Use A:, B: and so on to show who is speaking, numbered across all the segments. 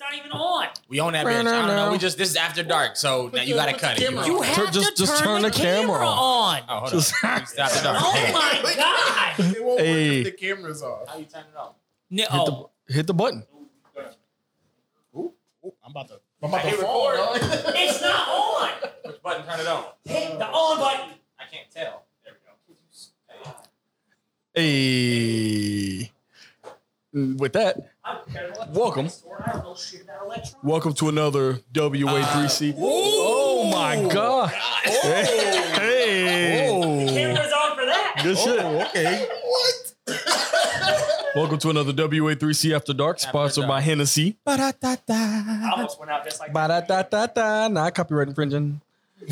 A: not even on.
B: We on that bitch. I don't know. We just this is after dark, so now you gotta cut it. You
A: You
B: know?
A: have
C: just-
A: to
C: just
A: turn, the, camera, on.
B: Oh, hold on. It's after dark.
A: Oh my god!
D: It won't
C: Hey.
D: work if the camera's off.
B: How you turn it off?
A: No,
C: Hit the, hit the button.
B: I'm about to.
D: I'm about
B: I
D: to
B: hit
D: fall,
B: record.
D: dog.
A: it's not on.
B: Which button? Turn it on.
A: Hit the on button.
B: I can't tell. There we go.
C: Hey. With that,
A: I don't care what-
C: Welcome.
A: I don't know shit about electronics.
C: welcome to another WA3C. oh my God.
B: Oh.
C: Hey.
A: Cameras on for that.
C: Good shit. okay. What? Welcome to another WA3C After Dark, sponsored by
B: Dark.
C: Hennessy.
A: I
C: Ba-da-da-da.
A: almost went out just like
C: Ba-da-da-da-da. Not copyright infringing.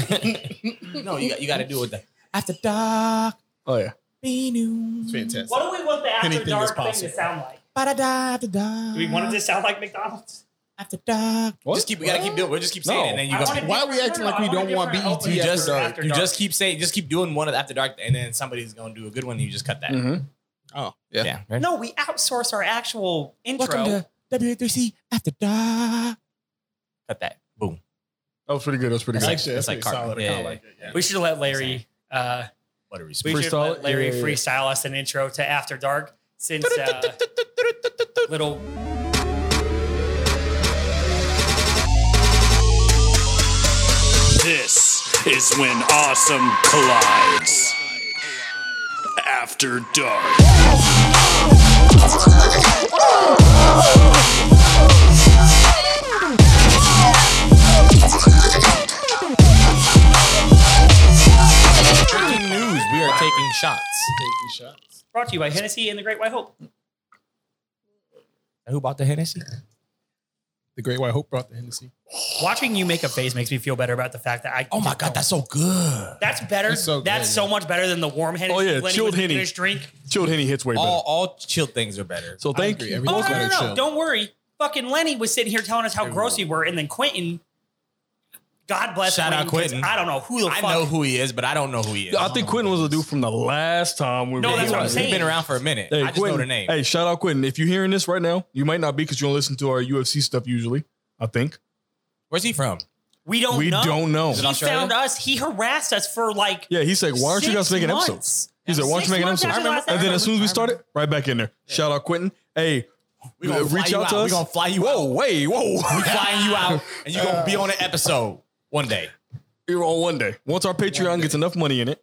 B: No, you got you got to do it with that.
C: After Dark. Oh, yeah.
D: It's fantastic.
A: What do we want the after
D: Anything is
A: dark thing to
D: possible.
A: sound like?
C: Ba-da-da-da-da.
A: Do we want it to sound like McDonald's?
C: After Dark. What?
B: Just keep. We got to keep doing. We'll just keep saying
C: No.
B: it, and then you
A: I
B: go.
A: want it
D: Why are we
A: different-
D: acting
A: no,
D: like we
A: I want
D: don't want E
A: different
D: BET
A: opening.
B: You
D: after
B: just
D: dark.
B: you just keep saying just keep doing one of after dark and then somebody's gonna do a good one and you just cut that.
C: Mhm.
D: Oh, yeah.
B: Yeah. right?
A: No, we outsource our actual intro.
C: WA3C After Dark.
B: Cut that. Boom.
C: That was pretty good. That was pretty
B: That's
C: good.
D: Actually, that's
B: like
D: pretty
B: Cartman.
D: solid. I
B: Yeah,
D: kinda like it. Yeah.
A: We should let Larry. Uh,
B: Buttery
A: we should
C: Freestyle
A: let
C: it?
A: Larry
C: Yeah, yeah, yeah.
A: freestyle us an intro to After Dark since uh, little.
E: This is when awesome collides. After dark.
B: Breaking news: We are taking shots.
D: Taking shots.
A: Brought to you by Hennessy and the Great White Hope.
B: Who bought the Hennessy?
D: The Great White Hope brought the Hennessy.
A: Watching you make a face makes me feel better about the fact that I.
B: Oh my god, that's so good.
A: That's better.
D: It's so good,
A: that's so
D: yeah.
A: much better than the warm Hennessy.
C: Oh, yeah,
A: Lenny
C: chilled
A: would
C: Henny.
A: finish drink.
C: Chilled Henny hits way better.
B: All all chilled things are better.
C: so thank
D: agree.
C: you.
D: Everything-
A: Oh
D: Both
A: no, no,
D: gotta
A: no!
D: chill.
A: Don't worry. Fucking Lenny was sitting here telling us how gross we were, and then Quentin. God bless.
B: Shout out
A: because
B: Quentin.
A: I don't know who the
B: I
A: fuck.
B: know who he is, but I don't know who he is.
C: I think Quentin was a dude from the last time we
A: No,
C: were
A: that's
C: here.
A: what I'm
B: He's
A: saying.
B: been around for a minute.
C: Hey,
B: I just
C: Quentin,
B: know the name.
C: Hey, shout out Quentin. If you're hearing this right now, you might not be because you don't listen to our UFC stuff usually. I think
B: Where's he from?
A: we don't.
C: we
A: know.
C: don't know.
A: He
B: it Australia?
A: found us. He harassed us for like.
C: Yeah, he's like, why aren't you
A: Six
C: guys making
A: months.
C: episodes? He's like, why aren't
A: Six
C: you making
A: months
C: episodes?
A: after the last
C: and then
A: episode.
C: as soon as we started, right back in there. Shout out Quentin. Hey,
B: We gonna
C: uh,
B: fly
C: reach
B: you
C: out to us.
B: We gonna fly you
C: whoa,
B: out.
C: wait,
B: We
C: whoa.
B: flying you out, and you gonna be on an episode one day.
C: You're on one day. Once our Patreon gets enough money in it,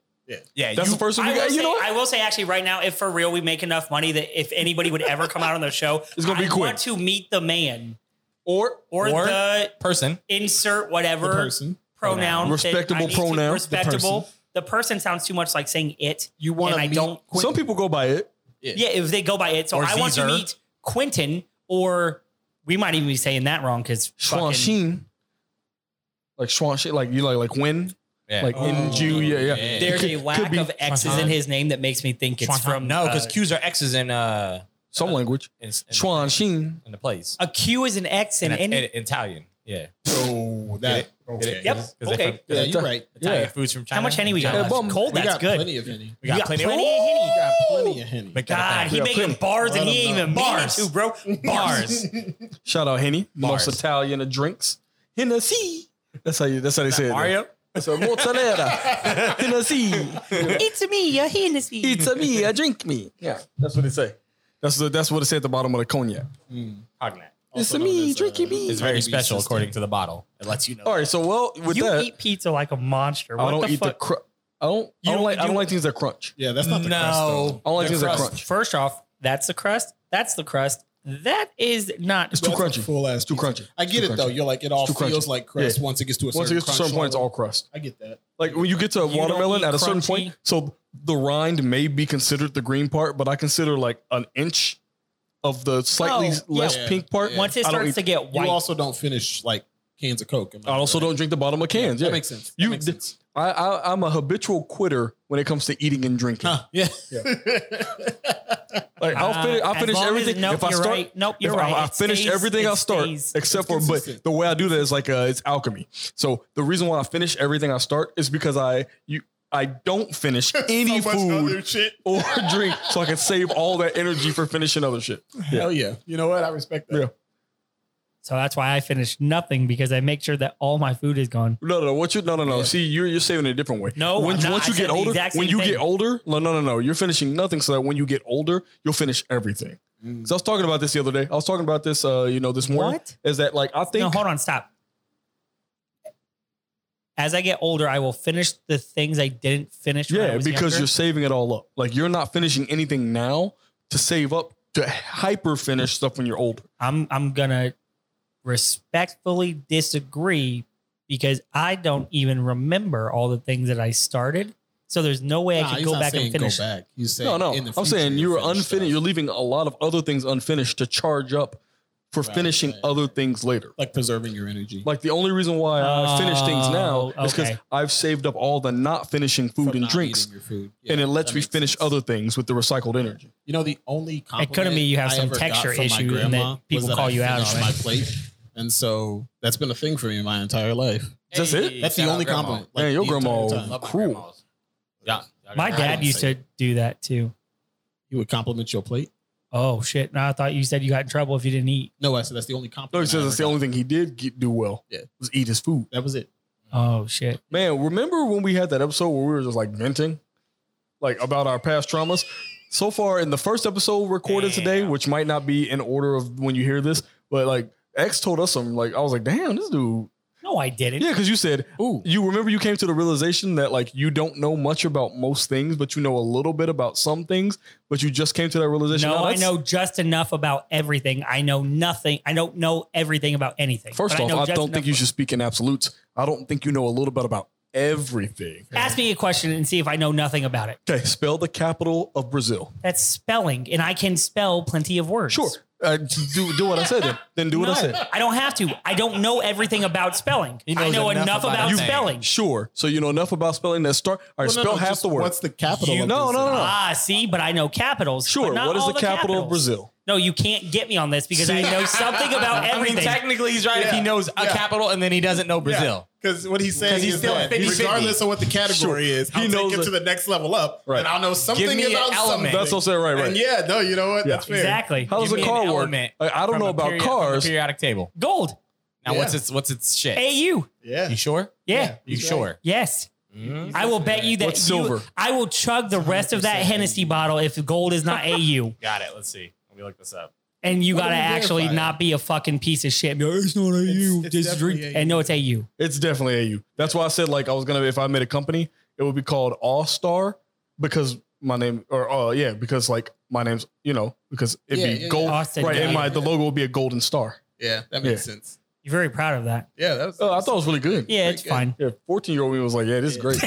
B: Yeah,
C: that's
B: you,
C: the first one
A: I
C: we
A: will,
C: got.
A: say,
C: You know what?
A: I will say actually right now, if for real we make enough money that if anybody would ever come out on the show,
C: It's gonna be
A: I
C: quick.
A: want to meet the man
C: Or
A: or,
B: Or-
A: the
B: person.
A: insert whatever
D: The person.
A: pronoun. that
C: Respectable
A: I need to-
C: pronoun, the
A: Respectable.
D: person.
A: The person sounds too much like saying it.
D: You wanna
A: and I
D: meet
A: don't.
C: some people go by it.
A: Yeah, if they go by it, so
B: Or
A: I want to
B: Caesar.
A: meet Quentin or we might even be saying that wrong because
C: Schwan Sheen. Like Schwan Sheen, like you like like when?
B: Yeah. Oh,
C: Like in Jew, yeah, yeah.
B: yeah.
A: there's
C: Could-
A: a
C: could
A: lack
C: be
A: of X's in his name that makes me think it's from
B: no, because
A: uh,
B: Q's are X's in uh
C: some language.
B: in, in,
C: Schwan Sheen.
B: in the place.
A: a Q is an X Uh, in
B: In,
A: any
B: in Italian, yeah.
D: Oh,
B: Get
D: that.
B: it?
D: Okay.
A: Yep.
B: 'Cause they
A: Okay.
B: from-
D: Yeah, you're right.
B: Italian
C: Yeah.
B: foods from
A: How
B: China.
A: much Henny we got?
B: Yeah,
A: That's
C: bum.
A: cold.
D: We
A: That's
D: got
A: good.
D: plenty of Henny.
A: you
B: We got
A: got
B: plenty.
A: plenty,
B: of
A: of
D: We
A: Henny.
D: got plenty of Henny.
B: Make that
A: God,
B: a
A: he
B: thing.
C: got
A: making
C: plenty.
A: bars and
D: Let
A: he ain't
D: him
A: even
B: know.
A: bars
B: Bars.
A: too, bro. Bars.
C: Shout out Henny,
B: Bars.
C: most Italian of drinks. Hennessy. That's how you. That's how they say it.
B: Mario.
C: It's a mozzarella. Hennessy.
A: it's me, a Hennessy.
C: It's a me. A drink me. Yeah, that's what they say. That's the, that's what it say at the bottom of the cognac.
B: Cognac.
C: It's
D: Also
C: a
D: known
C: me.
D: as,
C: Drinky
D: uh,
C: me.
B: It's very
D: Maybe
B: special
D: system.
B: according to the bottle. It lets you know.
C: All right. So well, with
A: you
C: that,
A: eat pizza like a monster. What
C: I don't
A: the
C: eat the.
A: fuck?
C: Cr- I don't. I don't
B: don't-
C: like. I
B: you-
C: don't like things that crunch.
D: Yeah, that's not the
B: No.
C: I don't like
B: The
C: things that
B: crust.
C: crunch.
A: First off, that's the crust. That's the crust. That is not.
C: It's too crunchy.
D: Full ass
C: Too crunchy.
D: I get
C: Too
D: it though.
C: crunchy.
D: You're like it all
C: It's too
D: feels
C: crunchy.
D: like crust
C: Yeah.
D: once it gets to a
C: Once it
D: certain
C: gets to a certain
D: crunch
C: point, it's all
D: level.
C: crust.
D: I get that.
C: Like when you get to a
A: don't
C: watermelon
A: eat
C: at a certain
A: crunchy?
C: point, so the rind may be considered the green part, but I consider like an inch of the slightly
A: Oh, yeah.
C: less
D: Yeah.
C: pink part.
D: Yeah.
A: Once it
C: I don't
A: starts
C: eat-
A: to get
D: You
A: white,
D: also don't finish like cans of Coke. am
C: I also
D: correct?
C: don't drink the bottom of cans. Yeah,
D: That makes sense. That
C: You,
D: makes sense.
C: I, I, I'm a habitual quitter when it comes to eating and drinking.
D: Huh, yeah.
C: Like I'll
A: Uh,
C: finish, I'll
A: as
C: finish
A: long as-
C: everything.
A: nope,
C: if I
A: you're
C: start,
A: right. Nope, you're
C: if I-
A: right.
C: I,
A: It
C: finish
A: stays-
C: everything I
A: it
C: start
A: stays.
C: except
D: It's
C: for. But
D: consistent.
C: the way I do that is like uh, it's alchemy. So the reason why I finish everything I start is because I you I don't finish any food
D: shit.
C: or drink, so I can save all that energy for finishing other shit.
D: Hell yeah. You know what? I respect that.
C: Yeah.
A: So that's why I finish nothing because I make sure that all my food is gone.
C: No, no, no. What you? No, no, no. See, you're you're saving it a different way.
A: No,
C: When,
A: I'm not.
C: once
A: I
C: you
A: said
C: get
A: the
C: older,
A: exact
C: when
A: same
C: you
A: thing.
C: get older, no, no, no, no. You're finishing nothing, so that when you get older, you'll finish everything.
A: Mm.
C: So I was talking about this the other day. I was talking about this, uh, you know, this morning.
A: What?
C: Is that like I think?
A: No, hold on, stop. As I get older, I will finish the things I didn't finish. when I
C: yeah,
A: was
C: because
A: younger.
C: you're saving it all up. Like you're not finishing anything now to save up to hyper finish stuff when you're older.
A: I'm I'm gonna respectfully disagree because I don't even remember all the things that I started. So there's no way I
D: Nah,
A: could
D: he's
A: go
D: not
A: back and
D: saying
A: finish.
D: Go back. He's saying
C: No, no.
D: in the
C: I'm
D: future
C: saying
D: you'll
C: you're
D: finish
C: unfinished.
D: stuff.
C: You're leaving a lot of other things unfinished to charge up for
D: Right,
C: finishing
D: right.
C: other things later.
D: like preserving your energy.
C: Like the only reason why I finish things now
A: Oh,
C: is because
A: okay.
C: I've saved up all the not finishing food
D: from
C: and
D: not
C: drinks,
D: eating your food.
C: and
D: Yeah,
C: it lets
D: that
C: me
D: makes
C: finish
D: sense.
C: other things with the recycled energy.
D: You know, the only compliment
A: couldn't be you have
D: I
A: some
D: ever got
A: texture
D: from my
A: issue and
D: grandma
A: then
D: was
A: people
D: that
A: call
D: I
A: you out
D: finished
A: on it.
D: my plate, and so that's been a thing for me my entire life.
C: That's it?
B: Hey,
D: That's the
B: shout out
D: only
B: grandma.
D: compliment.
C: Man, your
D: the entire
C: grandma-
B: Love
D: time.
B: my
C: Cool.
B: grandmas.
D: Yeah.
A: My
D: I
A: dad
D: don't
A: used
D: say-
A: to do that too.
D: You would compliment your plate.
A: Oh shit! No, I thought you said you got in trouble if you didn't eat.
D: No, I said that's the only
C: No, he
D: compliment. I
C: says that's the
D: ever
C: only thing he did get, do well.
D: Yeah.
C: was eat his food.
D: got. That was it.
A: Oh shit!
C: Man, remember when we had that episode where we were just like venting, like about our past traumas? So far in the first episode recorded today,
A: Damn.
C: which might not be in order of when you hear this, but like X told us some like I was like, damn, this dude.
A: No, I didn't.
C: Yeah, because you said
D: Ooh,
C: you remember you came to the realization that like you don't know much about most things, but you know a little bit about some things, but you just came to that realization.
A: No, I
C: that's-
A: know just enough about everything. I know nothing. I don't know everything about anything.
C: First
A: but
C: off,
A: know
C: I
A: just
C: don't think
A: enough-
C: you should speak in absolutes. I don't think you know a little bit about everything.
A: ask me a question and see if I know nothing about it.
C: Okay, spell the capital of Brazil.
A: That's spelling, and I can spell plenty of words.
C: Sure. Uh, do do what I said then. Then do what I said.
A: I don't have to. I don't know everything about spelling.
B: He
A: I
B: knows
A: know enough,
B: enough
A: about,
B: about a thing.
A: spelling.
C: Sure. So you know enough about spelling that start. All right,
D: Well, no,
C: spell
D: no,
C: half
D: just
C: the word.
D: What's the capital?
C: You-
D: of
C: no,
D: this?
C: no, no, no.
A: Ah, see, but I know capitals. but
C: sure.
A: not
C: What is
A: all
C: the capital
A: capitals.
C: of Brazil?
A: No, you can't get me on this because I know something about
B: I mean,
A: everything.
B: technically, he's right if he
D: Yeah.
B: knows a
D: Yeah.
B: capital and then he doesn't know Brazil.
D: Because what he's
B: 'Cause
D: saying
B: he's
D: is
B: still
D: that
B: 50-50.
D: regardless of what the category is,
C: He
D: I'll
C: knows
D: take it
C: that-
D: to the next level up,
C: Right.
D: and I'll know something
B: me an
D: about
B: element.
D: something.
C: That's what I'm saying, right? Right.
D: And yeah, no, you know what?
C: Yeah.
D: That's fair.
A: exactly.
C: How does
B: Give
C: a
B: me
C: car
B: an
C: work?
B: element
C: I I don't
B: from
C: know
B: a
C: about
B: period- from a
C: cars.
B: periodic table.
A: Gold.
B: Now, what's
D: Yeah.
B: its what's its shit?
A: AU.
D: Yeah.
B: You sure?
A: Yeah.
D: Yeah.
B: You
D: He's right.
B: sure?
A: Yes.
B: Mm-hmm.
A: I will bet you that
C: What's
A: you-
C: silver?
A: I will chug the rest of that
D: 100%
A: Hennessy
D: AU.
A: bottle if gold is not AU.
B: Got it. Let's see. Let me look this up.
A: And you
D: What
A: gotta
D: do we
A: actually
D: verify?
A: not be a fucking piece of shit. and be like, It's not AU.
D: it's
A: Just drink.
D: definitely AU.
A: And no, it's AU.
C: It's definitely AU. That's why I said like I was gonna if I made a company, it would be called All Star because my name or oh yeah because like my name's you know because it'd
D: Yeah,
C: be
D: yeah,
C: gold
A: yeah. Austin,
C: right and
A: yeah.
C: my the logo would be a golden star.
D: Yeah, that makes sense.
A: You're very proud of that.
D: Yeah, that was.
C: Oh, I thought it was really good.
A: Yeah, it's
D: good.
A: fine.
C: Yeah, fourteen year old me was like yeah this is great.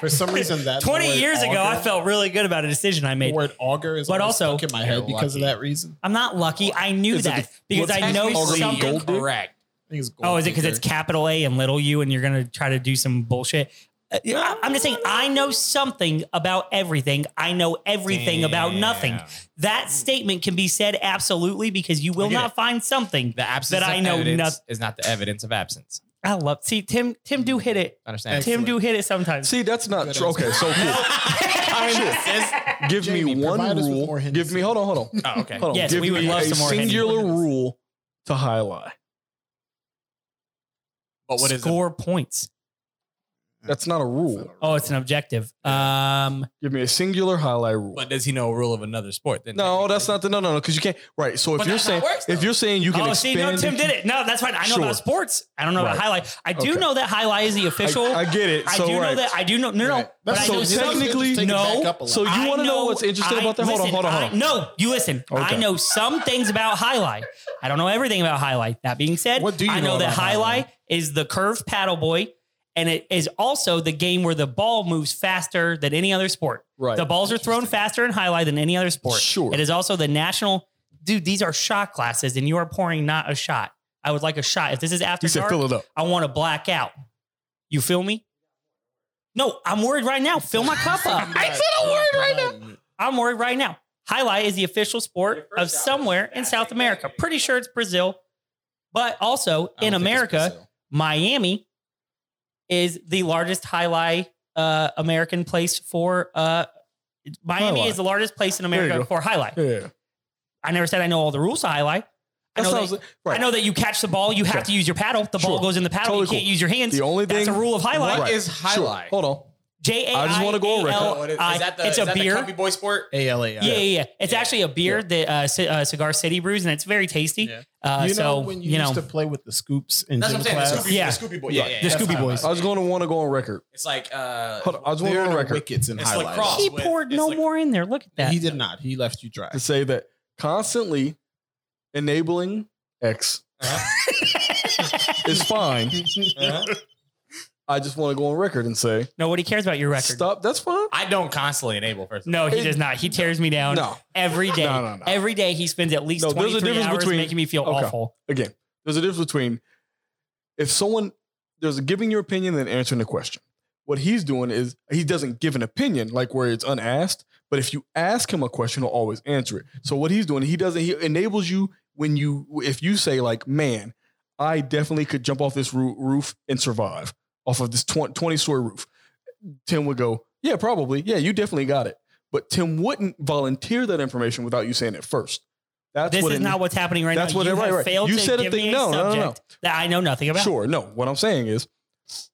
D: for some reason that
A: 20
D: word
A: years ago, I
D: auger-
A: felt really good about a decision I
D: the
A: made.
D: word auger is
A: But
D: always
A: also-
D: stuck in my head
B: You're
D: because of
B: lucky.
D: that reason.
A: I'm not lucky. I knew
C: Is it
A: that
C: the-
A: because
C: what's
A: I know
B: Technically,
C: already
A: something.
B: you're
C: gold, dude?
B: correct.
D: I think it's
A: Oh, is it because it's
D: goldfinger.
A: capital A and little u and you're going to try to do some bullshit? Uh, I- I'm just saying, I know something about everything. I know everything about nothing.
B: Damn.
A: That statement can be said absolutely because you will
B: get
A: not
B: it.
A: find something.
B: The absence
A: That I
B: of
A: know
B: evidence
A: noth-
B: is not the evidence of absence.
A: I love, see, Tim, Tim do hit it.
B: Understand?
A: Tim do hit it sometimes.
C: See that's not true. Okay, so cool. give me
D: Jamie,
C: one
D: provide us with more
C: rule.
D: hints.
C: Give me hold on hold on.
B: Oh, okay.
C: Hold on.
A: Yes,
C: give
A: we would
C: me
A: love
C: a
A: some more hints.
C: singular rule to highlight.
B: But what is it?
A: score points?
C: That's not a rule.
A: Oh, it's an objective. Um,
C: Give me a singular highlight rule.
B: But does he know a rule of another sport? Then
C: No, that's not the no, no, no. Because you can't. Right. So if
B: But
C: you're
B: that's how
C: saying
B: it works,
C: if
B: though.
C: you're saying you can
A: oh, see,
C: expand,
A: no, Tim did it. No, that's fine. I know
C: Sure.
A: about sports. I don't know
C: Right.
A: about highlight. I do
C: Okay.
A: know that highlight is the official.
C: I get it.
A: I
C: So,
A: do know
C: right.
A: that. I do know. No, no.
D: Right.
A: But
D: That's
A: I
C: so
A: know
D: something.
C: technically-
D: Take it
A: No.
D: back up a lot.
C: So you
A: I
C: want to know what's interesting
A: I-
C: about that? Hold on,
A: listen,
C: hold on, hold
A: I-
C: on.
A: no, you listen. I
C: Okay.
A: know some things about highlight. I don't know everything about highlight. That being said,
D: What do you
A: I know,
D: know
A: that
D: about
A: highlight is the curved paddle boy, and it is also the game where the ball moves faster than any other sport.
C: Right.
A: The balls are thrown faster in highlight than any other sport.
C: Sure.
A: It is also the national. Dude, these are shot classes, and you are pouring not a shot. I would like a shot. If this is after
C: He said
A: dark,
C: fill it up.
A: I want to black out. You feel me? No, I'm worried right now. Fill my cup up.
D: I said a word right now.
A: I'm worried right now. Highlight is the official sport of somewhere in South America. Pretty sure it's Brazil, but also in America, Miami is the largest highlight uh, American place for. Uh, Miami
C: Highlight.
A: is the largest place in
C: you
A: America
C: go.
A: for highlight.
C: Yeah.
A: I never said I know all the rules to highlight. I know,
C: That's what I
A: that,
C: was- right.
A: I know that you catch the ball, you have to use your paddle. The ball
C: Sure.
A: goes in the paddle.
C: Totally
A: you can't
C: cool.
A: use your hands.
C: The only
A: that's
C: thing-
A: a rule of highlight.
C: Right.
B: is high
C: Sure.
B: lie?
C: Hold on.
A: J A I
C: I just wanna go on record.
A: A
B: What
A: L
B: is,
A: I.
B: is that the,
A: it's
B: is
A: a
B: that the
A: beer.
B: coffee boy sport?
D: A L A
A: yeah,
D: I.
A: yeah, yeah. It's actually a beer that uh, Ci- uh, Cigar City brews, and it's very tasty.
D: Yeah.
A: Uh,
D: You know
A: so
D: when you,
A: you know
D: used to play with the scoops in
B: That's what
D: gym
B: I'm saying.
D: class.
B: The Scooby,
A: Yeah.
B: the Scooby boy. Yeah, yeah,
A: the
B: yeah.
A: Scooby Boys.
C: I was going to want to go on record.
B: It's like uh,
C: Hold on. I was going to
D: There
C: go on
D: are no
C: record
D: wickets in
B: It's
D: highlights.
B: lacrosse.
A: he
B: with-
A: poured
B: it's
A: no
B: like-
A: more in there. Look at that.
D: He did not. He left you dry.
C: to say that constantly enabling X is fine.
B: Uh-huh.
C: I just want to go on record and say
A: Nobody cares about your record.
C: stop. That's fine.
B: I don't constantly enable first.
A: No, he
C: It-
A: does not. He tears me down
C: No.
A: every day.
C: No, no, no.
A: Every day he spends at least
C: No, there's a
A: 23
C: difference
A: hours
C: between-
A: making me feel
C: Okay.
A: awful.
C: Again, there's a difference between if someone there's a giving your opinion and answering the question. What he's doing is he doesn't give an opinion like where it's unasked, but if you ask him a question, he'll always answer it. So what he's doing, he doesn't he enables you when you if you say like, man, I definitely could jump off this roo- roof and survive off of this 20, 20 story roof. Tim would go, yeah, probably. Yeah, you definitely got it. But Tim wouldn't volunteer that information without you saying it first. That's
A: this
C: what
A: is
C: it-
A: not what's happening right
C: That's
A: now.
C: what-
A: you
C: right,
A: have
C: right.
A: failed
C: You
A: to
C: said a
A: give
C: thing-
A: me
C: no,
A: a
C: no, no,
A: subject
C: no.
A: that I know nothing about.
C: Sure. No, what I'm saying is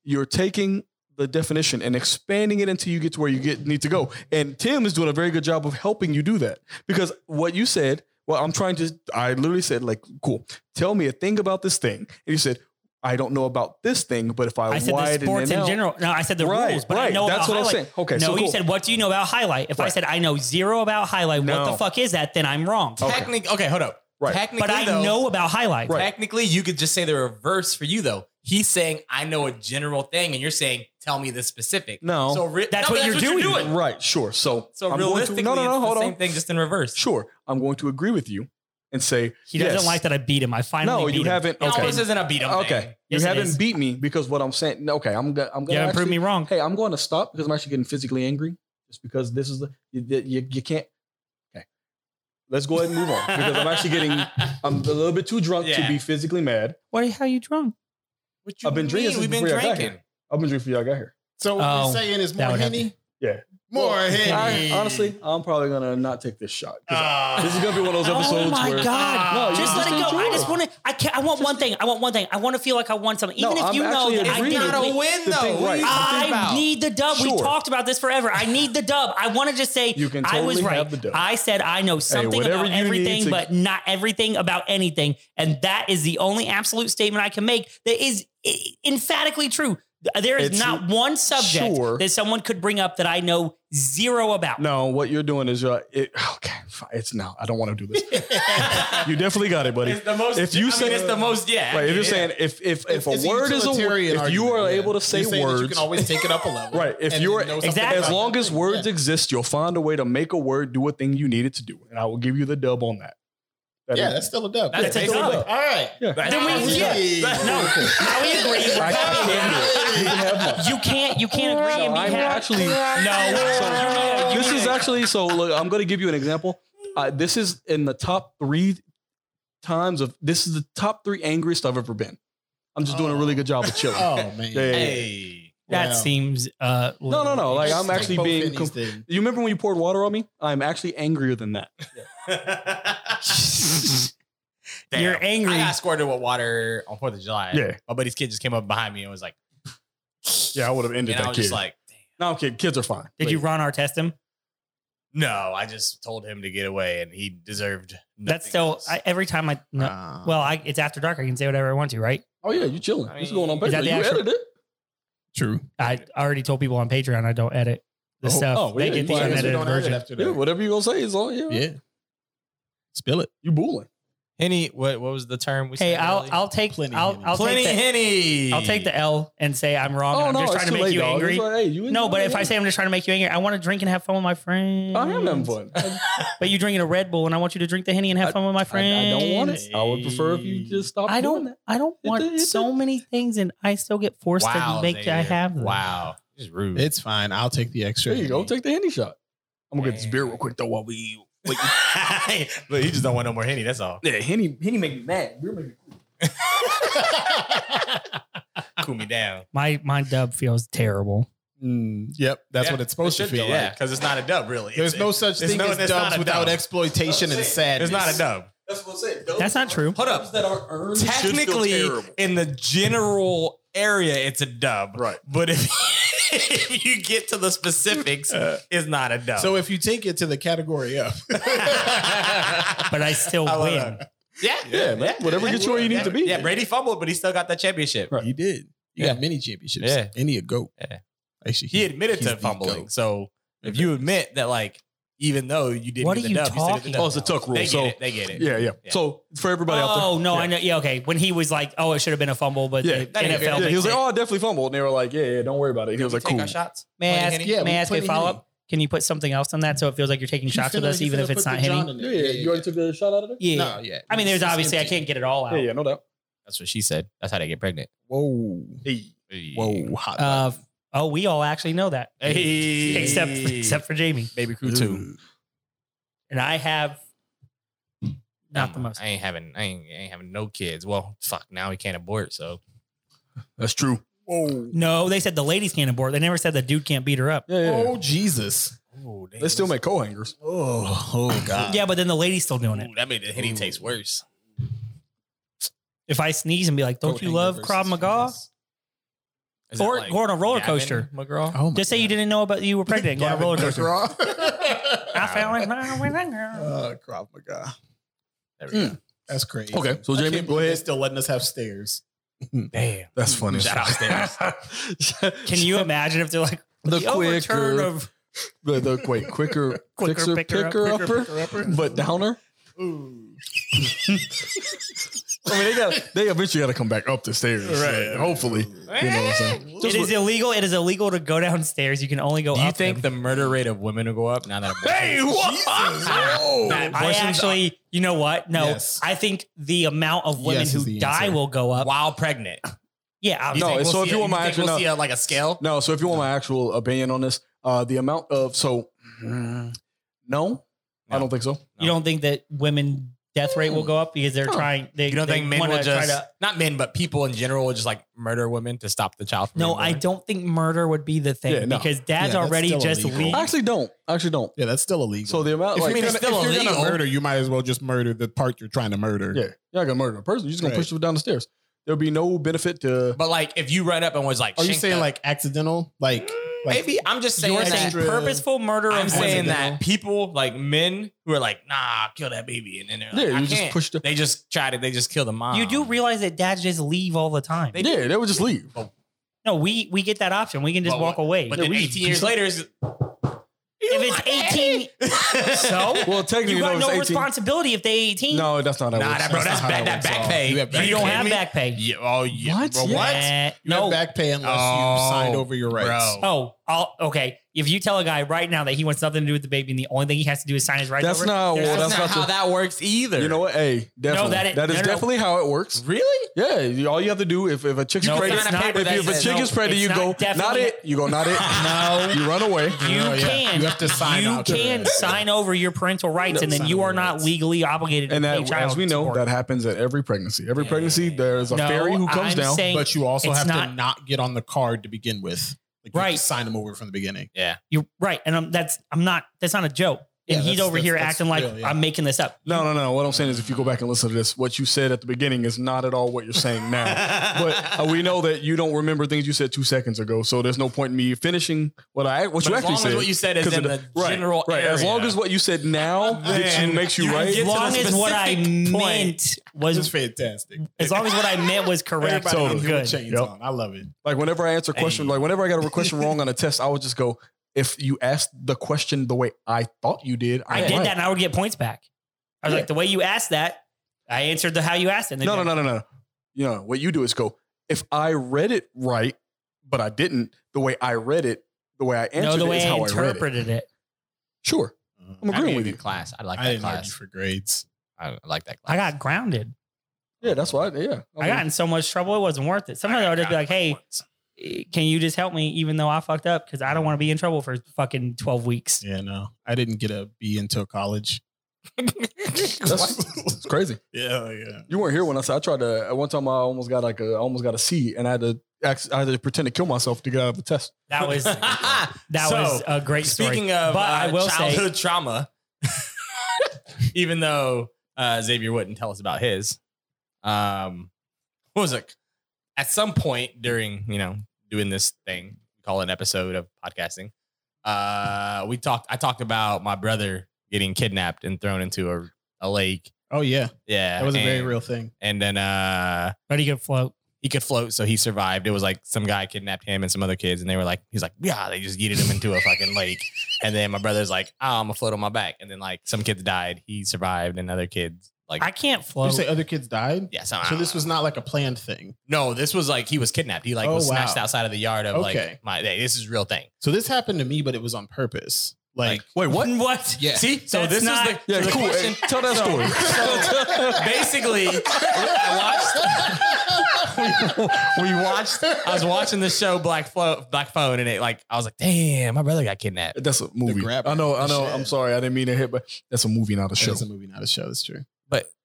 C: you're taking the definition and expanding it until you get to where you get need to go. And Tim is doing a very good job of helping you do that because what you said, well, I'm trying to, I literally said, like, cool, tell me a thing about this thing. And you said, I don't know about this thing, but if I,
A: I said the
C: widen
A: sports
C: it
A: in
C: out-
A: general. No, I said the
C: Right,
A: rules, but I
C: right.
A: know
C: That's
A: about
C: what I'm
A: highlight.
C: saying. Okay,
A: No,
C: so
A: you
C: cool.
A: said what do you know about highlight? If I
C: Right.
A: said I know zero about highlight, what
C: No.
A: the fuck is that? Then I'm wrong.
C: Okay.
B: Technically, okay, hold up.
C: Right.
B: Technically,
A: But I
B: though,
A: know about highlight.
C: Right.
B: Technically, you could just say the reverse for you though. He's saying I know a general thing, and you're saying tell me the specific.
C: No.
B: so re-
A: That's
B: no,
A: what
B: but
A: you're doing.
C: Right, sure. So,
B: So
C: I'm going to-
B: realistically,
C: no, no, no,
B: it's
C: hold
B: the
C: on.
B: same thing, just in reverse.
C: Sure. I'm going to agree with you and say,
A: He doesn't
C: yes.
A: like that I beat him. I finally
C: No,
A: beat
C: you
A: him.
C: haven't.
B: No,
C: Okay.
B: this isn't a beat 'em
C: Okay,
B: thing.
C: you
A: Yes, it is.
C: haven't beat me because what I'm saying. Okay, I'm gonna. I'm
A: You
C: gonna
A: haven't
C: actually,
A: proved me wrong.
C: Hey, I'm going to stop because I'm actually getting physically angry just because this is the you, you, you can't. Okay, let's go ahead and move on because I'm actually getting. I'm a little bit too drunk to
B: Yeah.
C: be physically mad.
A: Why? How you drunk?
B: What you
C: I've been drinking
B: mean? We've
C: since
B: been
C: before I got
B: drinking.
C: I've been drinking for y'all got here.
D: So
A: Oh,
D: what you're saying is
A: that
D: more
A: would have
D: henny?
C: Yeah.
D: More
C: Well,
D: henny.
C: I, honestly, I'm probably gonna not take this shot. 'cause
D: Ah.
C: this is gonna be one of those episodes
A: Oh my
C: where.
A: god!
C: No, you
A: just let it go.
C: enjoy
A: I just want to. I can't. I want one thing. I want one thing. I want to feel like I won something. Even
C: No,
A: if
C: I'm
A: you know
C: actually
A: that I
C: agreeing
A: didn't.
B: It's not a
C: with
A: win-
B: win
C: The
B: though.
C: thing,
B: What are you
C: right.
B: talking
A: I
B: about?
A: need the dub. We
C: Sure.
A: talked about this forever. I need the dub. I want to just say
C: You can
A: I was
C: totally
A: right.
C: have the dub.
A: I said I know something
C: whatever
A: about
C: you need
A: everything,
C: to-
A: but not everything about anything. And that is the only absolute statement I can make that is e- emphatically true. There is
C: It's-
A: not one subject
C: Sure.
A: that someone could bring up that I know zero about.
C: No, what you're doing is you're. It, okay, fine, it's no. I don't want to do this. you definitely got it, buddy.
B: It's the most.
C: If you
B: I
C: said-
B: mean, it's the most. Yeah.
C: Right. If you're
B: yeah.
C: saying if if if,
D: It's
C: a word is a word,
D: utilitarian
C: if you are
D: argument, yeah.
C: able to say
D: You're saying that
C: words,
D: you can always take it up a level.
C: right. If
D: and
C: you're
D: then know something
A: Exactly.
C: as
D: about
C: long
D: it.
C: as words
D: Yeah.
C: exist, you'll find a way to make a word do a thing you need it to do, and I will give you the dub on that. That
D: yeah,
C: is-
D: that's still a dub.
B: That's
D: Yeah.
B: a dub.
D: All right.
C: yeah.
A: Then we- yeah. No, now we agree. We're
C: I
A: happy.
C: can't do it. You can have that.
A: You can't. You can't agree
C: So
A: and be
C: I'm
A: happy.
C: actually
A: no.
C: So
A: you
C: this
A: can't.
C: is actually so. Look, I'm going to give you an example. Uh, this is in the top three times of this is the top three angriest I've ever been. I'm just doing a really good job of chilling.
D: Oh man.
C: Yeah, yeah, yeah.
B: Hey.
A: That
D: Wow.
A: seems uh
C: No, no, no. Like I'm
D: Just
C: actually
D: like both
C: being.
D: hennies
C: com-
D: then.
C: You remember when you poured water on me? I'm actually angrier than that.
B: Damn.
A: You're angry.
B: I got squirted with water on Fourth of July.
C: Yeah.
B: My buddy's kid just came up behind me and was like,
C: Yeah, I would have ended
B: and I was just like,
C: no, kid, kids are fine.
A: Did you Ron Artest him?
B: no, I just told him to get away, and he deserved. Nothing
A: That's still
B: else.
A: I, every time I no.
D: Ah.
A: Uh, well, I, it's after dark. I can say whatever I want to, right?
C: Oh yeah, you chilling.
B: I
C: This is going on
B: mean-
A: Is
C: paper.
A: that the
C: You
A: actual-
C: edited it.
D: True.
A: I already told people on Patreon I don't edit the
D: Oh,
A: stuff.
C: oh,
A: they
C: yeah,
A: get the
C: you
D: Why
C: can't
D: is
A: unedited
D: it on edit
A: version.
D: after
C: Yeah,
D: that?
C: whatever you gonna say is on. Yeah,
D: Yeah. Spill it.
C: you booling.
B: Henny. What what was the term we?
A: Hey,
B: said
A: I'll
B: earlier?
A: I'll take
D: Plenty
A: I'll
D: Henny.
A: I'll
B: plenty
A: take the,
B: Henny.
A: I'll take the L and say I'm wrong.
C: Oh
A: and I'm
C: no,
A: just
C: it's
A: trying to
C: too
A: make
C: late,
A: you
C: dog.
A: angry.
C: It's like, hey, you
A: no,
C: enjoy
A: but
C: it.
A: if I say I'm just trying to make you angry, I want to drink and have fun with my friends.
C: I am having fun. I,
A: But you're drinking a Red Bull, and I want you to drink the henny and have fun with my
C: I- I
A: friends.
C: don't want it. I would prefer if you just stop.
A: I
C: Doing
A: don't.
C: that.
A: I don't
C: It
A: want
C: did- it
A: so
C: did.
A: many things, and I still get forced
B: Wow,
A: to make. I
B: Xavier.
A: have. Them.
B: Wow. This is rude.
D: It's fine. I'll take the extra.
C: There you go.
D: henny.
C: Take the handy shot. I'm gonna get this
B: Damn.
C: beer real quick though while we.
B: But you just don't want no more Henny. That's all.
C: Yeah, Henny, Henny make me mad. Beer make me
B: Cool me down.
A: My my dub feels terrible.
D: Mm, yep. That's
B: Yeah,
D: what it's supposed
B: it
D: to
B: should be,
D: feel like.
B: because it's not a dub, really.
D: There's
B: It's-
D: no such
B: it's
D: thing
B: no-
D: as
B: it's not
D: dubs
B: a
D: without
B: dub.
D: exploitation and
B: It's
D: sadness.
B: not a dub.
C: That's what I'm saying. Those
A: That's not
C: are
A: true.
B: Hold
C: jobs
B: up.
C: That are earned. should feel
B: Technically,
C: terrible.
B: in the general area, it's a dub.
C: Right.
B: But if, if you get to the specifics, it's not a dub.
D: So if you take it to the category up,
A: But I still
B: I love
A: win.
B: that. uh, Yeah,
C: Yeah, man. Whatever gets you where you need to be.
B: Yeah, Brady fumbled, but he still got that championship.
D: you did. You
B: Yeah.
D: got many championships.
B: Yeah.
D: And he a goat.
B: Yeah.
D: Actually,
B: He admitted
D: he's
B: to
D: the
B: fumbling.
D: goat.
B: So if you admit that, like, even though you didn't
A: What
B: get
A: are
B: the
A: you
B: dub, you still get the
A: talking
B: dub.
C: Oh, it's a tuck rule.
B: They get
C: so
B: it. They get it.
C: yeah, yeah,
B: Yeah.
C: So for everybody out there,
A: Oh no,
C: yeah.
A: I know. Yeah, okay. When he was like, "Oh, it should have been a fumble," but
C: Yeah.
A: the
B: That ain't
A: NFL.
B: fair.
C: Yeah,
A: thinks
C: he was like,
A: it.
C: "Oh, I definitely fumbled," and they were like, "Yeah, yeah, don't worry about it." And he was like,
B: Take
C: "Cool."
B: our shots.
A: May I
B: Plenty
A: ask?
B: hitting.
D: Yeah, we
A: may I ask a
D: plenty
A: follow
D: hitting.
A: up? Can you put something else on that so it feels like you're taking shots with us, even if it's not hitting?
C: Yeah, yeah, you already took the shot out of it.
A: Yeah.
D: No, yeah.
A: I mean, there's
D: It's
A: obviously I
D: empty.
A: can't get it all out.
C: Yeah, yeah, no doubt.
B: Oh, That's what she said. That's how they get pregnant.
D: Whoa. Whoa. Hot.
A: Uh, oh, we all actually know that,
B: Hey.
A: except except for Jamie.
B: Baby Crew 2.
A: And I have not the most.
B: I ain't having I ain't, I ain't having no kids. Well, fuck, now we can't abort, so
C: That's true.
D: Whoa.
A: No, they said the ladies can't abort. They never said the dude can't beat her up.
C: Yeah, yeah.
D: Oh, Jesus.
B: Ooh,
C: They still make co-hangers.
D: Oh, oh God.
A: Yeah, but then the lady's still doing it.
B: that made the henny taste worse.
A: If I sneeze and be like, "Don't you love Krav Maga?"
B: Is
A: Or,
B: that like
A: or on a roller
B: Yavin
A: coaster.
B: McGraw?
D: Oh, my
A: Just say you
D: God.
A: didn't know about you were pregnant. Go on a roller coaster. I
D: I
A: found it. I
D: Uh, Krav Maga.
B: There we go.
D: That's crazy.
C: Okay, so
D: I
C: Jamie, go
D: can't believe they're
C: ahead.
D: Still letting us have stairs.
B: Damn.
C: That's funny.
B: Shout out
A: Can you imagine if they're like
C: the
A: the, overturn
C: quicker,
A: of
C: the, the wait, quicker,
A: Quicker
C: fixer,
A: picker
C: picker,
A: up-
C: upper, but downer. I mean, they got they eventually got to come back up the stairs, right? hopefully, you know what I'm saying.
A: it is illegal? It is illegal to go downstairs. You can only go
B: Do you
A: up
B: think
A: them.
B: the murder rate of women will go up now that Hey,
A: I actually, you know what? No,
D: Yes.
A: I think the amount of women
D: Yes
A: who
D: is the
A: die
D: answer.
A: will go up.
B: while pregnant?
A: Yeah, I
C: No,
B: think
C: it's- so
B: see
C: if you
B: a-
C: want my
B: think we'll
C: actual-
B: see a, like a scale.
C: No, so if you want my actual opinion on this, uh, the amount of so Mm-hmm. no, I don't think so.
A: you don't think that women death rate will go up because they're
C: No.
A: trying. They,
B: You don't
A: they
B: think men
A: wanna
B: will
A: try
B: just
A: to-
B: not men, but people in general will just like murder women to stop the child? From
A: no,
B: being
A: I
B: born?
A: don't think murder would be the thing
C: Yeah, no.
A: because dad's
D: Yeah, that's
A: already
D: still
A: just
D: illegal.
A: leave.
C: I actually don't. I actually don't.
D: Yeah, that's still illegal.
C: So the amount,
D: if
C: like,
D: you're,
B: it's
D: gonna,
B: still
D: if you're gonna
B: illegal.
D: murder, you might as well just murder the part you're trying to murder.
C: yeah, you're not gonna murder a person. You're just gonna
D: Right.
C: push them down the stairs. There'll be no benefit to.
B: But like, if you run up and was like,
D: Are you
B: "Shank
D: saying
B: that,"
D: like accidental? Like, like
B: maybe? I'm just saying
A: You're
B: that.
A: saying
D: extra-
A: purposeful murder
B: I'm
A: of women.
B: saying that people like men who are like, "Nah, kill that baby," and then they're like,
C: Yeah,
B: "I
C: you just
B: can't."
C: push the.
B: They just try to. They just kill the mom.
A: You do realize that dads just leave all the time.
B: Ah. They-
C: yeah, they would just leave.
A: no, we we get that option. We can just
B: But
A: walk
B: what-
A: away.
B: But
A: if
B: then
C: we just
B: 18 years
C: push-
B: later, it's,
A: it's 18, so
C: Well, technically,
A: you got no
C: no, it's 18.
A: responsibility if they 18.
C: No, that's not how. it
B: nah,
C: works.
B: that, bro, that's
C: not how
B: back,
C: it
B: that
C: works at
B: back
C: all.
B: pay.
D: You have back
A: you
D: pay.
A: don't
B: kidding
A: have
B: me?
A: back pay.
B: Yeah, oh, yeah.
C: What?
B: Bro,
C: Yeah.
B: what?
A: Eh,
D: you have
A: no.
D: back pay unless
B: Oh,
D: you signed over your rights.
B: bro.
A: Oh, I'll, okay. If you tell a guy right now that he wants nothing to do with the baby and the only thing he has to do is sign his rights
C: That's
A: over,
C: not-
A: there's
C: well,
A: no-
C: that's not the-
B: that works either.
C: You know what? Hey, definitely.
A: that it-
C: that is
A: no, no, no.
C: definitely how it works.
B: Really?
C: Yeah, you, all you have to do if, if a chick's
A: No,
C: pregnant,
A: it's not.
C: if, you- if a
A: That's-
C: chick
A: no,
C: is pregnant,
A: it's
C: you
A: not
C: go not
A: definitely-
C: it. You go not it.
A: No.
C: you run away.
A: you
D: Oh, yeah.
A: can.
D: You have to sign
A: You
D: out to
A: can
D: that.
A: sign over your parental rights,
D: No,
A: and then
D: sign
A: you
D: over
A: are not
D: rights.
A: legally obligated
C: And
A: to
C: that,
A: pay child
C: as we know,
A: support.
C: that happens at every pregnancy. Every
B: Yeah.
C: pregnancy, there's a
A: No,
C: fairy who comes
A: I'm
C: down.
A: saying-
D: But you also
A: It's
D: have
A: not-
D: to not get on the card to begin with. Like you have to
A: Right.
D: sign them over from the beginning.
B: Yeah.
A: You're right, and I'm, that's I'm not. That's not a joke.
D: Yeah,
A: And he's
D: that's-
A: over
D: that's-
A: here
D: that's
A: acting like
D: real, yeah.
A: I'm making this up.
C: no, no, no. What I'm saying is, if you go back and listen to this, what you said at the beginning is not at all what you're saying now. but uh, we know that you don't remember things you said two seconds ago, so there's no point in me finishing what I what
B: But
C: you
B: as
C: actually
B: long
C: said.
B: as what you said is
C: 'Cause
B: in
C: of
B: the general
C: right, as long
B: area.
C: as what you said now gets you,
B: Then
C: makes you,
B: you
C: right.
B: get
A: As
B: to
A: long
B: the
A: as what I
B: specific point.
A: meant
D: This is
A: was,
D: fantastic.
A: as long as what I meant was correct,
B: Oh,
D: Everybody
A: I'm
D: totally.
A: good.
D: Chains
C: Yep.
D: on. I love it.
C: Like whenever I answer a question,
B: Hey.
C: like whenever I got a question wrong on a test, I would just go, if you asked the question the way I thought you did,
A: I
C: I'm
A: did
C: right.
A: that, and I would get points back. I was like, the way you asked that, I answered the how you asked it. And they
C: No,
A: go,
C: no, no, no, no. You know, what you do is go, if I read it right, but I didn't, the way I read it, the way I answered
A: No, the
C: it
A: way
C: is
A: I
C: how I read it.
A: interpreted it.
C: Sure. I'm
B: I
C: agreeing
B: did
C: with
B: good
C: you.
B: class. I like
D: I
B: that
D: didn't argue
B: class.
D: for grades.
B: I I like that class.
A: I got grounded.
C: Yeah, that's why. Yeah.
A: I got in so much trouble, it wasn't worth it. Sometimes I would just be like, hey, can you just help me even though I fucked up? Because I don't want to be in trouble for fucking 12 weeks.
D: Yeah, no. I didn't get a B until college.
C: That's, it's crazy.
D: Yeah, oh, yeah.
C: You weren't here when I said I tried to. At one time, I almost got like a, I almost got a C, and I had to, act- I had to pretend to kill myself to get out of the test.
A: That was that
B: So,
A: was a great story.
B: Speaking of
A: but I
B: uh,
A: will say
B: childhood trauma, even though uh, Xavier wouldn't tell us about his. Um, what was it? At some point during, you know, doing this thing, we call it an episode of podcasting, uh, we talked, I talked about my brother getting kidnapped and thrown into a, a lake.
D: Oh yeah,
B: Yeah.
D: that was a very
B: and-
D: real thing.
B: And then, uh,
A: Ready to float.
B: he could float, so he survived. It was like some guy kidnapped him and some other kids, and they were like, he's like, yeah, they just yeeted him into a fucking lake. And then my brother's like, oh, I'm gonna float on my back. And then like some kids died, he survived, and other kids like,
A: I can't
D: Did you
A: float.
D: say other kids died?
B: yeah, some,
D: So this was not like a planned thing.
B: no, this was like he was kidnapped. He like
D: Oh,
B: was snatched
D: wow.
B: outside of the yard of
D: Okay.
B: like my, hey, this is real thing.
D: So this happened to me, but it was on purpose. Like,
C: Wait, what?
A: What?
D: yeah,
B: See, so
A: That's
B: this
A: not-
B: is the
C: Yeah,
B: so the
C: cool.
B: question-
C: Hey, tell that story.
B: basically, I watched. we, we watched. I was watching the show Black Flo- Black Phone, and it like I was like, damn, my brother got kidnapped.
C: That's a movie.
D: grabber.
C: I know, I know.
D: Shit.
C: I'm sorry, I didn't mean to hit, but that's a movie, not a show.
D: it's a movie, not a show. That's true.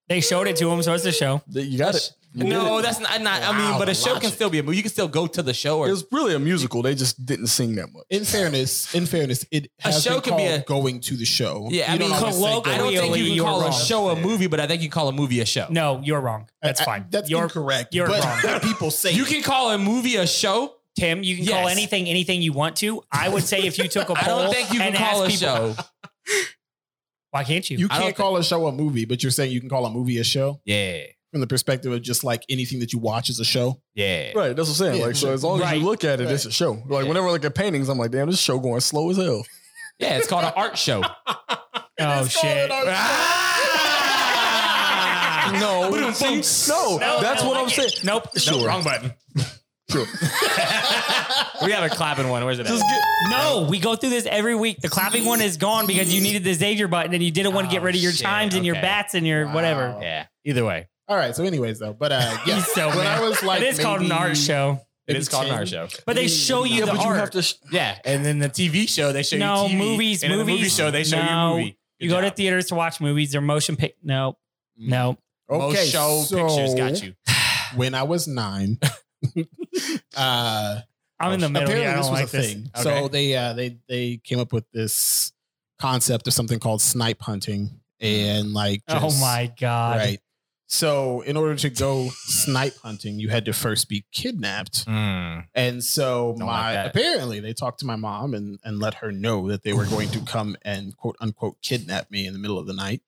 A: They showed it to him, so it's a show.
C: You got it. You
B: No,
C: did it.
B: that's not. not I mean,
D: Wow,
B: but a
D: the
B: show can
D: logic.
B: still be a movie. You can still go to the show
C: it
B: or
C: was really a musical. They just didn't sing that much.
D: In fairness, in fairness, it has
B: show
D: been
B: can be
D: called
B: a-
D: going to the show.
B: yeah. I
D: You don't
B: mean,
D: always say
B: I don't think you
A: colloquially,
B: can
A: you're
B: call a
A: wrong.
B: show a movie, but I think you call a movie a show.
A: No, you're wrong. That's
D: I- I-
A: fine.
D: that's
A: you're
D: incorrect.
A: you're
D: but
A: wrong.
D: People say
B: you
D: it.
B: can call a movie a show.
A: Tim, you can call
B: Yes.
A: anything anything you want to. I would say if you took a
B: I
A: poll,
B: don't think you can
A: and
B: call a
A: asked people,
B: show.
A: Why can't you?
D: You
B: I don't
D: can't call a show a movie, but you're saying you can call a movie a show
B: Yeah,
D: from the perspective of just like anything that you watch is a show.
B: yeah.
C: Right, that's what I'm saying.
D: Yeah,
C: like, so as long as
A: right,
C: you look at it, it's a show. Like,
B: Yeah.
C: whenever I look at paintings, I'm like, damn, this show going slow as hell.
B: Yeah, it's called an art show.
A: oh shit!
B: Ah!
C: No, see? no,
A: No,
C: that's
A: I
C: what
A: like
C: I'm
A: it.
C: saying.
A: Nope.
C: Sure.
B: wrong button.
C: Sure.
B: We have a clapping one. Where's it? At?
C: Just get-
A: No, we go through this every week. The clapping one is gone because you needed the Xavier button and you didn't want to get
B: Oh,
A: rid of your
B: shit,
A: chimes and your
B: okay.
A: bats and your
D: Wow.
A: whatever.
B: Yeah. Either way,
D: All right. So, anyways, though, but uh, yeah,
A: He's so
D: when
A: mad.
D: I was like,
A: it is called an
D: maybe-
A: art show,
B: it
D: maybe
B: is called an
D: 10,
B: art show.
A: but they
D: Maybe
A: show you
C: yeah,
A: the
C: but you
A: art.
C: have to. Sh-
B: Yeah, and then the TV show they show
A: No,
B: you TV,
A: movies,
B: and in the movie
A: movies.
B: show they show
A: No.
B: you movie. Good
A: you go to
B: job.
A: theaters to watch movies or motion pic. No, no.
B: Most
D: Okay,
B: show
D: so
B: pictures got you.
D: when I was nine. uh,
A: I'm
C: Oh,
A: in the middle.
D: Apparently,
A: Yeah, I
D: this
A: don't
D: was
A: like
D: a
A: this.
D: thing.
B: Okay.
D: So they uh, they they came up with this concept of something called snipe hunting, and like,
A: Oh
D: just-
A: my god!
D: right. So in order to go snipe hunting, you had to first be kidnapped,
B: Hmm.
D: and so
B: Don't like
D: my
B: that.
D: apparently they talked to my mom and and let her know that they were going to come and quote unquote kidnap me in the middle of the night.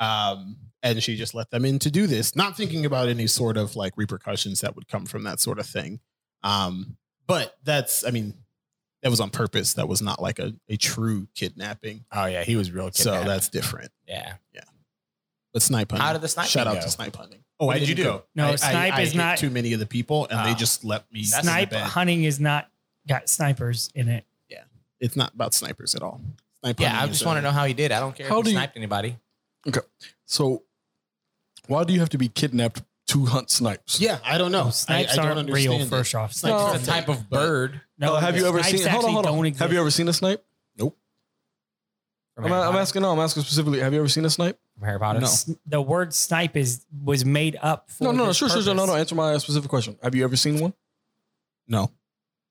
D: Um, and she just let them in to do this, not thinking about any sort of like repercussions that would come from that sort of thing. Um, but that's, I mean, that was on purpose. That was not like a, a true kidnapping.
B: Oh yeah, he was real.
D: So that's different.
B: yeah.
D: But snipe hunting.
B: How did the snipe
D: Shout
B: thing
D: out
B: go?
D: to snipe hunting. Oh,
B: What
D: I
B: did you
D: didn't
B: do?
D: go.
A: No,
D: I- I-
A: snipe
D: I
A: is
D: hit
A: not-
D: too many of the people, and
B: Oh.
D: they just let me.
B: That's
D: in the
A: Snipe
D: bed.
A: hunting is not got snipers in it.
D: It's not about snipers at all. Snipe
B: Yeah, I
D: hunting
B: just
D: is
B: want to
D: a-
B: know how he did. I don't care
C: How
B: if he
C: do you-
B: sniped anybody.
C: so, why do you have to be kidnapped to hunt snipes?
D: Yeah, I don't know.
A: Snipes
D: I, I don't
A: aren't real.
D: understand it.
A: First off,
D: No.
A: snipes
B: It's a type of bird.
A: No,
C: Uh, have you ever
A: snipes
C: seen? Hold on,
A: actually
C: hold
A: don't
C: on.
A: exist.
C: Have you ever seen a snipe?
B: From
C: I'm,
B: Harry,
C: I'm
B: Potter.
C: asking. No, I'm asking specifically. Have you ever seen a snipe?
B: From Harry Potter.
D: No.
A: S- The word snipe is was made up for
C: No, no, no.
A: this
C: Sure, sure, sure. No,
A: purpose.
C: no. Answer my specific question. Have you ever seen one?
D: No.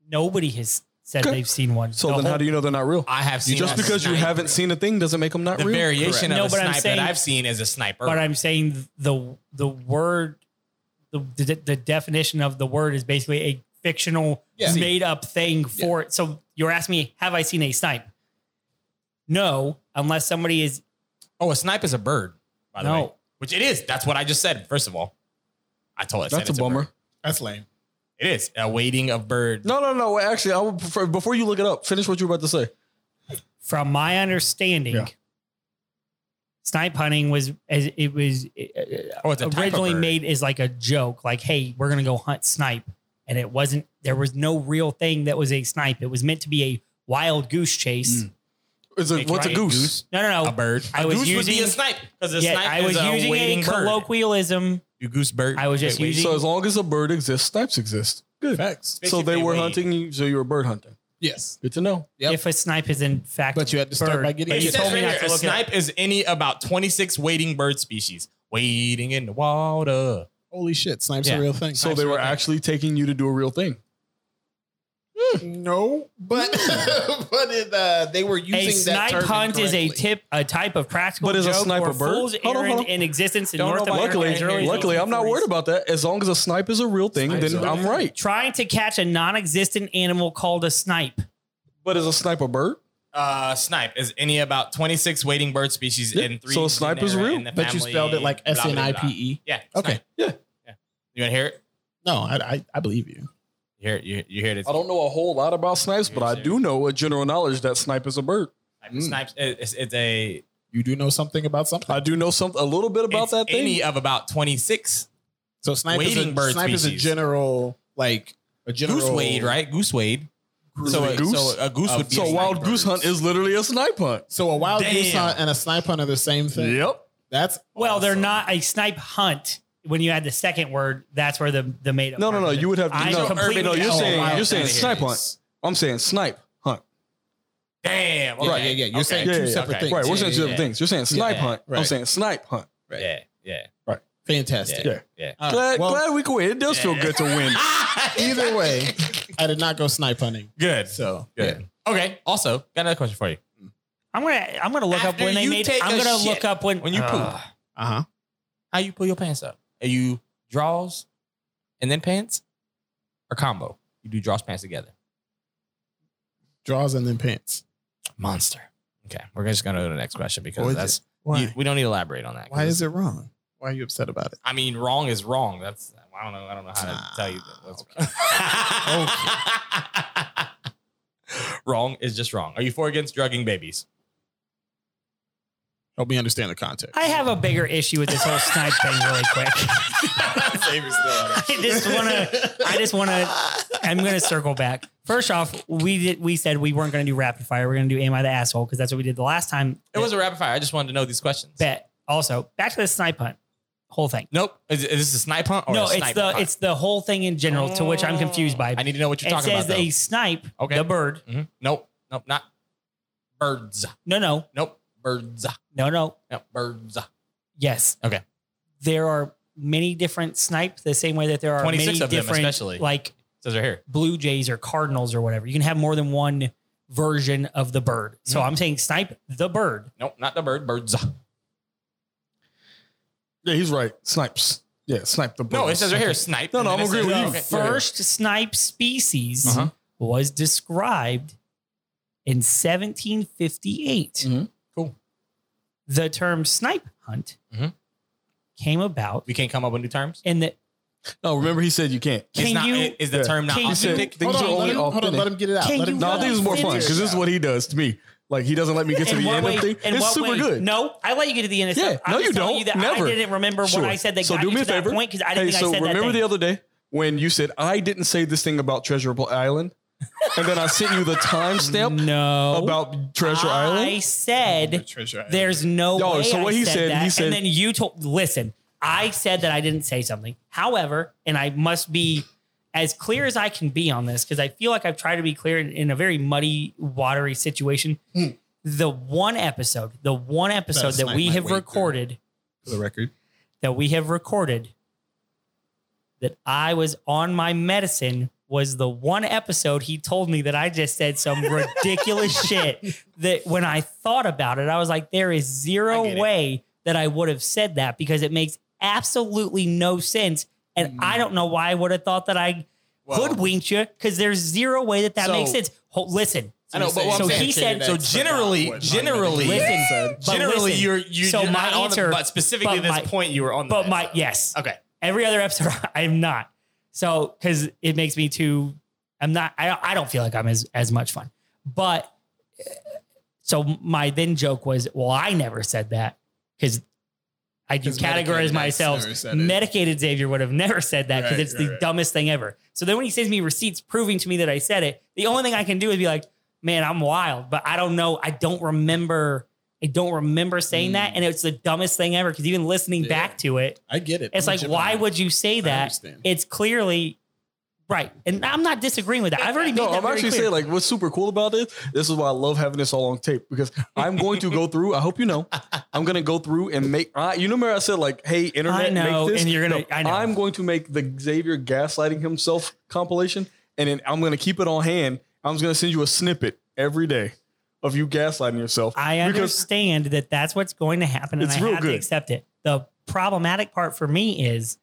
A: Nobody has said
C: Okay.
A: they've seen one.
C: So then, how do you know they're not real?
B: I have seen
C: Just
B: a
C: because you
B: snipe.
C: haven't seen a thing doesn't make them not
B: the
C: real.
B: variation
A: No,
B: of
A: but
B: a
A: I'm
B: snipe
A: saying-
B: that I've seen is a sniper.
A: But I'm saying the the word the the, the definition of the word is basically a fictional
D: Yeah.
A: made up thing for it. So you're asking me, have I seen a snipe? No, unless somebody is
B: oh, a snipe is a bird. By the
A: No.
B: way, which it is. That's what I just said. First of all, I told. I said
C: That's a
B: it's
C: bummer.
B: bird.
D: That's lame.
B: It is a waiting of bird.
C: No, no, no. Actually, I would prefer before you look it up. Finish what you were about to say.
A: from my understanding,
C: Yeah.
A: snipe hunting was as it was uh,
B: Oh, it's a type of
A: originally
B: bird.
A: made as like a joke, like "Hey, we're gonna go hunt snipe," and it wasn't. There was no real thing that was a snipe. It was meant to be a wild goose chase.
C: Is it
A: Make
C: what's a
A: right
C: goose?
A: No, no, no.
B: Mm. A bird.
A: Oh, I
B: A
A: was
B: goose would be a
A: using-
B: snipe because a
A: Yeah,
B: snipe
A: I was
B: is a
A: using
B: waiting
A: a
B: bird.
A: colloquialism.
B: You goose bird.
A: I was just
B: Wait, wait.
A: using-
C: So as long as a bird exists, snipes exist. Good.
D: Facts.
C: So they
B: Basically,
C: were
B: wait.
C: hunting you. So you were bird hunting.
D: Yes.
C: Good to know.
D: Yep.
A: If a snipe is in fact,
D: But you had to start
A: bird.
D: by getting
A: But
D: it.
A: you
B: It
D: It
A: told
B: says
A: me
B: right
A: not
B: here,
A: to
B: a
A: look it up.
B: snipe is any about 26 wading bird species wading in the water.
D: Holy shit, snipes
B: Yeah.
D: a real thing.
C: So they were actually taking you to do a real thing.
D: No, but
C: Hmm.
D: but it, uh, they were using
A: A
D: that
A: snipe
D: term
A: hunt is a
D: incorrectly.
A: tip, a type of practical
C: But is a
A: joke
C: sniper
A: or
C: bird?
A: fool's
C: Hold on, hold
A: errand
C: on.
A: in existence in
B: Don't
A: North
B: know about
A: America.
C: Luckily,
A: and early
C: luckily, I'm not
A: 1940s.
C: worried about that. As long as a snipe is a real thing,
D: Snipe's
C: then
D: a-
C: I'm right.
A: Trying to catch a non-existent animal called a snipe.
C: But is a snipe a bird?
B: Uh, snipe is any about 26 waiting bird species
C: Yeah,
B: in three.
C: so snipe is
B: genera
C: real.
B: in the
D: But you
B: family,
D: spelled it like
B: blah, blah,
D: S
B: blah,
D: N
B: blah.
D: I P E.
B: Yeah.
D: Okay.
B: snipe. You want to hear it?
D: No, I, I I believe you.
B: You hear it? You, you hear it? It's
C: I don't know a whole lot about snipes, but I do know a general knowledge that snipe is a bird.
B: snipe. Snipes. it- It's, it's a
D: You do know something about something.
C: I do know something a little bit about
B: it's
C: that thing.
B: Any of about 26
D: So snipe is a,
B: Wading bird
D: snipe is a
B: species.
D: general like a general
B: goose wade, right? Goose wade.
C: Is
B: So
C: it
B: a
C: goose?
B: So a goose would be
C: so
B: a
C: a
B: snipe
C: wild
B: bird.
C: goose hunt is literally a snipe hunt.
D: So a wild goose
B: Damn.
D: hunt and a snipe hunt are the same thing.
C: Yep.
D: That's
A: Well, they're
D: awesome.
A: not a snipe hunt. When you add the second word, that's where the the made up.
C: No, no,
A: part
C: no.
A: of it.
C: You would have
A: I
C: to no,
A: completely-
C: no, you're
A: Oh,
C: saying
A: wow.
C: you're saying
B: Outta here
C: snipe
B: it
C: hunt.
B: is.
C: I'm saying snipe hunt.
B: Damn. Okay.
D: Right, yeah, yeah. You're
B: okay.
D: saying
C: Yeah,
D: two
C: yeah,
D: separate
B: okay.
D: things.
C: Right. We're
D: Yeah,
C: saying
D: yeah,
C: two different
D: yeah.
C: things. You're saying snipe
B: Yeah,
C: hunt. I'm
D: right.
C: saying snipe hunt.
B: Yeah. Yeah.
D: Fantastic.
C: Yeah.
B: Yeah.
D: All right,
C: Glad,
D: well,
C: glad we quit. It does feel good to win.
D: either way, I did not go snipe hunting.
B: Good.
D: So
B: Good. Okay. Also, got another question for you.
A: I'm gonna I'm gonna look up
B: After
A: when they
B: you
A: made.
B: take
A: I'm
B: a
A: gonna
B: shit,
A: look up when
B: when you
A: Ugh.
B: poop.
D: Uh huh.
B: How you pull your pants up? Are you draws and then pants, or combo? You do draws pants together.
D: Draws and then pants.
B: Monster. Okay, we're just gonna go to the next question because
D: What is
B: that's
D: Why?
B: you- we don't need to elaborate on that. 'cause
D: Why is it wrong? Why are you upset about it?
B: I mean, wrong is wrong. That's I don't know. I don't know how to tell you. That. That's wrong is just wrong. Are you for or against drugging babies?
D: Help me understand the context.
A: I have a bigger issue with this whole snipe thing really quick.
B: Xavier's still on it.
A: I just wanna I just wanna I'm gonna circle back. First off, we did we said we weren't gonna do rapid fire. We're gonna do Am I the Asshole? Because that's what we did the last time.
B: It was a rapid fire. I just wanted to know these questions.
A: bet. Also, back to the snipe hunt whole thing.
B: Nope. Is, is this a snipe hunt or
A: no,
B: a
A: it's
B: snipe
A: the
B: hunt?
A: it's the whole thing in general, to which I'm confused by.
B: I need to know what you're
A: it
B: talking
A: says
B: about.
A: a snipe,
B: Okay.
A: the bird.
B: though. Mhm. Nope. Nope. Not birds.
A: No, no,
B: Nope. Birds.
A: no, no.
B: Nope. Birds.
A: Yes.
B: Okay.
A: There are many different snipe, the same way that there are
B: 26
A: many
B: of them,
A: different,
B: especially.
A: like
B: Says right here.
A: Blue Jays or Cardinals or whatever. You can have more than one version of the bird. So
C: Mm-hmm.
B: Mhm.
A: I'm saying snipe the bird.
B: Nope. Not the bird. Birds.
C: Yeah, he's right. Snipes. Yeah, snipe the bird.
B: No, it says right here. Snipe.
C: No, no,
B: And then
C: I'm
B: it
C: agreeing
B: says-
C: with you.
B: okay.
A: First snipe species
B: Uh-huh.
A: was described in 1758.
C: Mhm.
B: Cool.
A: The term snipe hunt
C: Mm-hmm.
B: Mhm.
A: came about
B: We can't come up with new terms.
A: in the
C: No, remember he said you can't.
A: Can
B: It's not-
A: you-
B: it- Is the
C: Yeah.
B: term not?
A: Can you-
C: He said
B: authentic?
C: things
D: hold
C: are
D: on, let
C: only
D: him, hold on,
C: authentic.
D: let him get it out.
A: Can
D: Let him
A: you
D: get
C: No,
D: it
C: I
A: let
D: out.
C: think this is more fun because this is what he does to me. Like he doesn't let me get to
A: In
C: the
A: what
C: end
A: way-
C: of things.
A: in
C: It's
A: what
C: super
A: way?
C: good.
A: No, I let you get to the end of
C: Yeah,
A: stuff. I'm
C: no,
A: just
C: you
A: telling
C: don't.
A: You that
C: Never.
A: I didn't remember
C: Sure.
A: what I said that
C: So
A: got
C: do
A: you
C: me
A: to
C: a
A: that
C: favor.
A: point because I
C: Hey,
A: didn't think
C: so
A: I said that.
C: remember
A: thing.
C: the other day when you said I didn't say this thing about Treasurable Island, and then I sent you the timestamp
A: no
C: about Treasure
A: I
C: Island.
A: said
D: Treasure island.
A: there's no
C: Yo,
A: way.
C: so what
A: I
C: he
A: said,
C: said,
A: that.
C: he said-
A: and then you told. Listen, I said that I didn't say something. However, and I must be as clear as I can be on this because I feel like I've tried to be clear in, in a very muddy, watery situation.
C: Hmm.
A: The one episode, the one episode that
D: snipe
A: we
D: my
A: have
D: way through.
A: recorded.
D: for the record.
A: that we have recorded that I was on my medicine was the one episode he told me that I just said some ridiculous shit that when I thought about it, I was like, there is zero
B: I get it.
A: way that I would have said that because it makes absolutely no sense. And I don't know why I would have thought that I
B: Mm. Well-
A: hoodwinked you because there's zero way that that
B: So-
A: makes sense. Ho- listen,
B: I know, but
D: So
B: what I'm
A: he
B: saying-
A: said-
B: So generally, generally,
A: listen, but
B: generally,
A: listen,
B: you're you
A: so
B: you're
A: my
B: not on the-
A: answer-
B: but specifically
A: but
B: this
A: my-
B: point, you were on. the
A: but my,
B: list.
A: yes,
B: Okay.
A: every other episode I'm not. So because it makes me too. I'm not. I I don't feel like I'm as as much fun. But uh, so my then joke was, well, I never said that because. I do
D: 'Cause medicated
A: categorize
D: X
A: myself.
D: never said it.
A: Medicated Xavier would have never said that because
D: Right,
A: it's
D: right,
A: the
D: right.
A: dumbest thing ever. So then when he sends me receipts proving to me that I said it, the only thing I can do is be like, man, I'm wild, but I don't know. I don't remember. I don't remember saying that. And it's the dumbest thing ever because even listening
D: Mm. Yeah.
A: back to it,
D: I get it.
A: it's
D: I'm a
A: like, why
D: Gemini.
A: would you say that?
D: understand.
A: It's clearly right, and I'm not disagreeing with that. I've already made
C: No,
A: that
C: I'm
A: very
C: actually
A: clear.
C: saying like what's super cool about this. This is why I love having this all on tape because I'm going to go through. I hope you know. I'm going to go through and make. I you know, remember I said like, hey, internet,
A: know,
C: make this.
A: and you're gonna- I know.
C: I'm going to make the Xavier gaslighting himself compilation. and then I'm gonna keep it on hand. I'm just gonna send you a snippet every day of you gaslighting yourself.
A: I
C: because
A: understand that that's what's going to happen, and
C: It's
A: I
C: real
A: have to
C: good.
A: accept it. The problematic part for me is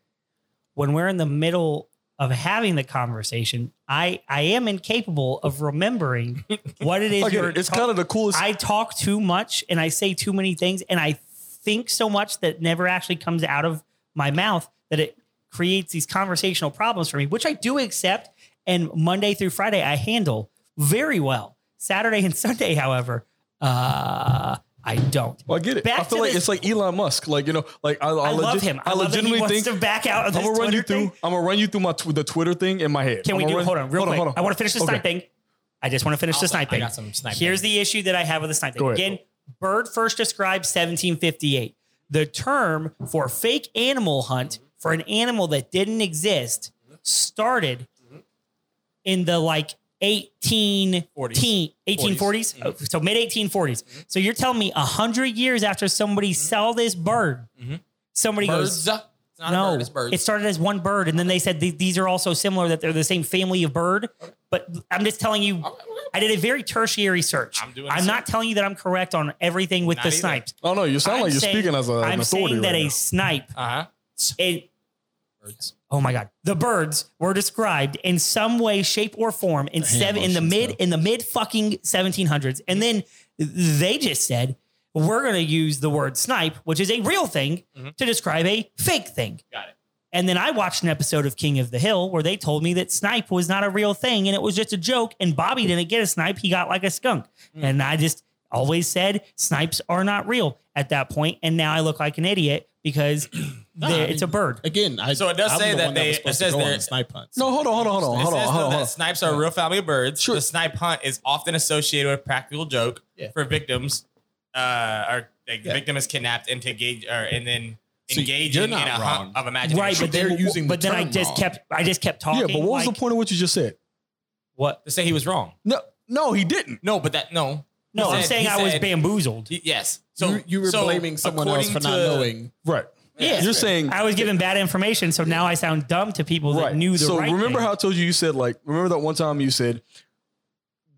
A: when we're in the middle of having the conversation, I I am incapable of remembering what it is
C: I get
A: you're
C: it. it's
A: talk-
C: kind of the coolest.
A: I talk too much and I say too many things and I think so much that never actually comes out of my mouth that it creates these conversational problems for me, which I do accept. And Monday through Friday, I handle very well. Saturday and Sunday, however, uh, I don't.
C: well, I get it.
A: Back
C: I feel
A: to
C: like
A: this-
C: it's like Elon Musk. Like you know, like I,
A: I,
C: I,
A: love
C: legit-
A: him. I,
C: I
A: love that he
C: legitimately
A: wants
C: think
A: to back out of
C: I'm
A: this
C: gonna run
A: Twitter
C: you through.
A: thing.
C: I'm gonna run you through my tw- the Twitter thing in my head.
A: Can we
C: I'ma
A: do?
C: run-
A: Hold on, real quick. I want to finish the
C: Okay.
A: snipe thing. I just want to finish the snipe
B: I
A: thing.
B: got some sniping.
A: Here's the issue that I have with the snipe
C: Go
A: thing.
C: ahead.
A: Again, Bird first described 1758. The term for fake animal hunt for an animal that didn't exist started in the like 18
B: 40s.
A: teen- 1840s.
B: Mhm.
A: Oh, So mid 1840s. So you're telling me 100 years after somebody sell this bird,
B: Mhm.
A: somebody goes,
B: birds. It's not
A: no,
B: a bird. It's birds.
A: it started as one bird, and then they said th- these are also similar that they're the same family of bird. But I'm just telling you, I did a very tertiary search.
B: I'm doing
A: I'm
B: the
A: not telling you that I'm correct on everything with
B: Not
A: the
B: either.
A: snipes.
C: Oh no, you sound
A: I'm
C: like you're
A: saying-
C: speaking as a, an
A: I'm
C: authority.
A: saying that
C: right
A: a
C: now.
A: snipe,
B: uh huh.
A: it,
B: Birds.
A: oh my god, the birds were described in some way, shape, or form in seven in the
D: motions,
A: mid
D: though.
A: in the mid fucking 1700s, and then they just said we're going to use the word snipe, which is a real thing,
B: Mhm.
A: to describe a fake thing.
B: Got it.
A: And then I watched an episode of King of the Hill where they told me that snipe was not a real thing and it was just a joke. And Bobby didn't get a snipe, he got like a skunk.
B: Mm.
A: And I just always said snipes are not real at that point. And now I look like an idiot because
D: Nah,
A: they're-
D: I
A: it's a
D: mean-
A: bird.
D: Again, I,
B: So it does
D: I'm
B: say
D: the
B: that
D: one
B: they-
D: was
B: it
D: supposed
B: says
D: to go on
B: there-
D: the snipe hunts.
C: No, hold on, hold on, hold on,
B: It
C: Oh, hold on,
B: says
C: hold on.
B: though
C: Hold
B: that
C: on.
B: snipes are a real family of birds.
C: Sure.
B: The snipe hunt is often associated with a practical joke
D: Yeah.
B: for victims. Uh, or like, the
D: Yeah.
B: victim is kidnapped and to engage, or and then
D: So
B: engage
D: you're
B: in, in
D: not
B: a
D: wrong.
B: hunt of imagination.
A: Right, but
D: they're
A: then,
D: using the
A: but then I
D: term
A: just
D: wrong.
A: kept I just kept talking.
C: Yeah, but what was
A: like,
C: the point of what you just said?
A: What?
B: to say he was wrong.
C: No, no, he didn't.
B: No, but that no,
A: No,
B: He
A: I'm
B: said-
A: saying
B: he
A: I was
B: said-
A: bamboozled.
B: Y- yes. So
D: you, you were
B: so
D: blaming someone else
B: according
D: for not
B: to-
D: knowing.
C: Right.
A: Yeah.
C: You're saying
A: I was given bad information, so now I sound dumb to people that
C: right.
A: knew the
C: so
A: right.
C: remember
A: thing.
C: how I told you you said like remember that one time you said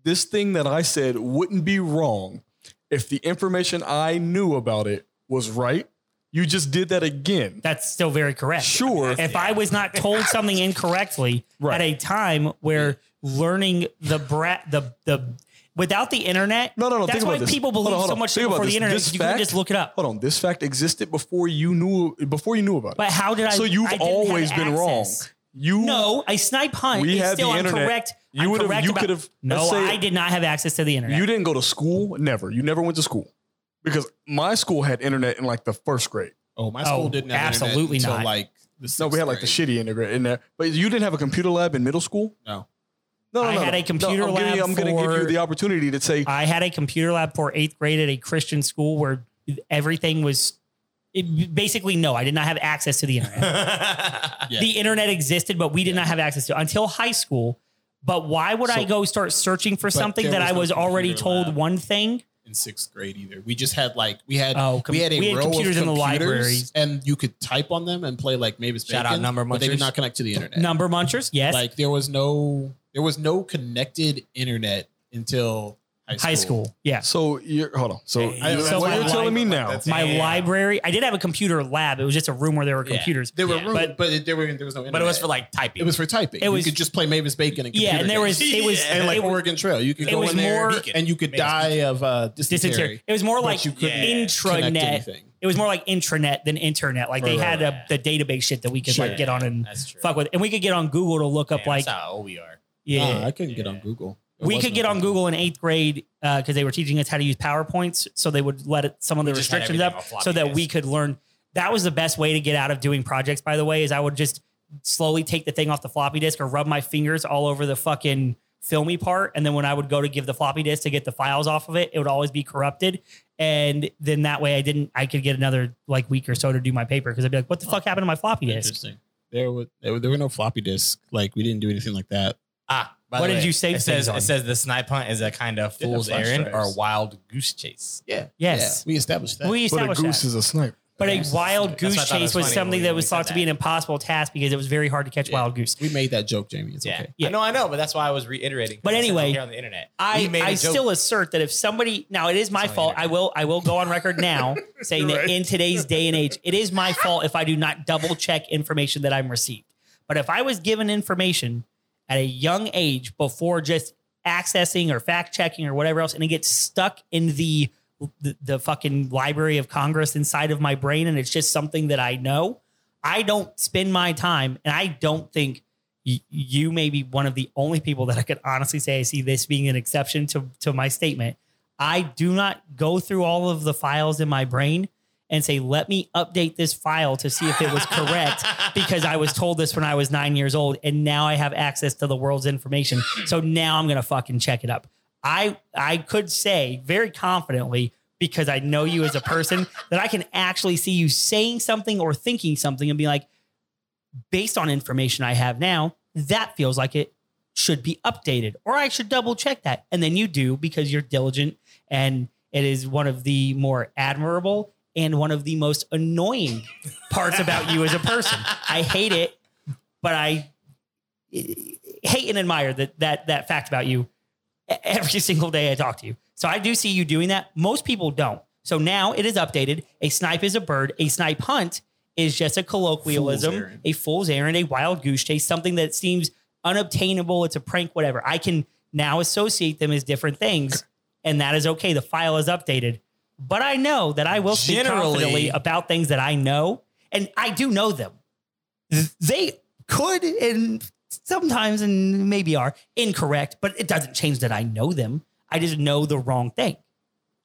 C: this thing that I said wouldn't be wrong if the information I knew about it was right. You just did that again.
A: that's still very correct.
C: Sure.
A: If I was not told something incorrectly
C: Right.
A: at a time where learning the brat the the without the internet,
C: No, no, no.
A: that's
C: think
A: why
C: about this.
A: people
C: Hold
A: believe
C: on, hold
A: so
C: on.
A: much
C: Think about
A: before the
C: this.
A: internet.
C: This
A: you can
C: fact-
A: just look it up.
C: Hold on, this fact existed before you knew before you knew about it.
A: But how did I?
C: so
A: I
C: you've
A: didn't have
C: always been wrong.
A: access.
C: You
A: No, a snipe hunt.
C: We
A: is
C: had
A: still
C: the internet.
A: Correct.
C: You
A: I'm
C: would've-
A: correct
C: you
A: about-
C: could've-
A: No,
C: let's say-
A: I did not have access to the internet.
C: You didn't go to school? Never. You never went to school. Because my school had internet in like the first grade.
D: Oh, my
A: Oh,
D: school didn't have
A: absolutely
D: internet until
A: not.
D: like
C: No,
D: the
C: we
D: sixth
C: had like the
D: grade.
C: shitty internet in there. But you didn't have a computer lab in middle school?
D: No.
C: No, no,
A: I
C: no.
A: had
C: no.
A: a computer
C: no, I'm giving
A: lab
C: you- I'm gonna give
A: for-
C: you the opportunity to say
A: I had a computer lab for eighth grade at a Christian school where everything was it, basically no. I did not have access to the internet.
D: Yeah.
A: the internet existed, but we did not have access to it until high school. But why would I
D: So-
A: go start searching for
D: But
A: something that
D: there was
A: I
D: no
A: was already
D: computer
A: told
D: lab.
A: one thing?
D: in sixth grade either. We just had like we had
A: Oh, com-
D: we had a
A: we had
D: row
A: computers
D: of
A: in the
D: computers,
A: library.
D: and you could type on them and play like Mavis
B: Shout
D: Bacon.
B: out Number
D: but they
B: Munchers.
D: did not connect to the internet.
A: Number munchers, yes.
D: like there was no there was no connected internet until high school.
A: high school, yes.
C: so you're hold on. So,
B: Hey,
A: so
C: what
A: my
C: you're telling me now.
B: That's-
A: My
B: Yeah.
A: library, I did have a computer lab. It was just a room where there were
B: Yeah.
A: computers.
D: There were
B: Yeah.
D: rooms,
A: But-
D: but, it, there were there was no internet.
B: but it was for like typing.
D: it was for typing.
A: It was-
D: you could just play Mavis Bacon and
A: Yeah,
D: computer
A: and there was
D: games.
A: it was
B: Yeah.
D: and like
A: it was
D: Oregon Trail. You could
A: it
D: go
A: was
D: in there
A: more
D: and you could
B: Mavis
D: die of uh,
A: dysentery.
D: dysentery.
A: It was more
D: But
A: like
D: you couldn't Connect
A: intranet.
D: anything.
A: It was more like intranet than internet. Like they
D: Right,
A: had
D: right,
A: a, the database shit that we could like
D: Sure.
A: get on and
B: That's true.
A: fuck with, and we could get on Google to look up
B: Damn,
A: like
B: that's how old we are.
A: yeah.
D: Nah, Ah, I couldn't get on Google. There
A: we
D: was
A: could
D: no
A: get on Google in eighth grade because they were teaching us how to use PowerPoints. So they would let it, some of the
B: We just had
A: restrictions
B: everything
A: up
B: on floppy
A: so that we
B: disk.
A: could learn. That was the best way to get out of doing projects, by the way, is I would just slowly take the thing off the floppy disk or rub my fingers all over the fucking filmy part. And then when I would go to give the floppy disk to get the files off of it, it would always be corrupted. And then that way I didn't, I could get another like week or so to do my paper because I'd be like, what the fuck happened to my floppy disk?
D: Interesting. There were there were, there were no floppy disks. Like we didn't do anything like that.
B: Ah, by
A: What
B: the
A: did
B: way,
A: you save
B: It says
A: things on?
B: it says the snipe hunt is a kind of
D: Didn't have
B: fool's
D: flash
B: errand or
D: drives.
B: wild goose chase.
D: Yeah.
A: Yes.
D: we established that.
A: We
C: but a
A: established
C: goose
A: that.
C: is a snipe.
A: But a
B: Yes.
A: wild
B: That's what I
A: goose
B: thought was
A: chase was
B: funny
A: something
B: when
A: that
B: we
A: was
B: said
A: thought to be
B: that.
A: an impossible task because it was very hard to catch
B: Yeah.
A: wild goose.
D: We made that joke, Jamie. It's okay.
A: Yeah.
B: I know, I know, but that's why I was reiterating.
A: But
B: I said it
A: anyway,
B: here on the internet, We
A: I,
B: made a
A: I
B: joke. Oh,
A: still assert that if somebody now it is my
B: It's on
A: fault.
B: the
A: I will I will go on record now saying that in today's day and age, it is my fault if I do not double check information that I'm received. But if I was given information at a young age before just accessing or fact checking or whatever else, and it gets stuck in the the, the fucking Library of Congress inside of my brain, and it's just something that I know. I don't spend my time, and I don't think y- you may be one of the only people that I could honestly say I see this being an exception to, to my statement. I do not go through all of the files in my brain and say, let me update this file to see if it was correct because I was told this when I was nine years old and now I have access to the world's information. So now I'm going to fucking check it up. I, I could say very confidently because I know you as a person that I can actually see you saying something or thinking something and be like, based on information I have now, that feels like it should be updated or I should double check that. And then you do because you're diligent and it is one of the more admirable and one of the most annoying parts about you as a person. I hate it, but I hate and admire that that that fact about you e- every single day I talk to you. So I do see you doing that. Most people don't. So now it is updated. A snipe is a bird. A snipe hunt is just a colloquialism,
D: Fool's errand.
A: a fool's errand, a wild goose chase, something that seems unobtainable. It's a prank, whatever. I can now associate them as different things, and that is okay. The file is updated. But I know that I will speak
B: Generally-
A: confidently about things that I know, and I do know them. Th- They could and sometimes and maybe are incorrect, but it doesn't change that I know them. I just know the wrong thing.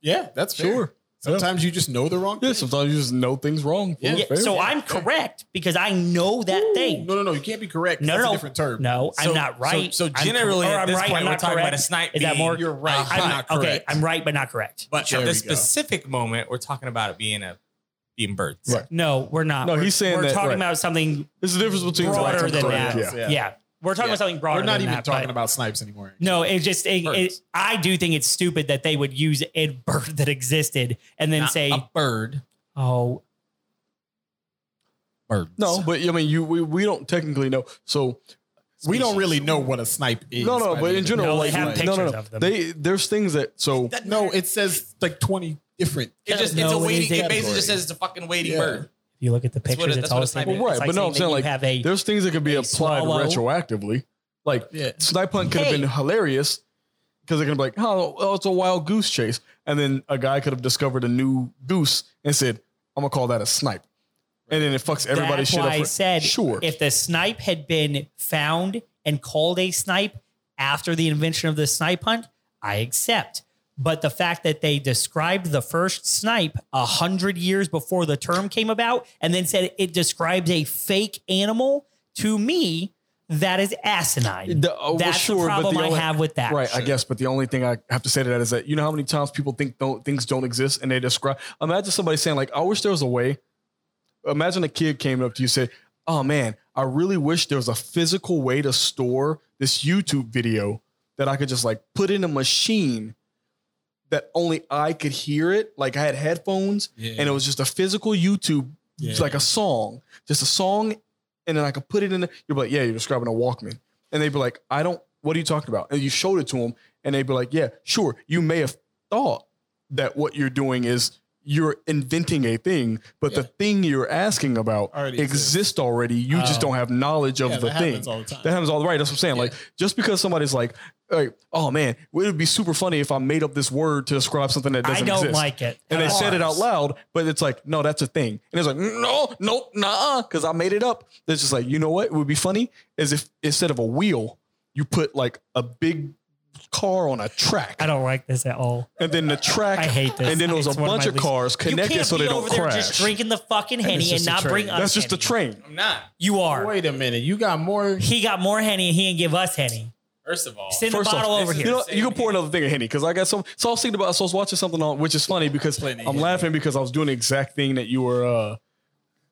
D: Yeah, that's
C: Sure.
D: Sometimes you just know the wrong.
C: Yeah, sometimes you just know things wrong.
D: Yeah.
C: Fair.
A: Yeah, so I'm correct because I know that thing.
D: No, no, no. You can't be correct.
A: No,
D: That's
A: no,
D: a different term.
A: No, I'm not right.
B: So, so
A: I'm
B: generally,
A: cor- or
B: at
A: I'm
B: this
A: right,
B: point,
A: I'm
B: we're
A: not
B: talking about a
A: correct.
B: snipe.
A: Is that
B: being-
A: more-
D: You're right.
B: Uh,
A: I'm
B: not
A: not, okay.
B: correct.
A: I'm right, but not correct.
B: But
D: There
B: at the
D: we go.
B: specific moment, we're talking about it being a being birds.
C: Right.
A: No, we're not.
C: No,
A: We're-
C: he's saying
A: we're
C: that,
A: talking
C: right.
A: about something
C: There's a difference between
A: broader
C: right and
A: than
C: correct.
A: that.
C: Yeah.
A: Yeah, we're talking about something broader.
D: We're not
A: than
D: even
A: that,
D: talking
A: but-
D: about snipes anymore.
A: No, it just it, it,
B: Birds.
A: I do think it's stupid that they would use a bird that existed and then
B: Not
A: say,
B: a bird.
A: "Oh,
B: Birds.
C: No, but I mean, you we, we don't technically know. So
D: we don't really know what a snipe is.
C: no, no,
D: by
C: but
D: the
C: in
D: end of
C: general,
A: No, they
C: like,
A: have
C: no, no,
A: pictures
C: no.
A: of them.
C: They there's things that so
D: it. no, it says like twenty different.
B: It just it's
A: No,
B: a
A: it is
B: waiting.
A: a
B: It basically
D: category.
B: just says it's a fucking waiting
D: Yeah.
B: bird.
A: if you look at the
B: That's what
A: pictures,
B: it-
A: it's
B: that's what
A: always
B: it's like.
A: like,
B: Well,
A: it's like
C: right, but no, I'm
A: that
C: saying,
A: you
C: like,
A: have a
C: there's things that could be
A: They
C: applied
A: swallow.
C: retroactively. Like
D: Yeah.
C: snipe hunt could have
A: Hey.
C: been hilarious because they're gonna be like, oh, oh, it's a wild goose chase, and then a guy could have discovered a new goose and said, I'm gonna call that a snipe, and then it fucks everybody's
A: That's
C: shit
A: why
C: up.
A: I
C: for-
A: said
C: sure,
A: if the snipe had been found and called a snipe after the invention of the snipe hunt, I accept. But the fact that they described the first snipe a hundred years before the term came about and then said it describes a fake animal, to me, that is asinine.
C: The- oh, well,
A: That's
C: sure,
A: the
C: but the
A: problem I
C: only-
A: have with that.
C: Right, I guess. But the only thing I have to say to that is that you know how many times people think don't things don't exist and they describe. Imagine somebody saying like, "I wish there was a way." Imagine a kid came up to you and said, "Oh man, I really wish there was a physical way to store this YouTube video that I could just like put in a machine." That only I could hear it. Like I had headphones, and it was just a physical YouTube, it's like a song, just a song, and then I could put it in. The, you're like, yeah, you're describing a Walkman, and they'd be like, I don't. What are you talking about? And you showed it to them, and they'd be like, yeah, sure. You may have thought that what you're doing is you're inventing a thing, but the thing you're asking about
D: Already
C: exists
D: exists.
C: already. You just
B: Oh.
C: don't have knowledge of
D: Yeah,
C: the
D: that
C: thing.
D: happens all the time.
C: That happens all the right. That's what I'm saying.
D: Yeah.
C: Like just because somebody's like, like, oh man, it would be super funny if I made up this word to describe something that
A: I
C: doesn't
A: don't
C: exist
A: like it.
C: and they said it
B: Bars.
C: out loud, but it's like, no, that's a thing. And it's like, no, no, nah, because I made it up. It's just like, you know what would be funny is if instead of a wheel, you put like a big car on a track,
A: I don't like this at all.
C: and then the track,
A: I hate this.
C: and then there was a
A: It's one of
C: bunch
A: my
C: of
A: least-
C: cars
A: you
C: connected
A: can't
C: so they
A: be
C: don't
A: over there just
C: crash.
A: drinking the fucking henny and
D: just a
A: not bring
D: train.
A: us.
C: That's just the
A: henny.
C: train.
B: I'm not.
A: You are.
D: Wait a minute. You got more.
A: He got more henny and he didn't give us henny.
B: First of all,
A: Send the bottle over here.
B: this is
C: You know,
B: the
C: you
B: same
C: can pour another thing of Henny because I got some. So I was thinking about, so I was watching something on, which is funny because
D: Plenty of
C: I'm
D: Henny.
C: laughing because I was doing the exact thing that you were, uh,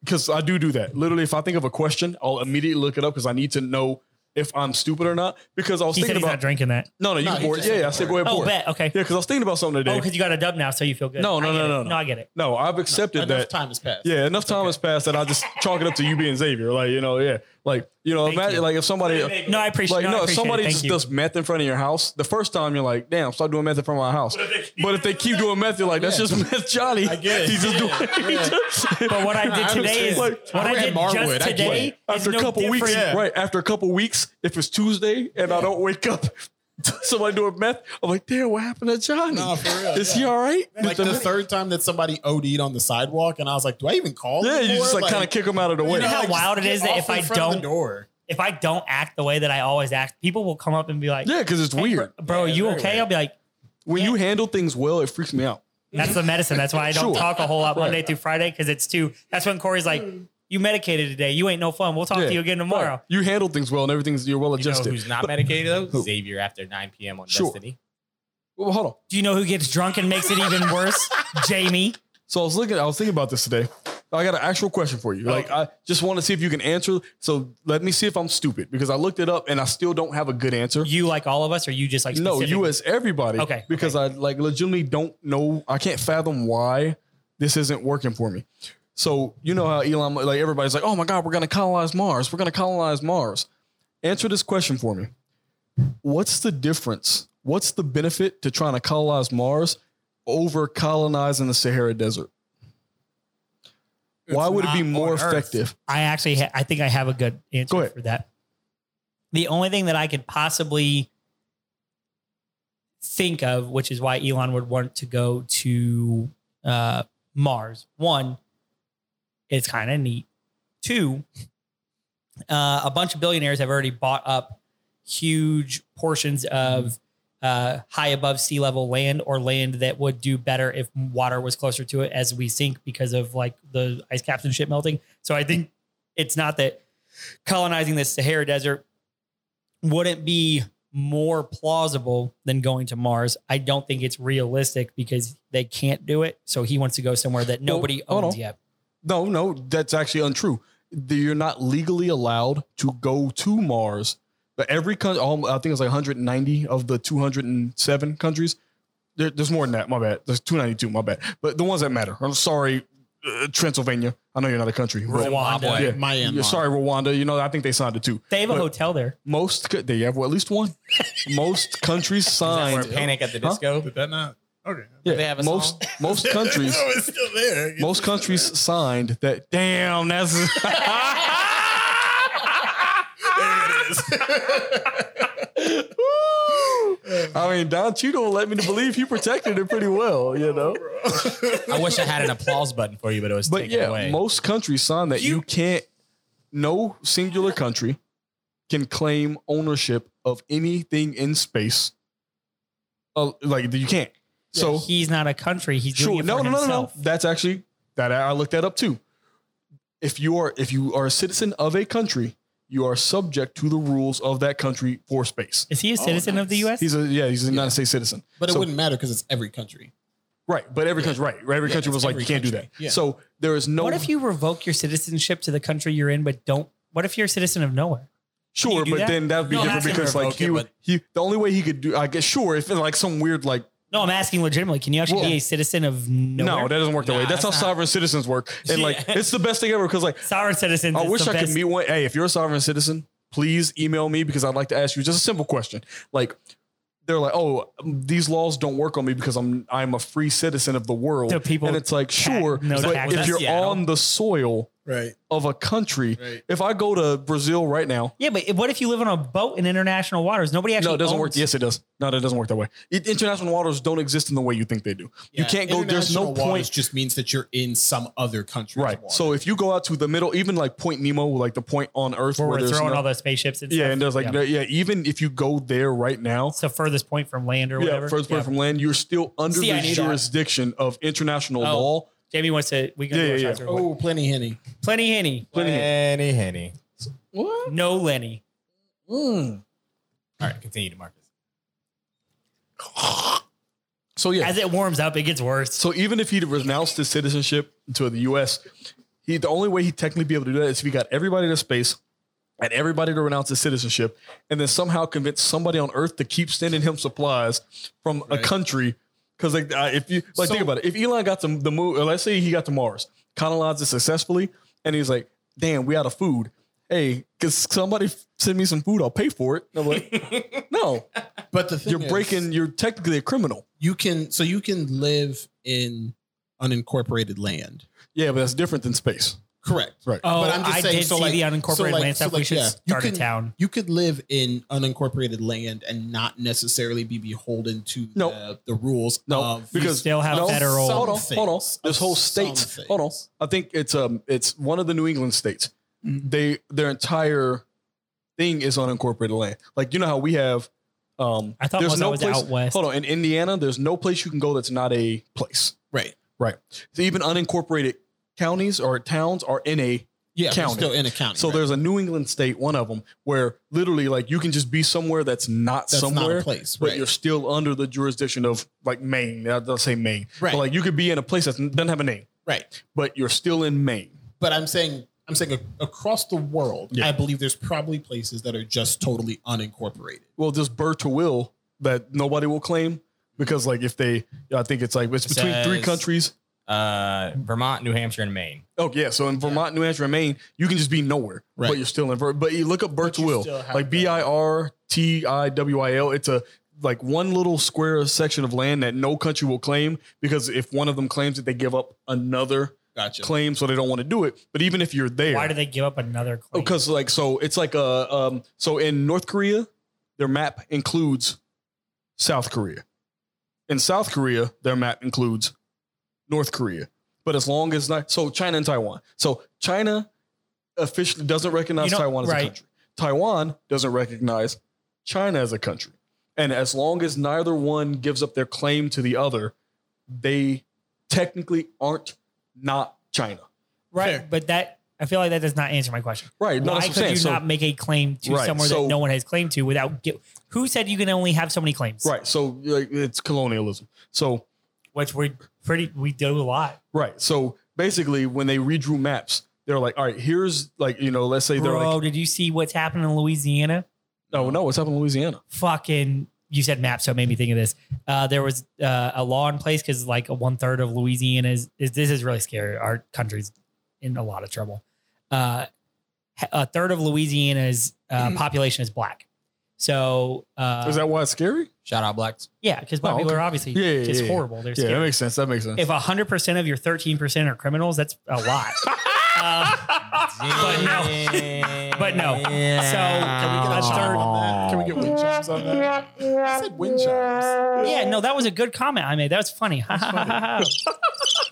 C: because I do do that. Literally, if I think of a question, I'll immediately look it up because I need to know if I'm stupid or not because I was
A: He said
C: thinking
A: he's
C: about
A: not drinking that.
C: no no you
D: No,
C: can
D: he
C: pour it
D: just
C: yeah
D: said
C: yeah I said
D: pour
C: go ahead
A: Oh,
C: pour it yeah
A: bet. Okay.
C: because I was thinking about something
A: Oh,
C: today
A: because you got a dub now, so you feel good.
C: No, no,
A: I get
C: no,
A: it.
C: no, no.
A: No, I get it.
C: no I've accepted
D: Enough
C: that
D: time has passed.
C: yeah enough time has passed that I just chalk it up to you being Xavier like you know yeah like you know
A: Thank
C: imagine
A: you.
C: like if somebody
A: No, I appreciate.
C: like
A: no,
C: no,
A: I
C: if
A: appreciate
C: somebody
A: it. Thank
C: just
A: you.
C: does meth in front of your house, the first time you're like, damn, stop doing meth in front of my house. But if they keep doing meth, you're like, that's
D: Yeah.
C: just meth, Johnny.
D: I get it.
C: He's just
D: Yeah,
C: doing. he
D: yeah.
C: just-
A: But what I did
D: I
A: today is
C: understand.
A: what
D: I
A: I
D: ran
A: did
D: Marwood.
A: just
D: I get
A: today
D: it.
A: is
C: after a
A: no
C: couple
A: different.
C: weeks,
D: Yeah.
C: right? After a couple weeks, if it's Tuesday and I don't wake up, somebody doing meth, I'm like, damn, what happened to Johnny?
D: Nah, for real,
C: Is
D: yeah.
C: he all right?
D: Like the third time that somebody OD'd on the sidewalk, and I was like, "Do I even call?"
C: yeah, you
D: anymore?
C: just like, kind of kick him out of the way.
A: know how
D: like,
A: wild
D: just
A: it is
D: get
A: that
D: off
A: if I
D: in front of the
A: don't-
D: door.
A: If I don't act the way that I always act, people will come up and be like,
C: yeah, because it's
A: "Hey,
C: weird.
A: bro, bro, are you
D: very
A: okay?"
D: weird.
A: I'll be like,
C: When you handle things well, it freaks me out.
A: "That's the medicine. That's why I don't
C: Sure.
A: talk a whole lot
C: Right.
A: Monday through Friday because it's too." That's when Corey's like, "You medicated today. You ain't no fun. We'll talk
C: Yeah,
A: to you again tomorrow."
C: Right. You handle things well and everything's you're well
B: You know
C: adjusted.
B: who's not medicated though? Xavier after 9 p.m. on
C: Sure.
B: Destiny.
C: well, hold on.
A: Do you know who gets drunk and makes it even worse? Jamie.
C: So I was looking, I was thinking about this today. I got an actual question for you. Like, I just want to see if you can answer. So let me see if I'm stupid because I looked it up and I still don't have a good answer.
A: You like all of us, or you just like
C: no,
A: specific?
C: you as everybody.
A: Okay,
C: Because I like legitimately don't know. I can't fathom why this isn't working for me. So you know how Elon, like everybody's like, oh my God, we're gonna colonize Mars. We're gonna colonize Mars. Answer this question for me. What's the difference? What's the benefit to trying to colonize Mars over colonizing the Sahara Desert? Why would it be
B: not
C: more
B: on Earth.
C: effective?
A: I actually, ha- I think I have a good answer
C: Go ahead.
A: for that. The only thing that I could possibly think of, which is why Elon would want to go to uh, Mars, one, it's kind of neat. Two, uh, a bunch of billionaires have already bought up huge portions of uh, high above sea level land or land that would do better if water was closer to it as we sink because of like the ice caps and shit melting. So I think it's not that colonizing the Sahara Desert wouldn't be more plausible than going to Mars. I don't think it's realistic because they can't do it. So he wants to go somewhere that
C: Well,
A: nobody
C: hold
A: owns
C: on.
A: yet.
C: No, no, that's actually untrue. The- You're not legally allowed to go to Mars. But every country, I think it's like 190 of the 207 countries. There, there's more than that. My bad. There's 292. My bad. But the ones that matter. I'm sorry, uh, Transylvania. I know you're not a country.
A: Rwanda.
C: Yeah.
D: Myanmar.
C: You're sorry, Rwanda. You know, I think they signed it too.
A: They have a
C: But-
A: hotel there.
C: Most co- they have well, at least one. Most countries
B: Or
C: signed.
B: Panic at the
C: Huh?
B: Disco.
D: Did that not? Okay.
C: Yeah,
B: they have a
C: most most countries
D: No, it's still there.
C: most countries signed that. Damn, that's I mean, Don Cheadle let me to believe he protected it pretty well, you know.
B: I wish I had an applause button for you, but it was
C: But
B: taken
C: yeah,
B: away.
C: most countries sign that you, can't. No singular country can claim ownership of anything in space. Uh, like you can't. So
A: he's not a country. He's doing
C: Sure.
A: it for
C: No, no, no, no, no.
A: himself.
C: That's actually that I I looked that up too. If you are if you are a citizen of a country, you are subject to the rules of that country for space.
A: Is he a citizen of the U.S.?
C: Oh, He's a yeah, he's a United States citizen.
D: But it
C: So-
D: wouldn't matter because it's every country.
C: Right, but every country, right, right, every
D: Yeah,
C: country
D: it's
C: was like
D: every
C: you can't do
D: country.
C: that.
D: Yeah.
C: So there is no.
A: what if you revoke your citizenship to the country you're in, but don't? What if you're a citizen of nowhere?
C: sure,
A: you do
C: but
A: that?
C: then that would be
A: No, I'm
C: different
A: asking
C: because
B: her
C: like
B: vote,
C: he,
B: but-
C: he the only way he could do I guess sure if it's like some weird like
A: No, I'm asking legitimately. Can you actually
C: Well-
A: be a citizen of nowhere?
C: no that doesn't work that
B: Nah,
C: way. That's how
B: that's not-
C: sovereign citizens work, and like
B: Yeah.
C: it's the best thing ever because like
A: Sovereign citizens.
C: I
A: is
C: wish
A: the
C: I
A: best.
C: could meet one. Hey, if you're a sovereign citizen, please email me because I'd like to ask you just a simple question. Like they're like, oh, these laws don't work on me because I'm I'm a free citizen of the world.
A: Do people
C: and it's like, sure,
A: no
C: but
A: taxes?
C: if
B: That's
C: you're
B: Seattle.
C: on the soil
D: Right.
C: of a country,
D: Right.
C: if I go to Brazil right now,
A: Yeah, but what if you live on a boat in international waters? Nobody actually.
C: no, it doesn't work.
A: owns-
C: Yes, it does. No, that doesn't work that way. It, international waters don't exist in the way you think they do. you can't go. There's no point.
D: Just means that you're in some other country.
C: Right. So if you go out to the middle, even like Point Nemo, like the point on Earth
A: Where
C: where,
A: we're
C: there's
A: throwing
C: no-
A: all the spaceships and
C: yeah,
A: stuff.
C: and there's like
A: yeah.
C: yeah. even if you go there right now,
A: it's the furthest point from land or whatever.
C: Yeah, first point
A: Yeah.
C: from land. You're still under
A: See, I
C: the
A: knew that.
C: jurisdiction of international
A: Oh.
C: law.
A: Jamie wants to. We can
C: Yeah,
A: do our
C: yeah,
A: shots
C: yeah.
A: real quick.
D: oh, plenty henny.
A: Plenty henny,
B: Lenny Henny.
D: What?
A: no Lenny.
B: All right, continue to Marcus.
C: So yeah.
A: As it warms up, it gets worse.
C: so even if he'd renounced his citizenship to the U.S., he the only way he'd technically be able to do that is if he got everybody to space, and everybody to renounce his citizenship, and then somehow convince somebody on Earth to keep sending him supplies from a country. Because like, uh, if you like, think about it. If Elon got to the moon, or let's say he got to Mars, colonized it successfully, and he's like, "Damn, we out of food." Hey, because somebody f- send me some food, I'll pay for it. And I'm like, no,
D: But the thing
C: you're
D: is-
C: breaking. You're technically a criminal.
D: You can so you can live in unincorporated land.
C: Yeah, but that's different than space.
D: Correct.
C: Right.
A: Oh,
D: But I'm just
A: I
D: saying,
A: did
D: so
A: see
D: like-
A: the unincorporated
D: so like-
A: land
D: so
A: stuff. we
D: like,
A: should
D: yeah, you
A: start
D: can-
A: a town.
D: You could live in unincorporated land and not necessarily be beholden to
C: No.
D: the, the rules
C: No,
D: of
C: because
A: still have
C: no,
A: federal-
C: Hold on,
D: Some
C: hold on.
D: things.
C: This whole
D: Some
C: state. Hold on.
D: things.
C: I think it's um, it's one of the New England states.
A: Mhm.
C: They their entire thing is unincorporated land. Like you know how we have. Um,
A: I thought
C: there's
A: was
C: no
A: I was
C: place.
A: out west.
C: Hold on, in Indiana, there's no place you can go that's not a place.
D: right.
C: Right. So even unincorporated counties or towns are in a.
D: Yeah, we're
C: County.
D: still in a county.
C: So
D: right?
C: there's a New England state, one of them, where literally like you can just be somewhere that's not
D: that's
C: somewhere.
D: not a place,
C: but
D: right?
C: you're still under the jurisdiction of like Maine. I don't say Maine,
D: Right.
C: but like you could be in a place that doesn't have a name,
D: right.
C: but you're still in Maine.
D: But I'm saying I'm saying ac- across the world, I believe there's probably places that are just totally unincorporated.
C: Well, this birth to will that nobody will claim because like if they, I think it's like it's between three
B: Says-
C: countries.
B: Uh, Vermont, New Hampshire, and Maine.
C: Oh yeah, so in Vermont, New Hampshire, and Maine, you can just be nowhere,
D: Right.
C: but you're still in. Ver- But you look up birth
D: But
C: to
D: you
C: will,
D: still have
C: like
D: that.
C: B I R T I W I L. It's a like one little square section of land that no country will claim because if one of them claims it, they give up another
D: Gotcha.
C: claim, so they don't want to do it. But even if you're there,
A: Why do they give up another
D: Oh,
A: claim?
C: Because like so, it's like a um. So in North Korea, their map includes South Korea. In South Korea, their map includes North Korea. But as long as not so, China and Taiwan. So China officially doesn't recognize
A: You know-
C: Taiwan as
A: right.
C: a country. Taiwan doesn't recognize China as a country. And as long as neither one gives up their claim to the other, they technically aren't not China.
A: right, but that I feel like that does not answer my question.
C: Right. No,
A: Why
C: that's what I'm
A: could
C: saying.
A: you
C: So-
A: not make a claim to
C: Right,
A: somewhere
C: so-
A: that no one has claim to without? Get, who said you can only have so many claims?
C: Right. So like, it's colonialism. So
A: which we pretty we do a lot.
C: right. So basically, when they redrew maps, they're like, all right, here's like you know, let's say they're
A: Bro,
C: like,
A: did you see what's happening in Louisiana?
C: no, no, what's happening in Louisiana?
A: Fucking, you said map, so it made me think of this. Uh, there was uh, a law in place because like one third of Louisiana is, is this is really scary. Our country's in a lot of trouble. Uh, h- a third of Louisiana's uh, population is black. So uh,
C: Mm-hmm. Is that why it's scary?
B: Shout out blacks.
A: yeah, because black
C: Oh,
A: people
C: okay.
A: are obviously
C: Yeah, yeah,
A: just
C: yeah, yeah.
A: horrible. They're
C: Yeah,
A: scary.
C: that makes sense. That makes sense.
A: if 100% of your 13% are criminals, that's a lot. Uh, but no. But no. So, a third-
D: Can we get wind chimes on that? I said wind chimes.
A: yeah, no, that was a good comment I made. That was funny. I,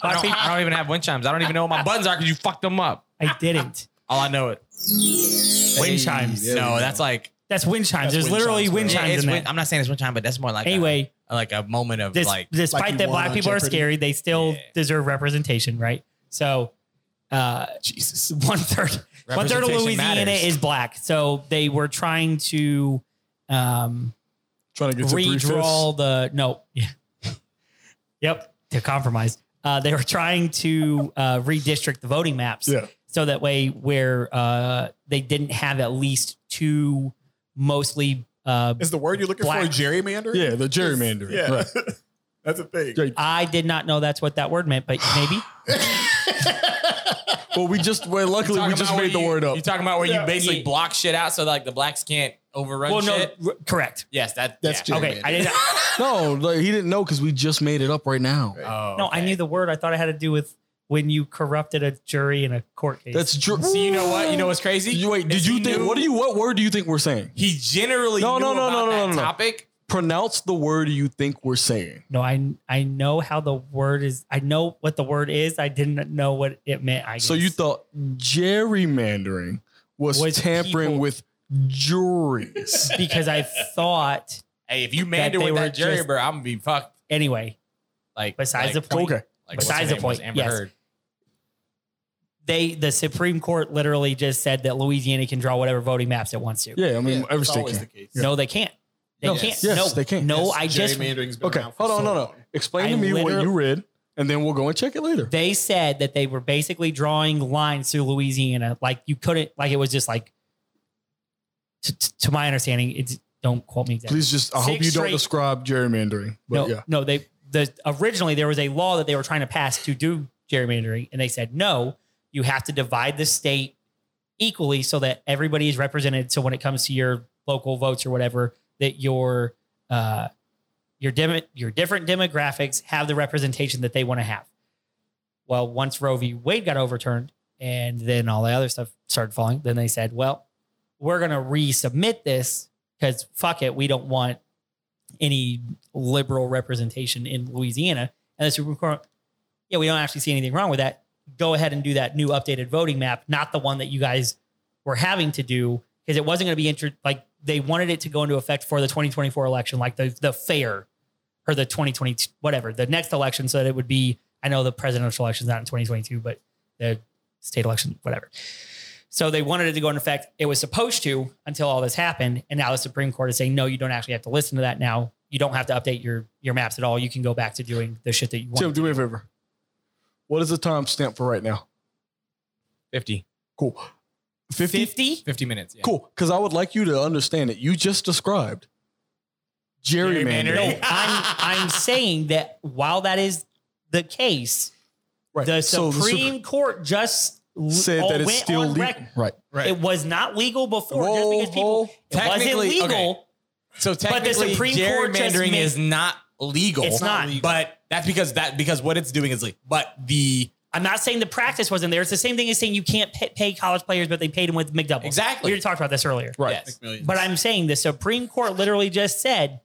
B: I don't, I don't even have wind chimes. I don't even know what my buttons are because you fucked them up.
A: didn't.
B: All I know it.
A: Wind chimes.
D: there
B: no,
D: we
B: that's like
A: That's wind chimes.
D: That's
A: There's
D: wind
A: literally
D: chimes,
A: wind
D: bro.
B: Yeah,
A: chimes
B: it's
A: in
B: win-
A: there.
B: I'm not saying it's wind chime, but that's more like
A: Anyway,
B: a, like a moment of
A: this,
B: like
A: despite
D: you
A: that
D: won
A: black
D: on
A: people are
D: Jeopardy.
A: scary, they still
B: Yeah.
A: deserve representation, right? So, uh,
D: Jesus.
A: one third, one third of
B: Representation
A: Louisiana
B: matters.
A: is black. So they were trying to um,
C: Trying to get to three fifths.
A: redraw the no. Yeah. yep, to compromise. Uh, they were trying to uh, redistrict the voting maps.
C: Yeah.
A: so that way where uh, they didn't have at least two mostly uh,
D: Is the word you're looking
A: Black.
D: for gerrymander?
C: Yeah, the gerrymandering.
D: Yeah.
C: Right.
D: That's a thing.
C: Great.
A: i did not know that's what that word meant but maybe
C: Well, we just well, luckily we
B: Talking
C: just
B: about where
C: made the
B: you-
C: word up.
B: You talking about where
D: Yeah.
B: you basically
A: Yeah.
B: block shit out so like the blacks can't overrun
A: well no
B: shit?
A: r- correct
B: Yes, that,
D: That's
B: yeah.
A: okay i didn't
C: no, like, he didn't know because we just made it up right now.
B: Oh,
A: no i
B: okay.
A: knew the word i thought it had to do with when you corrupted a jury in a court case
C: That's true.
B: So you know what? You know what's crazy?
C: You- wait,
B: Is
C: did you
B: he
C: think?
B: knew-
C: What do you? What word do you think we're saying?
B: He generally
C: No,
B: knew
C: no, no,
B: about
C: no, no,
B: that
C: no, no.
B: topic.
C: Pronounce the word you think we're saying.
A: no i i know how the word is i know what the word is i didn't know what it meant i guess.
C: So you thought gerrymandering was,
A: Was
C: tampering
A: people-
C: with juries?
A: because i thought
B: Hey, if you
A: That
B: mander
A: they
B: with
A: were
B: that jury,
A: just-
B: bro, I'm gonna be fucked.
A: anyway
B: Like
A: Besides
B: like,
A: the point.
C: okay.
B: like, what's
A: Besides
B: her
A: the
B: name? Was
A: point,
B: Amber
A: yes.
B: Heard.
A: they the supreme court literally just said that louisiana can draw whatever voting maps it wants to
C: Yeah, I mean, every
D: it's
C: state
D: always
C: can.
D: the case.
A: No, they can't. They
C: No,
A: can't.
C: yes,
A: no,
C: they can't.
A: No,
D: Yes,
A: I just
D: gerrymandering's been
C: Okay,
D: around for
C: hold on,
D: so
C: no, no.
D: long.
C: Explain
A: I
C: to me what
A: literally-
C: you read, and then we'll go and check it later.
A: they said that they were basically drawing lines through Louisiana, like you couldn't, like it was just like t- t- to my understanding, it's don't quote me exactly.
C: Please just, I
A: Six
C: hope you
A: straight-
C: don't describe gerrymandering. But
A: no,
C: yeah.
A: no, they the originally there was a law that they were trying to pass to do gerrymandering, and they said no, you have to divide the state equally so that everybody is represented. So when it comes to your local votes or whatever, that your uh, your dem- your different demographics have the representation that they want to have. Well, once Roe v. Wade got overturned, and then all the other stuff started falling, then they said, well, we're going to resubmit this because fuck it, we don't want any liberal representation in Louisiana. And the Supreme Court, yeah, we don't actually see anything wrong with that. Go ahead and do that new updated voting map, not the one that you guys were having to do because it wasn't going to be inter- like they wanted it to go into effect for the 2024 election, like the the fair or the 2022 whatever the next election, so that it would be. I know the presidential election's not in 2022, but the state election, whatever. So they wanted it to go into effect. It was supposed to until all this happened, and now the Supreme Court is saying no, you don't actually have to listen to that now. You don't have to update your your maps at all. You can go back to doing the shit that you
C: Tim,
A: want.
C: do me a favor. What is the time stamp for right now?
B: 50.
C: Cool. 50?
A: 50?
B: 50 minutes. Yeah.
C: Cool. Because I would like you to understand it. You just described gerrymandering.
A: No, I'm I'm saying that while that is the case,
C: Right.
A: the
C: So
A: Supreme
C: the
A: Court just l-
C: said
A: all
C: that it's
A: went
C: still
A: on
C: le-
A: rec-
C: right.
B: Right.
A: It was not legal before just
C: Roll,
A: because people
C: roll.
A: it wasn't
B: Technically,
A: legal.
B: okay. So
A: But the
B: technically,
A: Supreme Court just
B: gerrymandering
A: made-
B: is not legal.
A: It's not.
B: But that's because that because what it's doing is legal. But the
A: I'm not saying the practice wasn't there. It's the same thing as saying you can't pay, pay college players, but they paid them with McDoubles.
B: Exactly.
A: We already talked about this earlier.
C: Right.
B: yes.
A: But I'm saying the Supreme Court literally just said,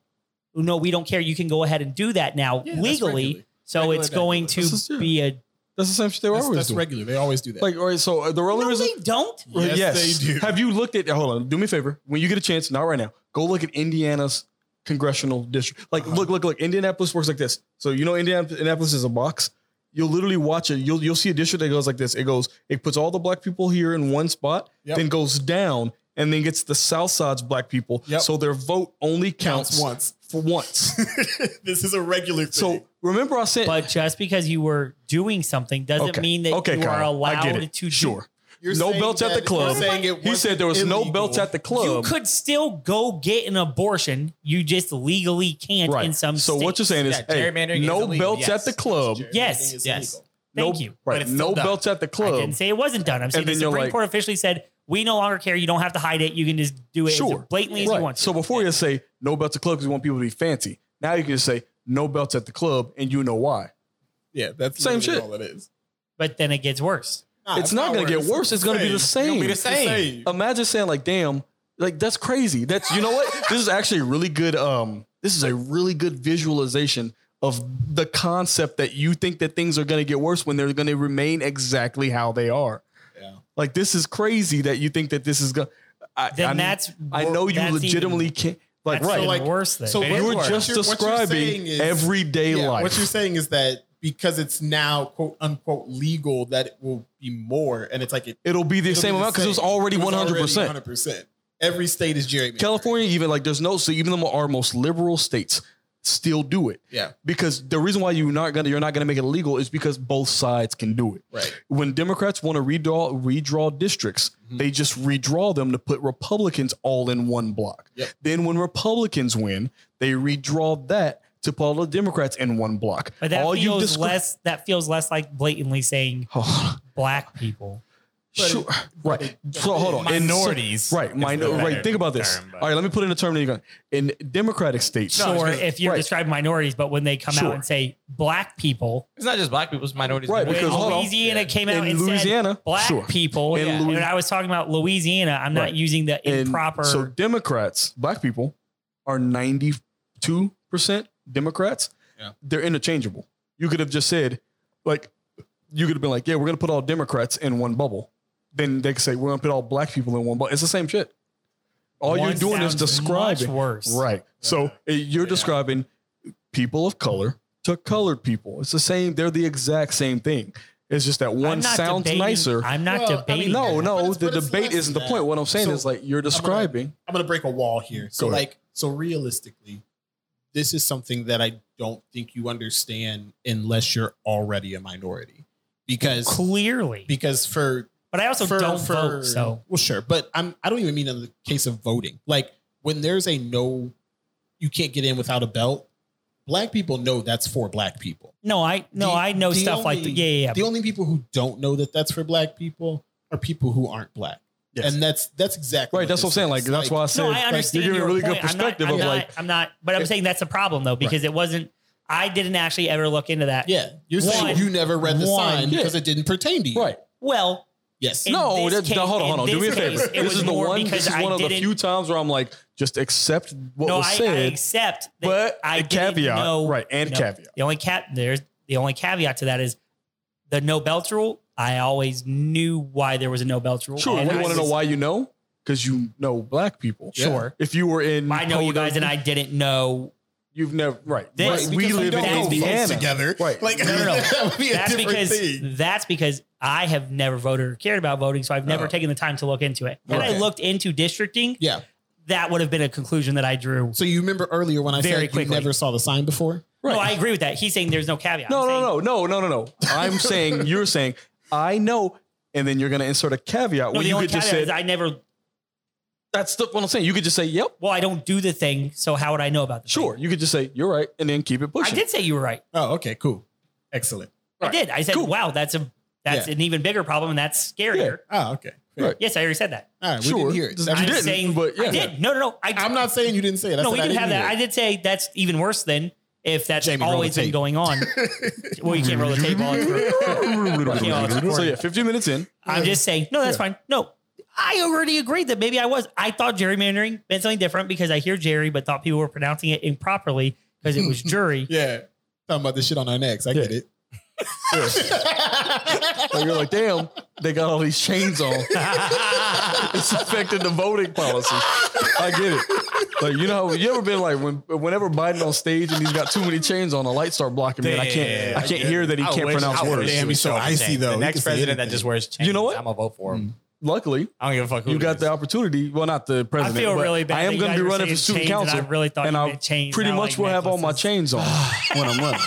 A: "Oh, no, we don't care. You can go ahead and do that now
D: Yeah, that's
A: legally.
D: regular.
A: So
D: Regular
A: it's going
C: This is
A: to
C: true.
A: be a.
C: That's the same shit they were
D: That's,
C: always
D: that's
C: doing.
D: regular. They always do that.
C: like, all right. So uh, the only
A: No,
C: reason.
A: they don't.
D: Yes, they do.
C: Have you looked at? Hold on. Do me a favor. When you get a chance, not right now. Go look at Indiana's congressional district.
D: Uh-huh.
C: Like, look, look, look. Indianapolis works like this. So you know, Indiana- Indianapolis is a box. You'll literally watch it. You'll you'll see a district that goes like this. It goes. It puts all the black people here in one spot,
D: Yep.
C: then goes down, and then gets the South Side's black people.
D: Yep.
C: So their vote only counts,
D: Counts once.
C: for once.
D: this is a regular thing.
C: so remember, I said.
A: But just because you were doing something doesn't
C: Okay.
A: mean that
C: Okay,
A: you
C: Kyle.
A: are
C: I get
A: allowed
C: it.
A: to do-
C: Sure. no
D: saying
C: belts at the
D: that-
C: club.
D: you're saying it
C: He said there was no
D: wasn't
C: belts
D: illegal.
C: at the club.
A: You could still go get an abortion. You just legally can't in some.
C: So what you're
A: states.
C: saying is,
B: Yeah,
C: hey,
B: gerrymandering is
C: no
B: illegal,
C: belts
B: yes.
C: at the club.
D: Jerry,
A: Yes,
D: everything is
B: yes.
D: illegal.
A: Thank
C: no,
A: you.
B: But
C: Right,
B: it's still
C: no
B: done.
C: belts at the
A: I
C: club.
A: didn't say it wasn't done. I'm saying the
C: then you're
A: Supreme
C: like-
A: Court officially said we no longer care. You don't have to hide it. You can just do it as
C: Sure.
A: blatantly as you
C: Right.
A: want.
C: So before you say no belts at the club because you want people to be fancy, now you can just say no belts at the club, and you know why.
D: Yeah, that's
C: Same
D: same shit.
C: shit.
D: All it is.
A: but then it gets worse.
D: Nah,
C: it's not going to get worse. It's going to be the
D: same.
C: same.
B: be the same.
C: Imagine saying like, "Damn, like that's crazy." That's you know what? this is actually a really good. Um, this is a really good visualization of the concept that you think that things are going to get worse when they're going to remain exactly how they are.
D: Yeah.
C: Like this is crazy that you think that this is going. I,
A: Then
C: I-
A: that's
C: I know you
A: that's
C: legitimately can't. Like
A: that's
C: right,
A: even
D: like,
A: worse than
D: so
A: so
D: what-
C: you were
D: what
C: just
D: you're- what you're
C: describing
D: saying is-
C: everyday
D: Yeah,
C: life.
D: What you're saying is that because it's now quote unquote legal, that it will be more, and it's like it,
C: It'll be the
D: it'll
C: same
D: be the
C: amount because it was already
D: It was
C: one hundred percent.
D: 100%. Every state is gerrymandering.
C: California, even like there's no so even the mo- our most liberal states still do it
D: Yeah,
C: because the reason why you're not gonna you're not gonna make it illegal is because both sides can do it.
D: right. Mm-hmm.
C: When Democrats want to redraw redraw districts, they just redraw them to put Republicans all in one block.
D: Yep.
C: Then when Republicans win, they redraw that to put all the Democrats in one block.
A: but that
C: all
A: feels
C: descri-
A: less. That feels less like blatantly saying
C: Oh,
A: black people.
D: But-
C: sure. Right. So hold on. And so-
B: minorities.
C: Right, minor, right. Think about this. All right, let me put in a term that you're going. In democratic states,
A: Sure, if you're
C: right.
A: describing minorities, but when they come out
C: Sure.
A: and say black people,
B: It's not just black people, it's minorities.
C: Right,
B: in
C: because-
A: when
B: general.
C: hold on.
A: Louisiana came out
C: In
A: and
C: Louisiana,
A: said black
C: sure.
A: people,
C: In
A: and
C: Louis-
A: when I was talking about Louisiana, I'm not
C: Right.
A: using the
C: And
A: improper.
C: So Democrats, black people, are 92 percent Democrats.
D: Yeah.
C: They're interchangeable. You could have just said, like, you could have been like, yeah, we're going to put all Democrats in one bubble. Then they could say we're going to put all black people in one bubble. It's the same shit. All you're
A: one
C: doing is
A: sounds
C: describing.
A: Much worse.
C: Right. So uh, you're describing people of color to colored people. It's the same. They're the exact same thing. It's just that
A: I'm
C: one
A: not
C: sounds
A: debating-
C: nicer.
A: I'm not
D: Well, I mean,
A: debating. that.
C: no,
D: But
C: no,
D: it's-
C: the
D: but it's
C: debate
D: less
C: isn't the
D: than
C: point.
D: that.
C: What I'm saying
D: So,
C: is like you're describing.
D: I'm gonna break a wall here. So
C: Go ahead.
D: like, so realistically, this is something that I don't think you understand unless you're already a minority, because
A: Clearly,
D: because for
A: But I also don't vote. So
D: well, sure, but I'm I don't even mean in the case of voting. Like when there's a no, you can't get in without a belt. Black people know that's for black people.
A: no, I no,
D: The-
A: I know
D: the
A: stuff like that.
D: only-
A: Yeah, yeah, yeah.
D: The only people who don't know that that's for black people are people who aren't black,
C: Yes.
D: and that's that's exactly
C: right. That's what I'm
D: this
C: saying.
D: is.
C: Like that's why I said
A: no, I
C: like,
A: understand.
C: you're giving
A: your
C: a really
A: point.
C: good perspective
A: I'm
C: of
A: not, I'm
C: like
A: not, I'm not, but I'm
C: if-
A: saying that's a problem though because it wasn't. I didn't actually ever look into that.
D: Yeah, you're
A: One.
D: saying you never read the
A: One.
D: sign
C: Yeah.
D: because it didn't pertain to you.
C: right.
A: Well,
D: Yes.
A: In
C: no,
A: this
C: that's,
A: case-
C: hold on, hold
A: in
C: on. Do me a
A: this
C: favor.
A: case, it
C: this
A: was
C: is the
A: more
C: one. This
A: because
C: is
A: I
C: one of the
A: didn't-
C: few times where I'm like, just accept what
A: no,
C: was
A: I, I
C: said,
A: accept. That
C: but
A: I
C: a
A: didn't
C: caveat,
A: know-
C: right? And
A: No.
C: caveat.
A: The only cat there's the only caveat to that is the no belt rule. I always knew why there was a no belt rule.
C: Sure.
A: and
C: You
A: I
C: want to know
A: was-
C: why you know? Because you know black people.
A: Sure.
C: If you were in,
A: I know you guys, and I didn't know.
C: You've never right.
A: This-
C: right. We
A: because we
C: live in
A: don't vote
C: Indiana
D: together.
C: Right.
D: Like
A: no, no.
D: that would be a
A: That's
D: different
A: because
D: thing.
A: that's because I have never voted or cared about voting, so I've never
C: Uh-huh.
D: Oh.
A: taken the time to look into it. Had I
D: Right.
A: looked into districting,
D: Yeah.
A: that would have been a conclusion that I drew.
D: So you remember earlier when I
A: Very
D: said
A: quickly.
D: you never saw the sign before?
A: No, I agree with that. He's saying there's no caveat.
C: No,
A: I'm
C: no,
A: saying-
C: no, no, no, no, no. I'm saying you're saying I know, and then you're going to insert a caveat
A: No,
C: where
A: the
C: you
A: only
C: could
A: caveat
C: just say
A: is I never.
C: that's the, what I'm saying. You could just say, "Yep,
A: Well, I don't do the thing, so how would I know about the thing?
C: sure." You could just say, "You're right," and then keep it
A: I
C: pushing.
A: did say you were right.
D: Oh, okay, cool. Excellent.
A: I did. I said, "Wow, that's a that's
D: Yeah.
A: an even bigger problem, and that's scarier."
D: Oh, okay.
C: Right.
A: Yes, I already said that.
D: All right, we
C: Sure.
D: didn't hear it.
C: You
D: That's-
A: I'm
C: didn't,
A: saying
C: but
A: I
C: yeah.
A: did. No, no, no. I,
D: I'm not saying you didn't say it. I
A: no,
D: said
A: we
D: I
A: did
D: didn't
A: have
D: hear
A: that. I
D: it.
A: did say that's even worse than if that's
D: Jamie, roll
A: always
D: the
A: been
D: tape.
A: going on. well, you can't roll the tape. While it's You know, it's
C: so
A: recording.
C: yeah, 15 minutes in.
A: I'm just saying. No, that's fine. No, I already agreed that maybe I was. I thought gerrymandering meant something different because I hear Jerry, but thought people were pronouncing it improperly because it was jury.
D: Yeah. Talking about this shit on our necks. I get it.
C: So you're like, "Damn, they got all these chains on. it's affected the voting policy." I get it. Like you know, you ever been like when whenever Biden on stage and he's got too many chains on, the lights start blocking me. And I can't, I can't hear that he can't pronounce words.
D: damn, he's so icy, though.
B: The
D: You can
B: next
D: say
B: president that
D: anything.
B: just wears chains,
C: You know what?
B: I'm gonna vote for him.
C: Luckily,
B: I don't give a fuck. Who
C: you
B: it
C: got
B: is.
C: the opportunity. Well, not the
A: I
C: president.
A: feel
C: but
A: really bad.
C: I am
A: going to
C: be running for student council.
A: And I really thought
C: and
A: you
C: I
A: meant chains.
C: pretty
A: not
C: much
A: like
C: will have all my
A: necklaces.
C: chains on when I'm running.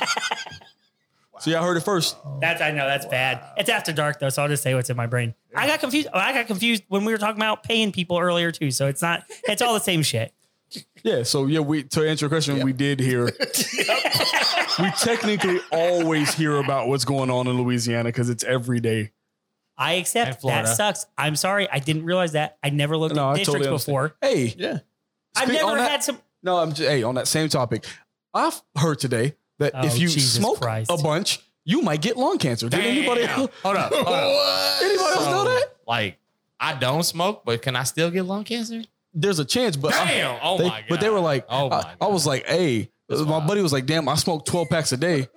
C: So y'all heard it first.
A: That's I know that's bad. It's after dark though, so I'll just say what's in my brain. I got confused. I got confused when we were talking about paying people earlier too. So it's not. It's all the same shit.
C: Yeah. So yeah, we to answer your question, we did hear. we technically always hear about what's going on in Louisiana because it's every day.
A: I
B: And
A: accept that
B: Florida.
A: sucks. I'm sorry. I didn't realize that. I never looked at
C: No, I
A: districts
C: totally understand.
A: before.
C: Hey,
D: Yeah.
A: I've
C: Speak-
A: never
C: on that-
A: had some.
C: no, I'm just hey on that same topic. I've heard today that
A: Oh,
C: if you
A: Jesus
C: smoke
A: Christ.
C: a bunch, you might get lung cancer. Did anybody
B: Damn.
C: else,
B: Hold up. Hold up.
C: anybody else
B: So,
C: know that?
B: Like, I don't smoke, but can I still get lung cancer?
C: There's a chance, but I-
B: Damn. Oh
C: They-
B: my god.
C: But they were like,
B: Oh my
C: I, I was like, hey,
B: That's
C: my
B: wild.
C: buddy was like, damn, I smoke 12 packs a day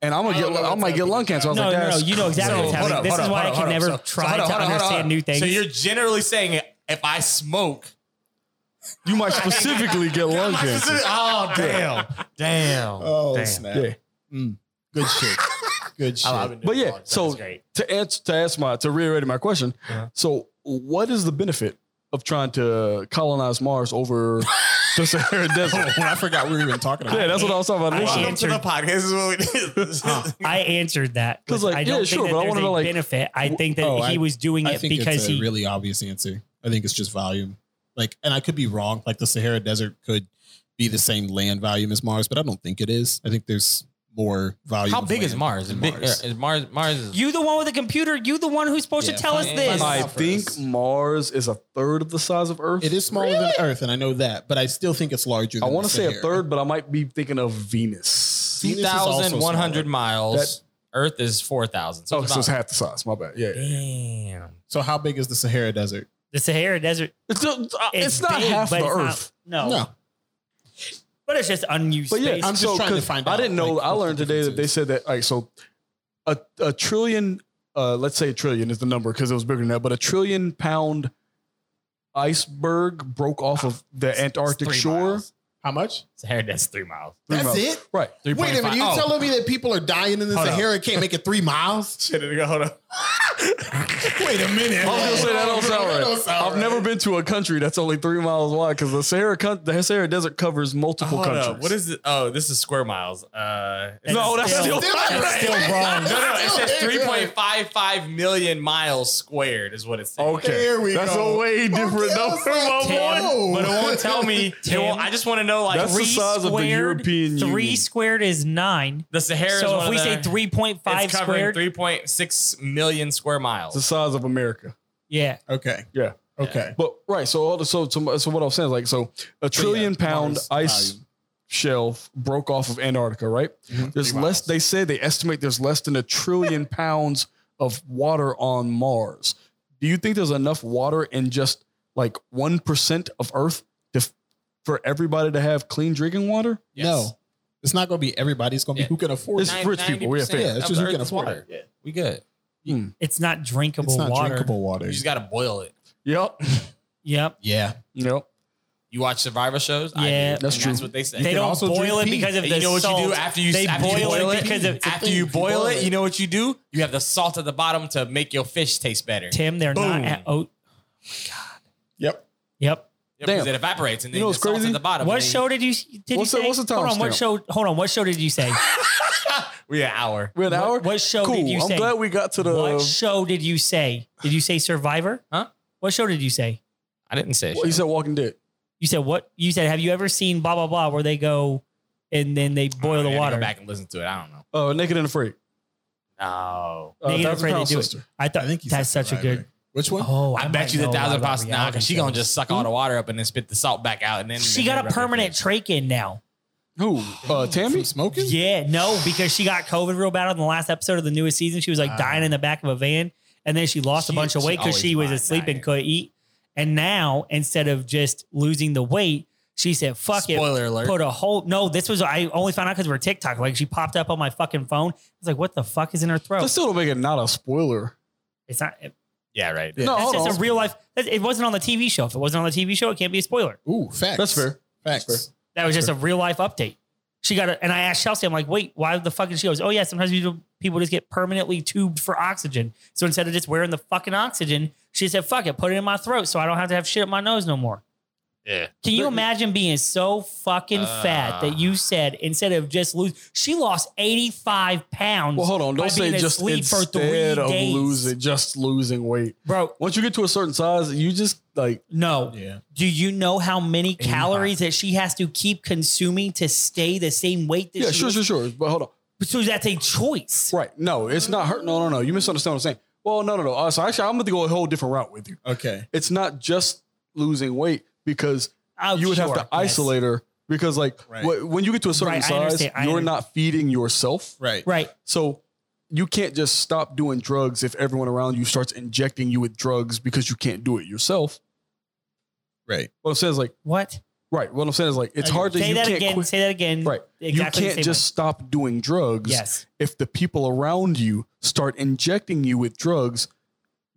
C: and I'm gonna get, I might get lung cancer. I was
A: No,
C: like,
A: no, no.
C: that's
A: You know exactly what's happening. this is why I can never try to understand new things.
B: So you're generally saying if I smoke,
C: You might specifically get lung cancer.
B: oh damn, damn.
D: Oh,
B: Damn.
D: snap.
C: Yeah.
D: Mm. Good shit. Good shit.
C: But yeah, so to answer, to ask my, to reiterate my question.
B: Uh-huh.
C: So what is the benefit of trying to colonize Mars over the Sahara Desert?
D: Well, I forgot we were even talking about
C: Yeah, that's what I was talking about.
A: I
C: initially.
B: welcome to the
A: answered-
B: podcast. This is what we do.
A: I answered that
C: 'Cause,
A: because
C: like,
A: I don't
C: yeah,
A: think
C: sure,
A: that
C: but I
A: there's
C: wanna
A: a
C: know, like,
A: benefit. I think that
D: oh,
A: he
D: I-
A: was doing
D: I
A: it
D: think
A: because
D: it's a
A: he.
D: really obvious answer. I think it's just volume. Like, and I could be wrong. Like the Sahara Desert could be the same land volume as Mars, but I don't think it is. I think there's more volume.
B: How
D: of
B: big is
D: land
B: Mars?
D: than
B: Big-
D: Mars.
B: uh, Is Mars Mars is
A: you the one with the computer. You the one who's supposed
D: Yeah,
A: to tell us
B: fine.
A: this.
D: Fine.
C: I think Mars is a third of the size of Earth.
D: It is smaller than Earth, and I know that, but I still think it's larger.
C: I
D: Than
C: want
D: the
C: to say a
D: Sahara.
C: third, but I might be thinking of Venus.
D: Venus
B: two
D: is also
B: thousand one hundred
D: smaller.
B: miles. Earth is four thousand. So
C: Oh,
B: it's
C: so it's
B: about-
C: half the size. My bad. Yeah.
B: damn.
D: So how big is the Sahara Desert?
A: The Sahara Desert.
C: It's, uh,
A: It's,
C: it's, not
A: big,
C: half
A: but
C: the
A: it's not-
C: Earth.
A: no, but it's just unused
C: But yeah,
A: space.
D: I'm just
C: so,
D: trying to
C: 'cause
D: find
C: I
D: out,
C: didn't know.
D: like,
C: I
D: what the
C: learned today that they
D: difference
C: said that. All right, so a, a trillion, uh, let's say a trillion is the number because it was bigger than that, but a trillion pound iceberg broke off of the Antarctic
B: three
C: shore
B: miles.
D: How much?
B: Sahara Desert's three miles.
D: That's
C: miles.
D: it.
C: Right.
B: Three
D: Wait a minute,
C: Oh.
D: you telling me that people are dying in the
B: Hold up.
D: Sahara and can't make it three miles?
B: me? Hold on.
D: Wait a minute.
C: I was gonna say that don't sound
D: That don't
C: right.
D: sound
C: I've
D: right.
C: never been to a country that's only three miles wide because the Sahara con- the Sahara Desert covers multiple
B: Hold
C: countries.
B: up. What is it? Oh, this is square miles. Uh, it's
C: No, that's still-
A: It's still wrong.
B: No, no, it says 3.55 million miles squared is what it's saying.
C: Okay,
D: There we
C: that's
D: go.
C: a way different
D: Okay, I was
C: number,
D: like,
C: my boy.
D: damn. Oh.
B: But it won't tell me. It won't, I just want to know like
C: That's the
B: three,
C: size of the European
A: Three
C: Union.
A: squared is nine.
B: the Sahara. is
A: so
B: one
A: if
B: of
A: we
B: the-
A: say three point five
B: it's covering
A: squared,
B: 3.6 million square miles.
C: It's the size of America.
A: yeah,
D: Okay.
C: Yeah.
D: Okay.
C: But right, so all the, so so so what I'm saying is like so a trillion pound
D: Mars
C: ice
D: value.
C: shelf broke off of Antarctica, right?
A: Mm-hmm.
D: Mhm.
C: There's
B: Three miles.
C: less. They say they estimate there's less than a trillion pounds of water on Mars. Do you think there's enough water in just like one percent of Earth to, f- for everybody to have clean drinking water?
B: Yes.
D: No, it's not going to be everybody. It's going to be
B: Yeah.
D: who can afford
C: It's
D: it.
B: Nine-
C: rich people. We have
B: 90%
C: fair.
D: Yeah, it's
B: of
D: just
B: the
D: who can
B: Earth's
D: afford
B: water. Yeah, we good.
A: it's not drinkable
D: It's not
A: water.
D: drinkable water.
B: You just got to boil it.
C: Yep.
A: Yep.
D: yeah.
C: Yep.
B: You watch Survivor shows? I do,
A: Yeah.
C: That's
B: and
C: true.
B: That's what they say.
A: they
D: can
A: don't
D: also drink
A: boil it
D: pee.
A: because of
B: And
A: the
B: you know what
A: salt.
B: you do after you,
A: They
B: after you
A: boil
B: boil
A: it
B: it
A: because of- It's a
B: after
D: thing,
B: you
D: you
B: boil
D: boil
B: it,
D: it.
B: you know what you do? You have the salt at the bottom to make your fish taste better.
A: Tim, they're
B: Boom.
A: not at oat.
D: Yep.
A: Yep.
B: Yeah, because
C: Damn.
B: it evaporates and then
C: You know
B: the
C: what's
B: salt's at
C: crazy?
B: the bottom.
A: What
B: and then-
A: show did you did
C: What's
A: you
C: the-
A: say?
C: what's the
A: hold on. What
C: timestamp?
A: show? Hold on. What show did you say?
B: We an hour.
C: We had an hour.
A: What show
C: cool.
A: did you
C: I'm
A: say?
C: glad we uh, got to the.
A: what show did you say? Did you say Survivor?
B: Huh?
A: What show did you say?
B: I didn't say.
C: Well, he said Walking Dead.
A: You said what? You said have you ever seen blah blah blah where they go and then they boil the water?
B: back and listen to it. I don't know.
C: Uh, Naked and Afraid.
B: No.
C: Uh,
A: Naked and
C: Thousand
A: Afraid, they
C: Pound
A: do it.
C: Sister.
A: I thought
D: I think he's
A: that's such a good.
D: Which one?
A: Oh,
B: I,
A: might
B: bet you the
A: know a lot
B: thousand
A: about
B: pounds now because she gonna
A: reality
B: just suck all the water up and then spit the salt back out and then
A: shows. She got a permanent trach in now.
C: Who? Uh, Tammy.
D: From smoking?
A: Yeah, no, because she got COVID real bad on the last episode of the newest season. She was like
D: Ah.
A: dying in the back of a van, and then she lost
B: She-
A: a bunch of
B: she
A: weight because she
B: always
A: was
B: lying,
A: asleep
B: dying.
A: and couldn't eat. And now, instead of just losing the weight, she said, "Fuck it."
B: Spoiler alert.
A: Put a whole no. This was I only found out because we're TikTok. Like she popped up on my fucking phone. I was like, "What the fuck is in her throat?"
C: That still don't make it not a spoiler.
A: it's not.
B: yeah, right.
D: Yeah.
C: No,
A: that's
C: hold
A: just
C: on.
A: a real life. that- It wasn't on the TV show. If it wasn't on the TV show, it can't be a spoiler.
D: Ooh, facts.
C: That's fair.
D: Facts.
C: That's
A: That was just a real life update. She got it, and I asked Chelsea, I'm like, wait, why the fuck? And she goes, oh yeah, sometimes people people just get permanently tubed for oxygen. So instead of just wearing the fucking oxygen, she said, fuck it, put it in my throat, so I don't have to have shit up my nose no more.
B: Yeah.
A: Can you imagine being so fucking fat that you said instead of just lose, she lost 85 pounds.
C: Well, hold on.
A: by
C: Don't say
A: being
C: just
A: asleep for three
C: instead of
A: days.
C: losing, just losing weight.
A: bro.
C: Once you get to a certain size, you just like
A: No,
D: Yeah.
A: do you know how many calories that she has to keep consuming to stay the same weight that
C: yeah,
A: she
C: sure,
A: was?
C: sure, sure. But hold on,
A: So that's a choice.
C: right? No, it's not hurt. No, no, no. You misunderstand what I'm saying. Well, no, no, no. Uh, so actually, I'm going to go a whole different route with you.
D: Okay.
C: It's not just losing weight because
A: Oh,
C: you would have
A: sure,
C: to
A: yes.
C: isolate her because, like,
D: Right.
C: wh- when you get to a certain
A: Right, I
C: size,
A: understand, I
C: you're
A: under-
C: not feeding yourself.
D: Right.
A: Right.
C: So you can't just stop doing drugs if everyone around you starts injecting you with drugs because you can't do it yourself.
D: Right.
C: What I'm saying is like,
A: What?
C: right. What I'm saying is like, it's
D: I
C: hard to
A: say
C: you
A: that
C: can't
A: again.
C: quit.
A: Say that again.
C: Right.
A: Exactly the
C: you can't
A: same
C: just stop doing drugs
A: way. Yes.
C: if the people around you start injecting you with drugs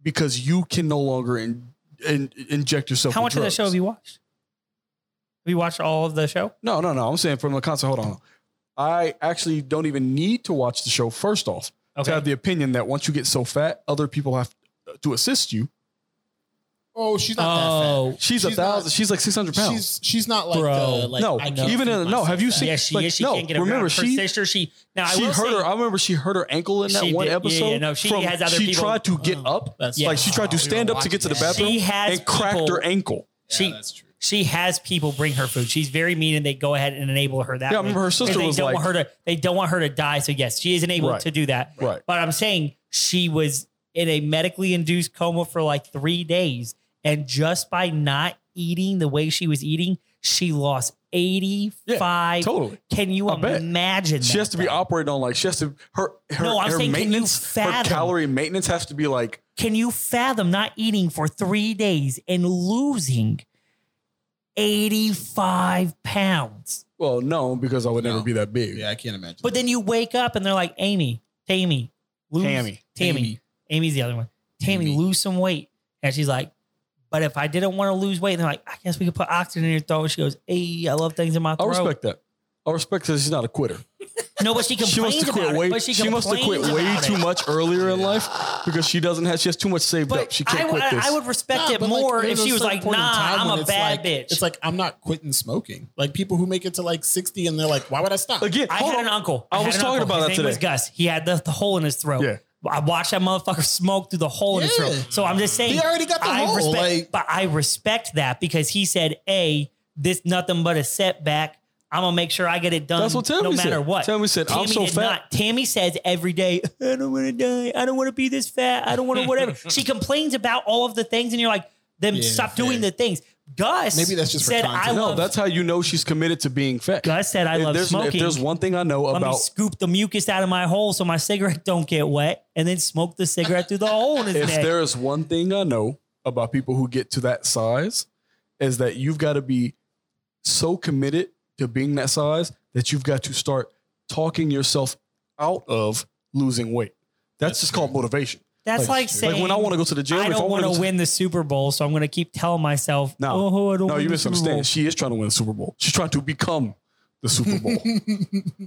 C: because you can no longer in, in, inject yourself.
A: How
C: with
A: much of the
C: drugs.
A: show have you watched? Have you watched all of the show?
C: No, no, no. I'm saying from the concept. Hold on. I actually don't even need to watch the show. First off,
A: Okay.
C: to have the opinion that once you get so fat, other people have to assist you.
D: Oh, she's not that
A: Oh.
C: She's, a
D: She's
C: thousand.
D: not-
C: she's like 600
D: fat.
C: pounds.
D: She's she's not like
A: Bro.
D: the like
C: no,
D: I can't
C: even
D: feed
C: in, no. Have you
D: myself
C: seen?
A: Yeah, she
C: like,
A: is. She
C: no,
A: can't get around.
C: remember
A: Her
C: she
A: sister, she now I
C: she
A: will
C: hurt
A: say,
C: her. I remember she hurt her ankle in that
A: She
C: one
A: did. Yeah,
C: episode.
A: yeah, no, she has other
C: she
A: people-
C: tried to get
D: Oh,
C: up.
D: that's
A: Yeah.
C: Like she tried to
B: Oh, we
C: stand
B: were
C: up to get to the
B: watching that.
C: bathroom
A: She has
C: and cracked her
A: people-
C: ankle.
D: that.
A: she
D: Yeah, that's true.
A: she has people bring her food. She's very mean, and they go ahead and enable her that.
C: Yeah, I
A: way.
C: remember her sister
A: And they
C: was
A: don't
C: like-
A: want her to. They don't want her to die. So yes, she is enabled
C: Right.
A: to do that.
C: Right.
A: But I'm saying she was in a medically induced coma for like three days. And just by not eating the way she was eating, she lost 85.
C: Totally.
A: Can you
C: I bet.
A: imagine
C: She
A: that,
C: has to be
A: bro?
C: operating on like she has to her her,
A: No, I'm
C: her
A: saying, can you
C: maintenance her
A: fathom?
C: calorie maintenance has to be like
A: Can you fathom not eating for three days and losing 85 pounds?
C: well no because I would never
D: No.
C: be that big.
D: Yeah, I can't imagine.
A: But then you wake up and they're like, Amy, Tammy, lose,
C: Tammy.
A: Tammy. Amy's the other one. Tammy,
D: Tammy.
A: lose some weight. And she's like, But if I didn't want to lose weight, they're like, I guess we could put oxygen in your throat. And she goes, Hey, I love things in my
C: I
A: throat.
C: respect that. I respect that she's not a quitter.
A: No, but she complains
C: She must have
A: about
C: quit
A: it.
C: way.
A: But
C: She,
A: she,
C: must have quit
A: complains
C: way
A: about
C: too
A: it.
C: much earlier in life because she doesn't have. She has too much saved
A: But
C: up. She can't
A: I,
C: quit this.
A: I would respect
D: Nah,
A: it
D: but, like,
A: more
D: there's
A: if
D: a
A: she was
D: certain
A: like,
D: point in time
A: Nah,
D: when
A: I'm a
D: it's
A: bad
D: like-
A: bitch.
D: It's like I'm not quitting smoking. Like people who make it to like 60 and they're like, why would I stop?
C: Again,
A: I
C: hold
A: had
C: on.
A: an uncle.
C: I
A: had
C: was
A: an
C: talking
A: uncle.
C: about
A: his
C: that
A: name
C: today.
A: Was Gus? He had the, the hole in his throat.
C: Yeah.
A: I watched that motherfucker smoke through the hole in his
D: Yeah.
A: throat. So I'm just saying,
D: He already got the
A: I
D: hole,
A: Respect,
D: like-
A: but I respect that because he said, "A, this nothing but a setback. I'm gonna make sure I get it done.
C: That's what Tammy
A: no
C: said.
A: matter what."
C: Tammy said, "I'm so
A: did
C: fat."
A: Tammy says every day, "I don't want to die. I don't want to be this fat. I don't want to whatever." she complains about all of the things, and you're like, "Then
D: Yeah,
A: stop
D: fair.
A: doing the things." Gus
D: Maybe that's just for
A: said,
D: content.
A: "I
D: No,
C: No,
A: love."
C: that's how you know she's committed to being fat.
A: Gus said, "I
C: if
A: love
C: there's,
A: smoking."
C: If there's one thing I know
A: Let me
C: about
A: scoop the mucus out of my hole so my cigarette don't get wet, and then smoke the cigarette through the hole in his
C: if
A: neck.
C: there is one thing I know about people who get to that size, is that you've got to be so committed to being that size that you've got to start talking yourself out of losing weight. That's, just called motivation.
A: That's like, saying,
C: Like when I want to go to the gym,
A: I
C: if I
A: don't
C: want to
A: win the Super Bowl, so I'm going to keep telling myself,
C: No.
A: oh, I don't
C: No,
A: win
C: you
A: the Super Bowl."
C: misunderstand. She is trying to win the Super Bowl. She's trying to become the Super Bowl.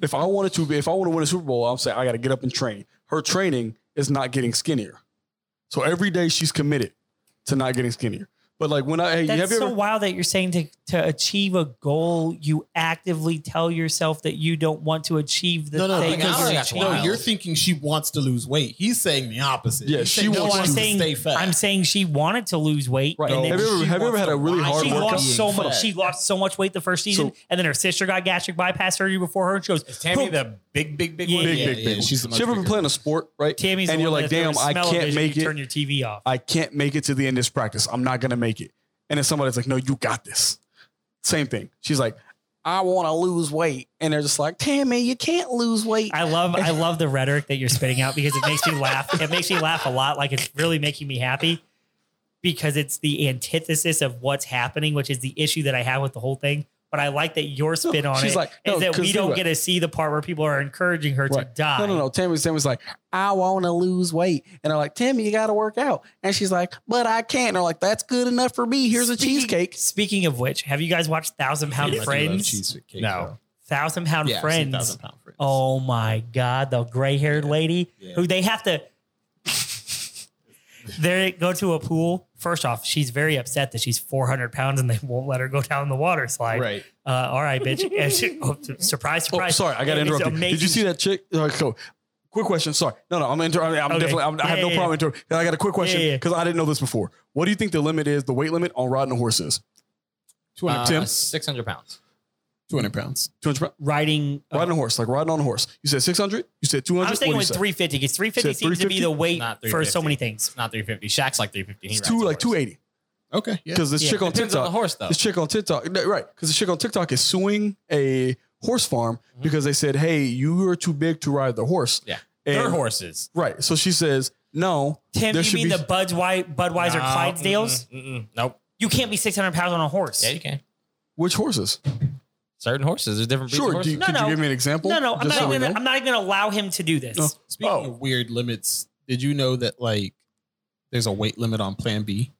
C: if I wanted to be, if I want to win a Super Bowl, I'm saying I got to get up and train. Her training is not getting skinnier. So every day she's committed to not getting skinnier. But like when I hey,
A: That's
C: have you
A: so
C: ever
A: wild that you're saying to, to achieve a goal, you actively tell yourself that you don't want to achieve the
D: no, no,
A: thing.
D: because
B: I
A: you're
B: don't
D: you're,
B: think
A: achieving.
D: no,
B: wild.
D: you're thinking she wants to lose weight. He's saying the opposite.
C: Yeah,
D: He's
C: she
D: saying,
C: wants
A: I'm
C: to
A: saying,
D: stay fat.
A: I'm saying she wanted to lose weight.
C: Right.
A: And then
C: Have you ever-
A: she
C: have you ever
A: wants
C: had a
A: to
C: really
A: lie.
C: hard
A: She
C: workout?
A: lost so
D: Being
A: much.
D: fat.
A: She lost so much weight the first season,
C: So-
A: and then her sister got gastric bypass surgery before her. And she goes,
B: Tammy,
A: "Bro,
B: the big, big, big
A: Yeah,
B: one.
C: big,
D: yeah,
C: big,
D: yeah,
C: big? one.
D: she's the
C: she
D: much
C: ever been
D: bigger
C: playing a sport, right?
A: Tammy's
C: and
A: the
C: you're
A: one
C: like,
A: that if there
C: damn,
A: was
C: I
A: smell of
C: can't
A: vision, you
C: make it.
A: Turn your TV off.
C: I can't make it to the end of this practice. I'm not gonna make it. And then somebody's like, no, you got this. Same thing. She's like, I want to lose weight, and they're just like, Tammy, you can't lose weight.
A: I love I love the rhetoric that you're spitting out because it makes me laugh. It makes me laugh a lot. Like it's really making me happy because it's the antithesis of what's happening, which is the issue that I have with the whole thing. But I like that your spin on
C: she's
A: it
C: like, no,
A: is that
C: 'cause
A: we
C: think
A: don't
C: about
A: get to see the part where people are encouraging her to
C: Right.
A: die.
C: No, no, no. Tammy, Tammy's like, I want to lose weight. And I'm like, Tammy, you got to work out. And she's like, but I can't. And I'm like, that's good enough for me. Here's a
A: Speaking-
C: cheesecake.
A: Speaking of which, have you guys watched Thousand Pound
D: I do love
A: Friends?
D: cheese with cake,
B: No.
D: though.
A: Thousand Pound
D: Yeah, I've seen
A: Friends.
D: thousand pound friends.
A: Oh my God, the gray haired lady
D: Yeah.
A: who they have to. they go to a pool. First off, she's very upset that she's 400 pounds and they won't let her go down the water slide.
D: right.
A: Uh, all right, bitch. And she- oh, surprise, surprise.
C: Oh, sorry. I got to
A: It's
C: interrupt you.
A: amazing.
C: Did you see that chick? Like, so, quick question. Sorry. No, no. I'm, inter- I'm
A: Okay.
C: definitely, I'm, I have
A: Yeah,
C: no
A: yeah,
C: problem interrupting. I got a quick question
A: Yeah, yeah, yeah.
C: because I didn't know this before. What do you think the limit is, the weight limit on riding a horse is?
D: 200,
B: Uh,
C: Tim?
B: 600 pounds.
D: 200 pounds.
C: 200 pounds?
A: Riding. uh,
C: Riding a horse, like riding on a horse. You said 600? You said 200?
A: I was thinking
C: What
A: with
C: do you say?
A: 350 because 350
C: Said
A: seems to be
C: 350?
A: the weight
B: Not
A: for so
B: 350.
A: many things.
B: It's not 350. Shaq's like 350. He
C: It's
B: rides
C: two,
B: a
C: like
B: horse.
C: 280.
D: Okay. Yeah.
C: Because this
A: Yeah.
C: chick on
B: Depends on the
C: TikTok,
B: horse, though.
C: This chick on TikTok, no, right? Because the chick on TikTok is suing a horse farm
A: Mm-hmm.
C: because they said, "Hey, you are too big to ride the horse."
B: Yeah.
C: And-
B: They're horses.
C: Right. So she says, "No,
A: Tim,
C: There
A: you
C: should
A: mean
C: be-
A: the Bud's White, Budweiser
B: No,
A: Clydesdales?
B: mm-mm, mm-mm. mm, Nope.
A: You can't be 600 pounds on a horse.
B: Yeah, you can.
C: which horses?
B: Certain horses. There's different breeds of
C: Sure. Do,
B: horses.
A: No,
C: could
A: no.
C: you give me an example?
A: no, no, I'm
C: Just
A: not,
C: so we
A: even,
C: know.
A: I'm not even going to allow him to do this.
C: No.
D: Speaking
C: Oh.
D: of weird limits, did you know that like there's a weight limit on Plan B?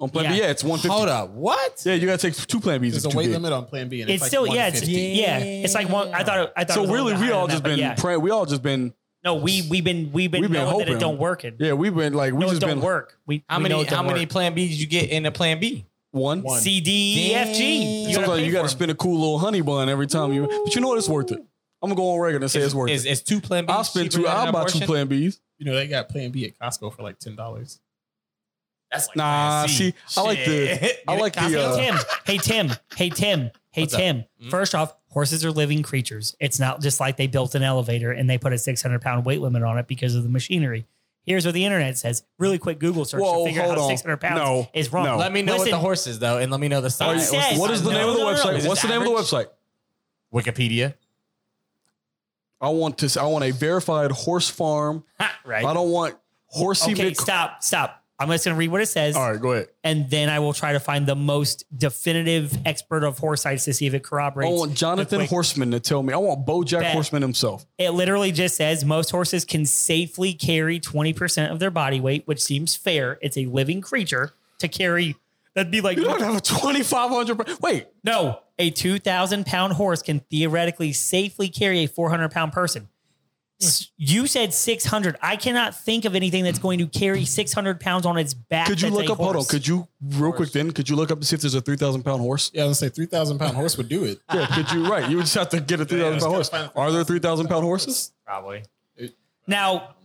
C: on Plan B,
A: Yeah.
C: yeah, it's one fifty.
B: Hold up. What?
C: Yeah, you gotta take two Plan Bs.
D: There's
C: It's
D: a
C: too
D: weight
C: big.
D: limit on Plan B, and
A: it's,
D: it's, like
A: still yeah, it's,
D: 150.
A: yeah, it's like one. I thought it, I thought. it
C: So
A: was a little
C: really,
A: bit
C: we
A: higher
C: all
A: than
C: just
A: that, but
C: been
A: yeah.
C: praying. We all just been.
A: no, we we've been we've been,
C: We've been
A: knowing that it
C: hoping.
A: don't work. And
C: Yeah, we've been like we
A: no, it
C: just
A: don't
C: been
A: work. We
B: How
A: we know
B: many
A: it don't
B: how many
A: work.
B: plan B did you get in a plan B?
C: one.
D: One.
A: C D E F G?
B: Damn.
A: gotta
C: Sometimes
A: pay
C: you got
A: for
C: to
A: 'em.
C: spend a cool little honey bun every time you. But you know what? It's worth it. I'm gonna go on record and say it's worth
B: Is,
C: it.
B: is two plan Bs?
C: I'll spend
B: cheaper
C: two.
B: than an
C: I'll buy two
B: abortion?
C: Plan Bs.
D: You know they got Plan B at Costco for like ten dollars.
B: That's like
C: Nah,
B: plan C.
C: see, I like the-
B: Shit.
C: I like the,
B: Costco?
C: uh,
A: Hey Tim, hey Tim, hey Tim, hey
B: What's up?
A: Tim.
B: Mm.
A: First off, horses are living creatures. It's not just like they built an elevator and they put a 600 pound weight limit on it because of the machinery. Here's what the internet says. Really quick Google search
C: Whoa,
A: to figure
C: hold
A: out how
C: on.
A: 600 pounds
C: No,
A: is wrong.
C: no.
B: Let me know
A: Listen,
B: what the horse is though, and let me know the
A: It
B: size.
A: says-
C: What is the
A: No,
C: name of the
A: no, no, no.
C: website?
A: Is
C: What's the name of the website?
B: Wikipedia.
C: I want to. s- I want a verified horse farm.
B: right.
C: I don't want horsey.
A: Okay,
C: Mc-
A: stop, stop. I'm just gonna read what it says.
C: All right, go ahead.
A: and then I will try to find the most definitive expert of horse sites to see if it
C: I
E: Oh,
A: corroborates.
C: want Jonathan
A: Quick.
C: Horseman to tell me. I want BoJack
A: Bet.
C: Horseman himself.
A: It literally just says most horses can safely carry 20% of their body weight, which seems fair. It's a living creature to carry That'd be like
E: You don't have a 2,500. bra- Wait,
A: no. A two thousand pound horse can theoretically safely carry a four hundred pound person. S- You said six hundred. I cannot think of anything that's going to carry six hundred pounds on its back.
E: could you
A: that's
E: look
A: a
E: up? Hold on.
A: horse.
E: Could you, real quick then, could you look up to see if there's a 3,000 pound horse?
D: Yeah, I was gonna say three thousand pound horse would do it.
E: Yeah, could you? Right. You would just have to get a 3,000 pound horse. Are there 3,000 pound horses?
B: Probably.
A: now?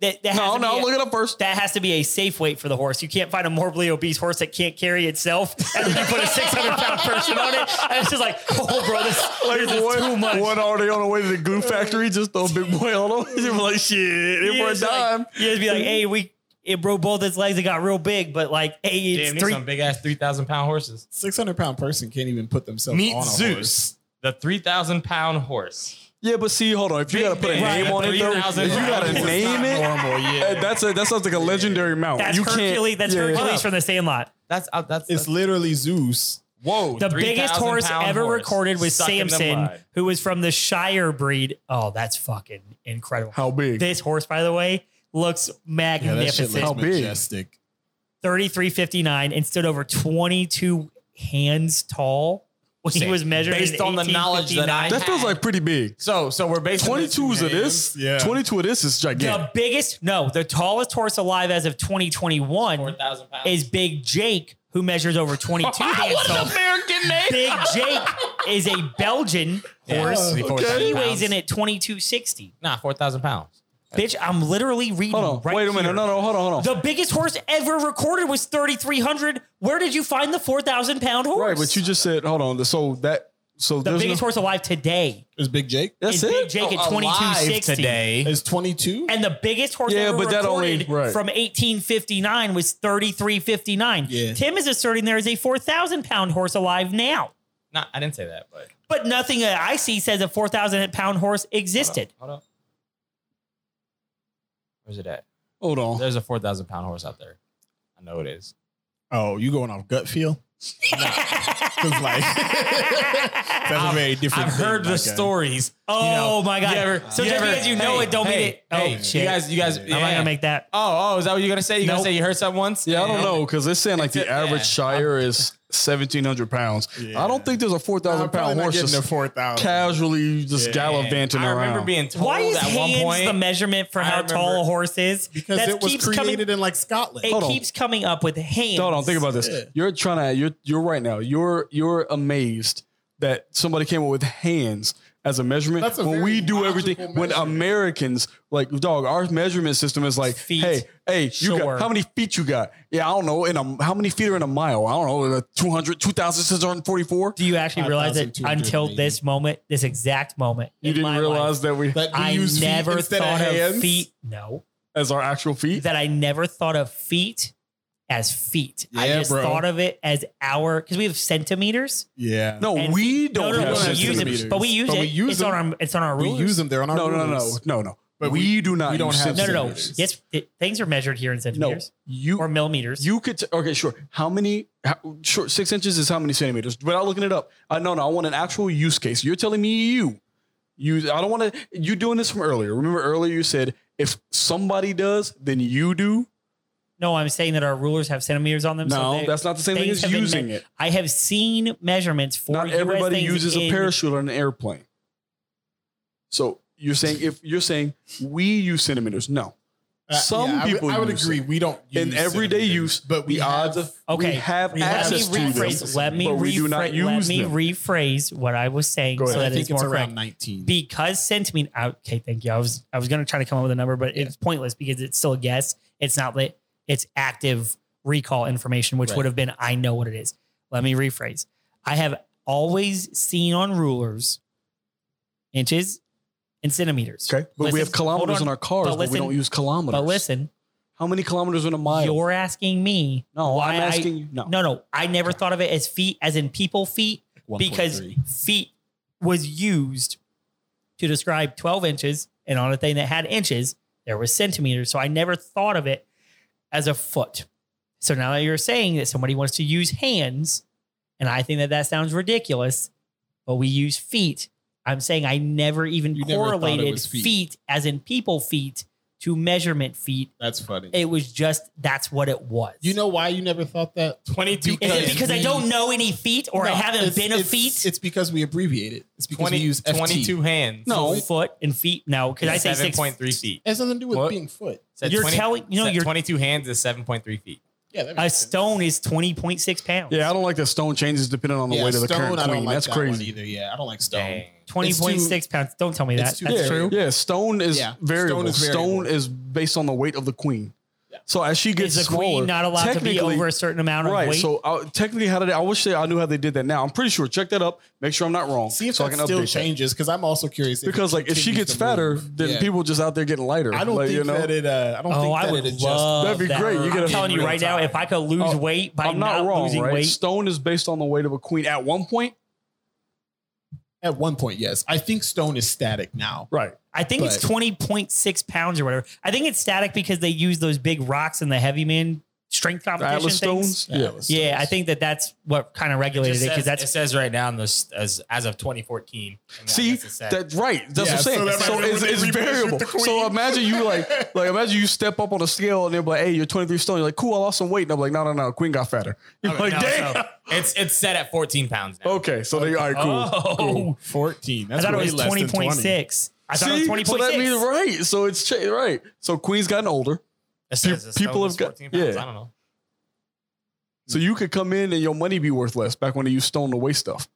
A: That, that has
E: No,
A: to
E: no.
A: be-
E: Look it up first.
A: that has to be a safe weight for the horse. You can't find a morbidly obese horse that can't carry itself, and then you put a 600 pound person on it, and it's just like, oh, bro, this, this is
E: what,
A: too much.
E: What are they on the way to the goo factory? Just throw a big boy on them. You're like, shit, it
A: You
E: for a
A: just like-
E: dime.
A: you just be like, hey, we it broke both its legs. It got real big, but like, hey, it's
B: Damn, these
A: three.
B: some big ass three thousand pound horses.
D: Six hundred pound person can't even put themselves
B: Meet
D: on a
B: Zeus,
D: horse.
B: the three thousand pound horse.
E: yeah, but see, hold on. If you
B: Big,
E: gotta put a
B: big,
E: name
B: right,
E: on it, though, if
B: 3,000
E: you gotta
B: pounds.
E: name it.
D: Normal,
E: eh,
D: yeah.
E: That's a that sounds like a legendary mount.
A: That's
E: you
A: Hercules.
E: Can't,
A: That's
E: yeah.
A: Hercules from the Sandlot.
B: That's uh, that's
D: It's literally Zeus.
B: whoa.
A: The biggest
B: 3,000
A: horse
B: pound
A: ever
B: horse.
A: recorded was
B: Suck in the
A: Samson,
B: mud.
A: who was from the Shire breed. Oh, that's fucking incredible.
E: How big?
A: this horse, by the way, looks
D: Yeah, that shit
A: magnificent.
D: looks
E: How big?
D: majestic.
A: 3359 and stood over 22 hands tall when he
B: Sick.
A: was measured
B: Based
A: in
B: on the knowledge that I-
E: that feels like pretty big.
B: So so we're basically
E: 22s of this.
D: Yeah.
E: 22 of this is
A: 1859.
E: gigantic.
A: the biggest no the tallest horse alive as of 2021
B: thousand pounds.
A: is big jake who measures over 22 hands tall
B: American name?
A: big jake is a belgian horse
D: Yeah,
A: he weighs in at 2260
B: Nah, four thousand pounds.
A: bitch i'm literally reading
E: Hold on.
A: right
E: Wait a minute.
A: here.
E: No, no. Hold on. Hold on.
A: the biggest horse ever recorded was 3300 where did you find the 4000 pound horse
E: right, but you just said hold on. So that so
A: the
E: there's
A: biggest
E: no,
A: horse alive today
D: Is Big Jake?
E: That's
A: is
E: it.
A: Big Jake at
B: Oh, alive
A: 2260.
B: today.
D: Is twenty two?
A: And the biggest horse
E: Yeah,
A: ever
E: but that only-
A: recorded
E: right.
A: from 1859 was 3359.
D: Yeah.
A: Tim is asserting there is a 4,000 pound horse alive now.
B: Nah, I didn't say that, but
A: But nothing that I see says a 4,000 pound horse existed.
B: hold up. Where's it at?
E: Hold on.
B: There's a four thousand pound horse out there. I know it is.
D: Oh, you going off gut feel? Because like that's a very different.
B: I've
D: thing,
B: heard the
D: like, uh,
B: stories.
A: oh
B: know,
A: my God.
B: you ever-
A: so
B: you
A: just
B: ever-
A: because you know
B: hey,
A: it, don't mean
B: hey,
A: it. Oh,
B: hey,
A: shit.
B: You guys, you guys,
A: I'm not
B: yeah.
A: going to make that.
B: Oh, oh, is that what you're gonna say? You're
A: Nope.
B: gonna say you heard something once?
E: Yeah, I don't know because it's saying like the
B: It's- yeah.
E: average Shire is 1,700 pounds. I don't think there's a 4,000
D: I'm probably
E: pound
D: not
E: horse
D: getting
E: just
D: to four thousand.
E: casually just
D: Yeah.
E: gallivanting
B: I
E: around.
B: remember being told
A: Why is
B: at one
A: hands
B: point.
A: the measurement for
B: I
A: how tall
B: remember-
A: a horse is?
D: because
A: That
D: it was
A: keeps
D: created
A: coming-
D: in like Scotland.
A: It
E: Hold on.
A: keeps coming up with hands.
E: Hold on, think about this.
D: Yeah.
E: You're trying to you're you're right now. You're you're amazed that somebody came up with hands as a measurement.
D: That's a
E: when we
D: very
E: do everything,
D: logical
E: when
D: measurement.
E: Americans like dog, our measurement system is like,
A: Feet.
E: hey, hey, you
A: Sure.
E: got how many feet you got? Yeah, I don't know. In a how many feet are in a mile? I don't know. in a 200, 2,644?
A: Do you actually realize that
D: 5,200
A: until
D: maybe.
A: this moment, this exact moment,
E: You
A: in
E: didn't
A: my
E: realize
A: life,
E: that we
D: That we
A: I
D: use feet
A: never
D: instead
A: thought
D: of, hands.
A: of feet. No,
E: as our actual feet.
A: that I never thought of feet as feet. I
D: Yeah,
A: just
D: bro.
A: thought of it as our because we have centimeters.
D: Yeah.
E: No,
A: And-
E: we
A: no,
E: don't
A: no,
E: have
A: we don't use
E: centimeters.
A: it, but we use
D: But
A: it.
D: we use
A: it's
D: them.
A: on our it's on our
D: we
A: rulers.
D: use them. They're on our
E: No, no, no, no,
D: rulers.
E: no, no.
D: But
E: we,
D: we-
E: do not.
D: we don't
E: use
D: have
A: no, no, no.
D: centimeters.
A: Yes, it, things are measured here in
E: No,
A: centimeters
E: you
A: or millimeters.
E: You could t- okay, sure. How many? How, sure, six inches is how many centimeters? Without looking it up, I no, no. I want an actual use case. You're telling me you, you. I don't want to. You doing this from earlier? Remember earlier you said if somebody does, then you do.
A: no, I'm saying that our rulers have centimeters on them. so
E: No,
A: they-
E: that's not the same thing
A: things
E: as
A: have been
E: using
A: made-
E: it.
A: I have seen measurements for
E: Not
A: US
E: everybody
A: things
E: uses a
A: in-
E: parachute on an airplane. So you're saying if you're saying we use centimeters, no.
D: Uh,
E: Some
D: yeah, I would-
E: people
D: I would
E: use
D: agree. We don't use
E: In everyday
D: centimeters,
E: use,
D: but we
E: the
D: have-
E: odds of
A: Okay,
E: we have
D: we
A: Let
D: have
A: me
E: access to them,
A: rephrase. Let me
E: but we do not
A: rephrase. Let
E: use
A: me
E: them.
A: rephrase what I was saying
E: Go
A: so
E: ahead.
D: I
A: that
D: think
A: it's
D: it's
A: more
D: around
A: correct.
D: nineteen.
A: Because centimeter. Okay, thank you. I was I was going to try to come up with a number, but it's pointless because it's still a guess. It's not lit. It's active recall information, which
B: Right.
A: would have been I know what it is. Let me rephrase. I have always seen on rulers inches and centimeters.
E: Okay, but we
A: Listen,
E: have kilometers
A: hold on.
E: in our cars, but, we
A: listen-
E: don't use kilometers.
A: But listen,
E: how many kilometers in a mile?
A: you're asking me.
E: no,
A: why
E: I'm
A: I-
E: asking you. No,
A: No, no, I never thought of it as feet, as in people feet, because feet was used to describe 12 inches. And on a thing that had inches, there was centimeters. So I never thought of it as a foot. So now that you're saying that somebody wants to use hands, and I think that that sounds ridiculous, but we use feet. I'm saying I never even
D: You never thought it
A: correlated
D: was
A: feet.
D: feet.
A: as in people feet to measurement feet.
D: That's funny.
A: It was just that's what it was.
D: you know why you never thought that?
B: 22
A: is it
B: because,
A: because I don't know any feet or I
D: No,
A: haven't
D: it's-
A: been a
D: it's-
A: feet?
D: It's because we abbreviate it. It's because
B: 20,
D: we use FT.
B: 22 hands.
D: No,
A: foot and feet? No, because I say six.
B: 7.3 feet.
D: It has nothing to do with
B: What?
D: being foot.
B: Said
A: You're telling- you know,
B: said
A: you're-
B: 22 hands is 7.3 feet.
D: Yeah, that
A: A
D: makes sense.
A: stone is twenty point six pounds.
E: Yeah, I don't like that stone changes depending on the
D: Yeah,
E: weight of the
D: stone,
E: current
D: I don't
E: queen.
D: like
E: That's
D: that one
E: crazy.
D: either. Yeah, I don't like stone.
B: Dang.
A: twenty point six pounds. Don't tell me that.
D: it's too-
A: That's
E: yeah,
A: true.
E: Yeah, stone is
D: Yeah, stone
E: variable. Stone
D: is
E: is,
D: variable.
E: based on the weight of the queen.
D: Yeah.
E: So as she gets
A: Is the
E: smaller,
A: queen not allowed to be
E: technically-
A: over a certain amount of
E: right?
A: weight?
E: So I, technically, how did I, I wish they, I knew how they did that. Now I'm pretty sure. Check that up. Make sure I'm not wrong.
D: See if
E: so I
D: that
E: can
D: still
E: update that.
D: changes because I'm also curious. if it
E: Because like if she
D: continues
E: gets
D: to
E: fatter,
D: move.
E: then
D: Yeah.
E: people just out there getting lighter.
D: I don't
E: like,
D: think
E: you know?
D: that it. Uh, I don't
A: oh,
D: think
A: I
D: that
A: would
D: it adjusts.
A: love
E: That'd be
A: that.
E: great. You get
A: I'm
E: a-
A: telling you
D: real
A: right now,
D: time.
A: if I could lose
E: Oh,
A: weight by
E: I'm not,
A: not,
E: wrong,
A: losing
E: right?
A: weight,
E: Stone is based on the weight of a queen at one point.
D: At one point, yes. I think stone is static now.
E: Right.
A: I think it's
D: But-
A: twenty point six pounds or whatever. I think it's static because they use those big rocks in the heavy man strength competition
E: Atlas
A: things.
E: stones. Yeah.
D: Atlas
A: Yeah, I
D: stones.
A: think that that's what kind of regulated it
B: It
A: because
B: says, it
A: that's
B: says right now in this, as, as of 2014. I mean, I
E: See,
B: guess it said-
E: that's right. That's
D: Yeah,
E: what I'm saying.
D: so that
E: So,
D: might be
E: it's,
D: when
E: it's
D: they remeasure
E: variable.
D: the queen.
E: So imagine you like, like imagine you step up on a scale and they're like, "Hey, you're 23 stone." You're like, "Cool, I lost some weight." And I'm like, "No, no, no, queen got fatter." You're
B: Okay,
E: like,
B: no,
E: "Damn."
B: so it's it's set at 14 pounds now.
E: Okay, so they all right, cool.
A: oh,
D: Cool. 14.
A: I
D: That's
A: thought it
D: way
A: was
D: less than
A: twenty point
D: 20.
A: six. I thought it was
E: See,
A: twenty
E: so
A: point
E: that means
A: six.
E: right. So it's cha- right. So queen's gotten older.
B: It says the stone
E: people have
B: is
E: got-
B: 14 pounds.
E: yeah.
B: I don't know.
E: So you could come in and your money be worth less. Back when they used stone to weigh stuff,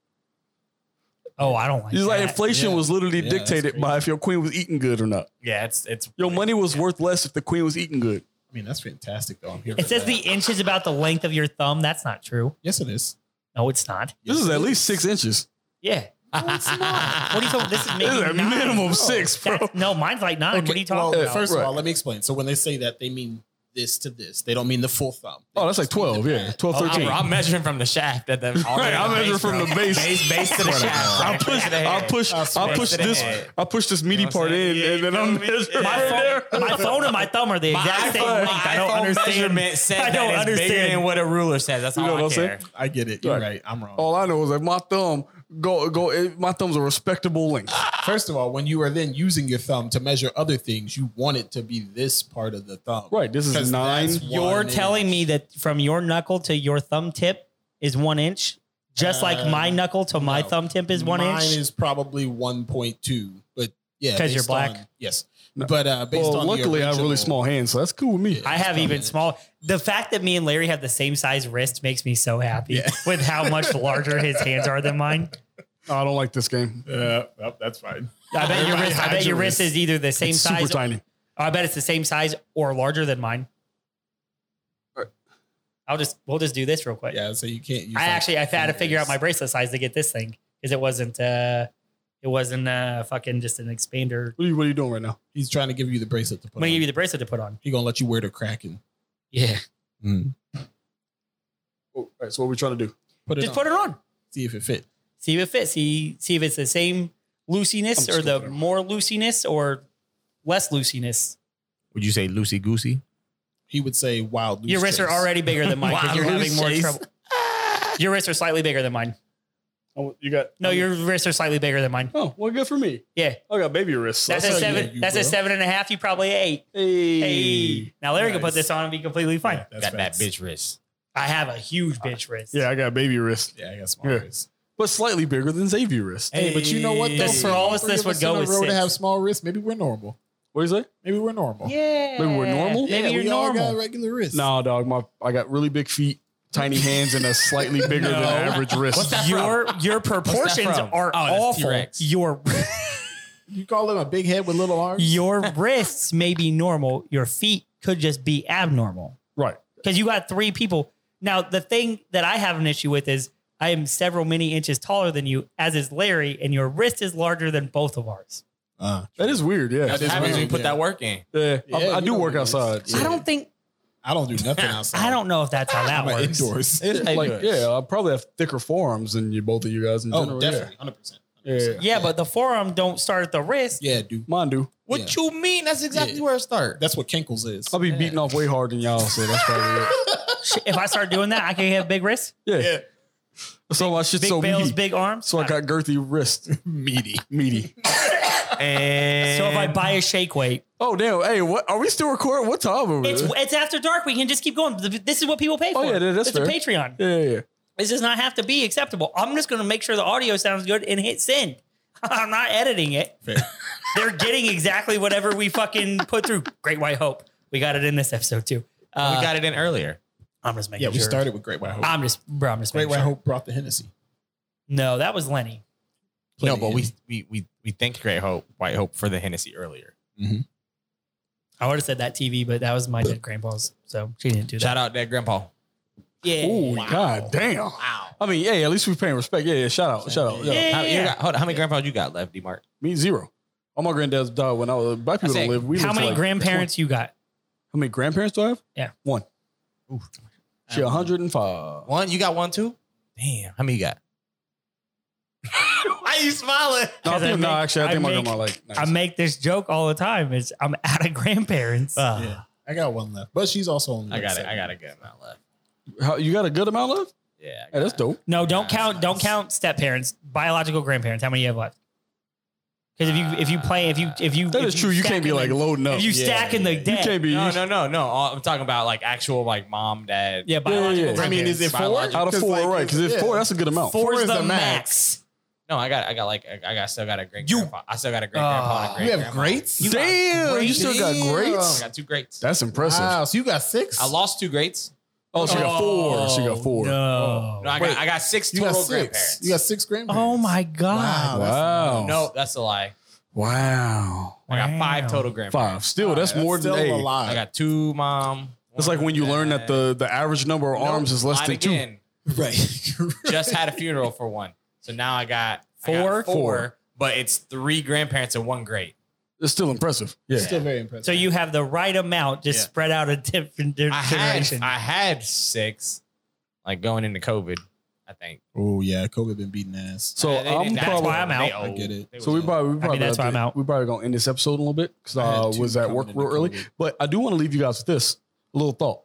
A: Oh, I don't like
E: it's like
A: that.
E: inflation
D: yeah.
E: was literally
D: Yeah, that's
E: dictated by if your queen was eating good or not.
B: Yeah, it's it's
E: Your money was worth less if the queen was eating good.
D: I mean, that's fantastic, though. I'm here.
A: It
D: for
A: says
D: that.
A: the inch is about the length of your thumb. That's not true.
D: Yes, it is.
A: No, it's not.
E: This is at least six inches.
A: Yeah. What are you talking? This is
E: This is
A: maybe
E: a
A: nine.
E: minimum six, bro.
A: That's- no, mine's like nine. what are you
D: well,
A: talking about?
D: First
E: Right.
D: of all, let me explain. So when they say that, they mean this to this. They don't mean the full thumb. They
E: Oh, that's like
D: just mean the
E: 12, yeah.
D: pad.
E: 12,
B: I'm,
E: 13.
B: Oh, I'm measuring from the shaft at the
E: Right, I'm measuring from the base.
B: base, base to the shaft.
E: I'll
B: right?
E: push,
B: To the
E: I'll
B: head.
E: push, I'll push
B: Today.
E: this, I'll push this meaty
B: You know what
E: part
B: I'm
E: in,
B: saying? Yeah,
E: and then
B: you
E: I'm
B: know what I mean?
E: measuring
B: Yeah.
A: my,
E: right
A: phone,
E: there.
A: my phone and my thumb are the
B: My
A: exact same
B: iPhone,
A: length. I don't
B: iPhone
A: understand.
B: measurement
A: I
B: said I
A: don't
B: don't bigger
A: understand.
B: than what a ruler says. That's
E: You know
B: all
E: what
B: I
E: I'm saying?
B: care.
D: I get it. You're
E: Right. Oh.
D: right. I'm wrong.
E: All I know is that my thumb go go. It, my thumb's a respectable length.
D: First of all, when you are then using your thumb to measure other things, you want it to be this part of the thumb.
E: Right, this is
D: 'Cause
E: nine.
D: that's
A: You're
D: one
A: telling
D: inch.
A: me that from your knuckle to your thumb tip is one inch, just like my
D: Uh,
A: knuckle to my
D: no.
A: thumb tip is one
D: Mine
A: inch.
D: is probably 1.2, but yeah.
A: 'Cause you're
D: based
A: black.
D: on- yes.
E: No.
D: But uh, based
E: well,
D: on the
E: luckily I have really
D: original-
E: small hands, so that's cool with me.
D: Yeah.
A: I have
D: Thumb
A: even
D: is-
A: smaller. The fact that me and Larry have the same size wrist makes me so happy
D: Yeah.
A: with how much larger his hands are than mine.
E: Oh, I don't like this game.
D: Uh, well, that's fine.
A: I bet your
D: Everybody
A: wrist. I
D: hides
A: bet your
D: your
A: wrist is either the same
E: it's
A: size.
E: super tiny.
A: I bet it's the same size or larger than mine.
E: Alright.
A: I'll just we'll just do this real quick.
D: Yeah, so you can't use
A: I
D: like
A: actually I had to figure out
D: fingers.
A: my bracelet size to get this thing because it wasn't uh it wasn't uh fucking just an expander.
E: What are you What are you doing right now?
D: He's trying to give you the bracelet to
A: I'm
D: put
A: gonna
D: on.
A: give you the bracelet to put on.
D: He's gonna let you wear the Kraken.
A: Yeah,
E: Mm. Oh, all right, so what are we trying to do?
D: Put it
A: just
D: on.
A: put it on.
D: See if it fit.
A: See if it fits. See see if it's the same loosiness
E: I'm
A: or the
E: stupid.
A: more loosiness or less loosiness.
B: Would you say loosey goosey?
D: He would say wild. loose
A: Your wrists are
D: chase."
A: already bigger than mine because
B: Wow,
A: you're having more
B: loose
A: trouble. Your wrists are slightly bigger than mine.
E: Oh, you got
A: No, your wrists are slightly bigger than mine.
E: Oh, well, good for me.
A: Yeah.
E: I got baby wrists. so
A: That's a
D: that's-
A: seven.
D: yeah, you
A: that's a
D: will.
A: seven and a half. You probably ate.
E: hey.
A: Hey, now Larry can put
D: Nice.
A: this on and be completely fine.
D: Yeah, that's
B: Got that
D: facts.
B: bitch wrist.
A: I have a huge bitch wrist.
E: Yeah, I got baby wrist,
D: Yeah, I got small
E: Yeah.
D: wrists.
E: but slightly bigger than Xavier wrist.
D: Hey, but you know what?
B: Hey.
D: Though,
A: The
D: For all
A: smallest
D: three
A: this
D: of
A: would
D: us
A: go
D: in a
A: is
D: row
A: six.
D: to have small wrists. Maybe we're normal.
E: What do you say?
D: Maybe we're normal.
A: Yeah.
E: Maybe we're normal?
A: Maybe
D: Yeah,
A: you're
D: we all got
A: normal.
D: regular wrists.
E: No, dog. My I got really big feet, tiny hands, and a slightly bigger than
B: No.
E: average wrist.
B: What's that
A: Your your proportions
B: from?
A: are
B: Oh, that's
A: awful.
B: T-Rex.
A: Your
D: you call him a big head with little arms.
A: your wrists may be normal. Your feet could just be abnormal
E: Right.
A: because you got three people. Now the thing that I have an issue with is I am several many inches taller than you, as is Larry, and your wrist is larger than both of ours.
D: Uh,
E: That is weird. Yeah.
B: That's what
D: is
B: happens when
D: weird,
B: you put
D: yeah.
B: that work in.
E: Yeah. I-
D: Yeah,
E: I,
D: you
E: do
D: don't
E: work
D: really-
E: outside.
D: Yeah.
A: I don't think
D: I don't do nothing outside.
E: Oh.
A: I don't know if that's how that
D: I'm a
A: works.
D: indoors.
E: It's like, yeah, I probably have thicker forearms than you, both of you guys in
D: Oh,
E: general.
D: definitely, hundred percent.
E: Yeah.
A: Yeah, but the forearm don't start at the wrist.
D: Yeah, dude.
E: Mine do.
B: What you mean? That's exactly
D: Yeah.
B: where it starts.
D: That's what Kinkles is.
E: I'll be beating off way harder than y'all, so that's probably it.
A: Shit, If I start doing that, I can have big wrists,
E: Yeah. So my shit's
A: big
E: so
A: bells,
E: meaty.
A: big arms.
E: So I got girthy wrist.
D: meaty.
E: Meaty.
B: And
A: So if I buy a shake weight,
E: Oh damn! Hey, what are we still recording? What time are we?
A: it's it's after dark. We can just keep going. This is what people pay for.
E: Oh, yeah, that's
A: it's a
E: fair.
A: Patreon.
E: yeah, yeah, yeah.
A: This does not have to be acceptable. I'm just going to make sure the audio sounds good and hit send. I'm not editing it. They're getting exactly whatever we fucking put through. Great White Hope. We got it in this episode too. Uh,
B: we got it in earlier.
A: I'm just making
D: Yeah, we
A: sure.
D: started with Great White Hope.
A: I'm just, bro. I'm just
D: Great
A: making
D: White
A: sure.
D: Hope brought the Hennessy.
A: No, that was Lenny.
B: No, but we we we we thank Great Hope, White Hope for the Hennessy earlier.
A: I would have said that TV, but that was my dead grandpa's, so she didn't do that.
B: Shout out that grandpa.
A: Yeah.
E: Oh god damn! Wow. I mean, hey, at least we're paying respect. Yeah, yeah. Shout out, shout out. Yeah.
A: Yeah.
B: How, you got, hold on, how many grandpas you got left, D Mark?
E: Me zero. All my granddads died when I was black people
B: That's
E: don't
B: it.
E: live. We
A: How
E: lived to,
A: many
E: like,
A: grandparents you got?
E: How many grandparents do I have?
A: Yeah.
E: One. She 105.
B: One? You got one too? Damn. How many you got? Why are you smiling?
E: No, I
A: Because I
E: think, no,
A: make-
E: actually, I
A: I
E: think my
A: make-
E: grandma like.
A: I make this joke all the time. It's I'm out of grandparents.
D: Yeah, I got one left, but she's also on.
B: I got it. I got a good amount left.
E: How, you got a good amount left?
B: Yeah. I
E: Hey, that's
B: got-
E: dope.
A: No, don't count. Don't count step parents, biological grandparents. How many you have left? Because if you if you play if you if you
E: That
A: if
E: is
A: you
E: true. You can't be like
A: stacking the-
E: loading up.
A: if you
E: Yeah.
A: stack in the
E: You
A: dead.
E: can't be.
B: No, no, no, no. All- I'm talking about like actual like mom, dad.
A: Yeah, biological.
E: yeah.
A: grandparents.
D: I mean, is it four?
B: Biological.
E: Out of
D: 'Cause,
E: four,
D: like,
E: right? Because if
D: yeah.
E: four, that's a good amount.
A: four, is the, max.
B: No, I got I got like I got still got a great
A: You-
B: grandpa. I still got a great grandpa. and a great
D: You have
B: grandma.
D: greats.
A: You got
E: Damn, you
A: great-
E: still got
D: Damn.
B: I
E: greats.
B: got two greats.
E: That's impressive.
D: Wow, so you got six.
B: I lost two greats.
E: Oh, she got four. She got four.
A: Oh, No.
B: No, I got I got six
D: You
B: total
D: got six.
B: grandparents.
D: You got six grandparents.
A: Oh my god.
D: Wow.
E: Wow.
B: no, that's a lie.
E: Wow.
B: I got five
A: Wow.
B: total grandparents.
E: Five. Still, that's
D: That's
E: more
D: still
E: than
D: a
E: eight.
D: lot.
B: I got two mom.
E: It's like when you
B: one
E: learn
B: dad.
E: that the, the average number of
B: Nope,
E: arms is less
B: lied
E: than two.
B: again.
D: right.
B: Just had a funeral for one, so now I got I
A: Four?
B: got four, but it's three grandparents and one great.
E: It's still impressive. Yeah.
D: Still very impressive.
A: So you have the right amount just
B: Yeah.
A: spread out a different
B: I
A: generation.
B: had I had six, like going into COVID. I think.
D: Oh yeah, COVID been beating ass.
E: So
B: Uh, they-
E: I'm
B: that's
E: probably.
A: why I'm
B: they
A: out.
B: old.
D: I get it.
B: They
E: So
B: was
E: we probably, we probably
A: that's why I'm out.
E: We probably gonna end this episode in a little bit because I
D: had two
E: was at
D: coming
E: work
D: into
E: real early.
D: COVID.
E: But I do want to leave you guys with this a little thought.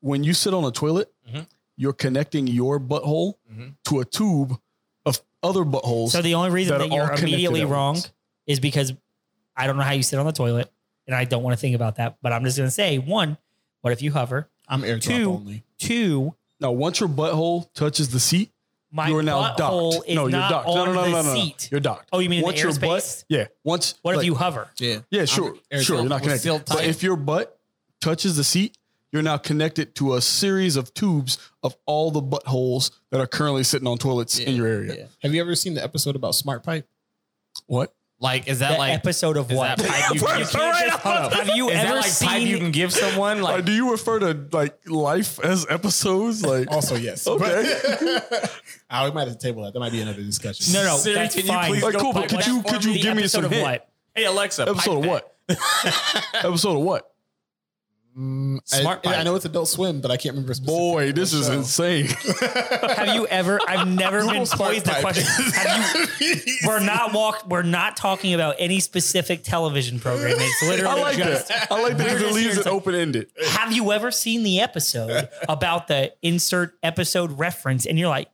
E: When you sit on a toilet,
A: Mm-hmm.
B: Mhm.
E: you're connecting your butthole
B: Mhm.
E: to a tube of other buttholes.
A: so the only reason
E: that
A: that
E: are all
A: you're
E: connected
A: immediately
E: at
A: wrong
E: once.
A: is because I don't know how you sit on the toilet and I don't want to think about that. But I'm just gonna say one, what if you hover?
D: I'm airdrop
A: Two.
D: only.
A: Two,
E: now, once your butthole touches the seat,
A: my
E: you are now
A: butthole
E: docked.
A: is
E: No, you're
A: not
E: docked.
A: on
E: No, no, no,
A: the
E: no, no, no.
A: seat.
E: You're docked.
A: Oh, you mean in the
E: your butt?
A: airspace?
E: Yeah. Once.
A: What if
E: like-
A: you hover?
D: Yeah.
E: Yeah, sure,
B: airdrop
E: sure. You're
B: was
E: not connected.
B: still
E: but
B: tight.
E: if your butt touches the seat, you're now connected to a series of tubes of all the buttholes that are currently sitting on toilets in your area.
D: Have you ever seen the episode about Smart Pipe?
E: What?
B: Like, is that
A: That
B: like
A: episode of
B: is
A: what?
B: that pipe
A: You
B: you can
A: can't
B: give-
A: just- hold up. Have you
B: Is that
A: ever
B: like pipe you
A: seen?
B: can give someone?
E: Uh,
B: Like,
E: do you refer to like life as episodes? Like,
D: Also yes.
E: Okay.
D: But- Ah, we might have to table that. That might be another discussion.
A: No, no,
B: Siri,
A: that's
B: can you
A: fine.
B: please
E: like
B: go
E: cool,
B: pipe
E: but could
B: that
E: you
B: for
E: could you
A: The
E: give me
A: episode
E: some
A: of
E: hint?
A: what?
B: hey Alexa,
E: Episode of
B: pipe
E: what? episode of what?
D: Smart
B: Smart
D: I,
B: Pipe.
D: I know it's Adult Swim, but I can't remember.
E: Boy, this is insane.
A: Have you ever? I've never been
D: Smart
A: poised the
D: Pipe.
A: question. Have you? We're not walk. We're not talking about any specific television program. It's
E: I
A: literally
E: like
A: just.
E: that. I like that because it
A: Weirdest
E: leaves
A: years
E: it
A: of-
E: open ended.
A: Have you ever seen the episode about the insert episode reference? And you're like,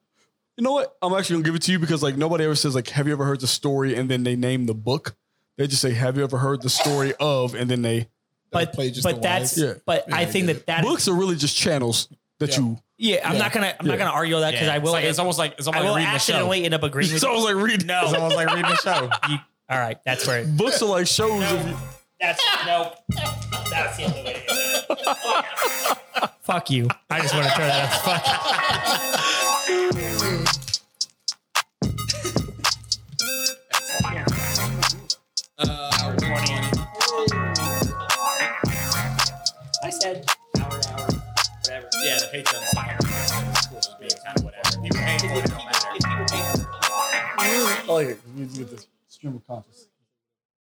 E: You know what? I'm actually gonna give it to you because like nobody ever says like, "Have you ever heard the story?" and then they name the book. They just say, "Have you ever heard the story of?" and then they
A: but
D: play just
A: but
D: the
A: that's
E: wise. Yeah.
A: but I
D: I
A: think
D: get
A: that that is-
E: books are really just channels that you.
A: yeah. I'm not gonna I'm not
E: Yeah.
A: gonna argue that because I will.
B: It's, like, it's almost like it's
A: I
B: almost
A: will
B: like reading the show.
A: accidentally end up agreeing with.
E: So I was like, read
A: No.
B: It's almost like reading the show.
A: you. All right, that's where.
E: Books are like shows. If you,
A: That's no. That's the only way. to do it. Fuck you. I just want to throw that out. Fuck. I said hour to hour, whatever.
B: Yeah, the Patreon's fire. Kind of whatever. People pay for it, it don't matter.
E: Oh, I like it. You get this stream of consciousness.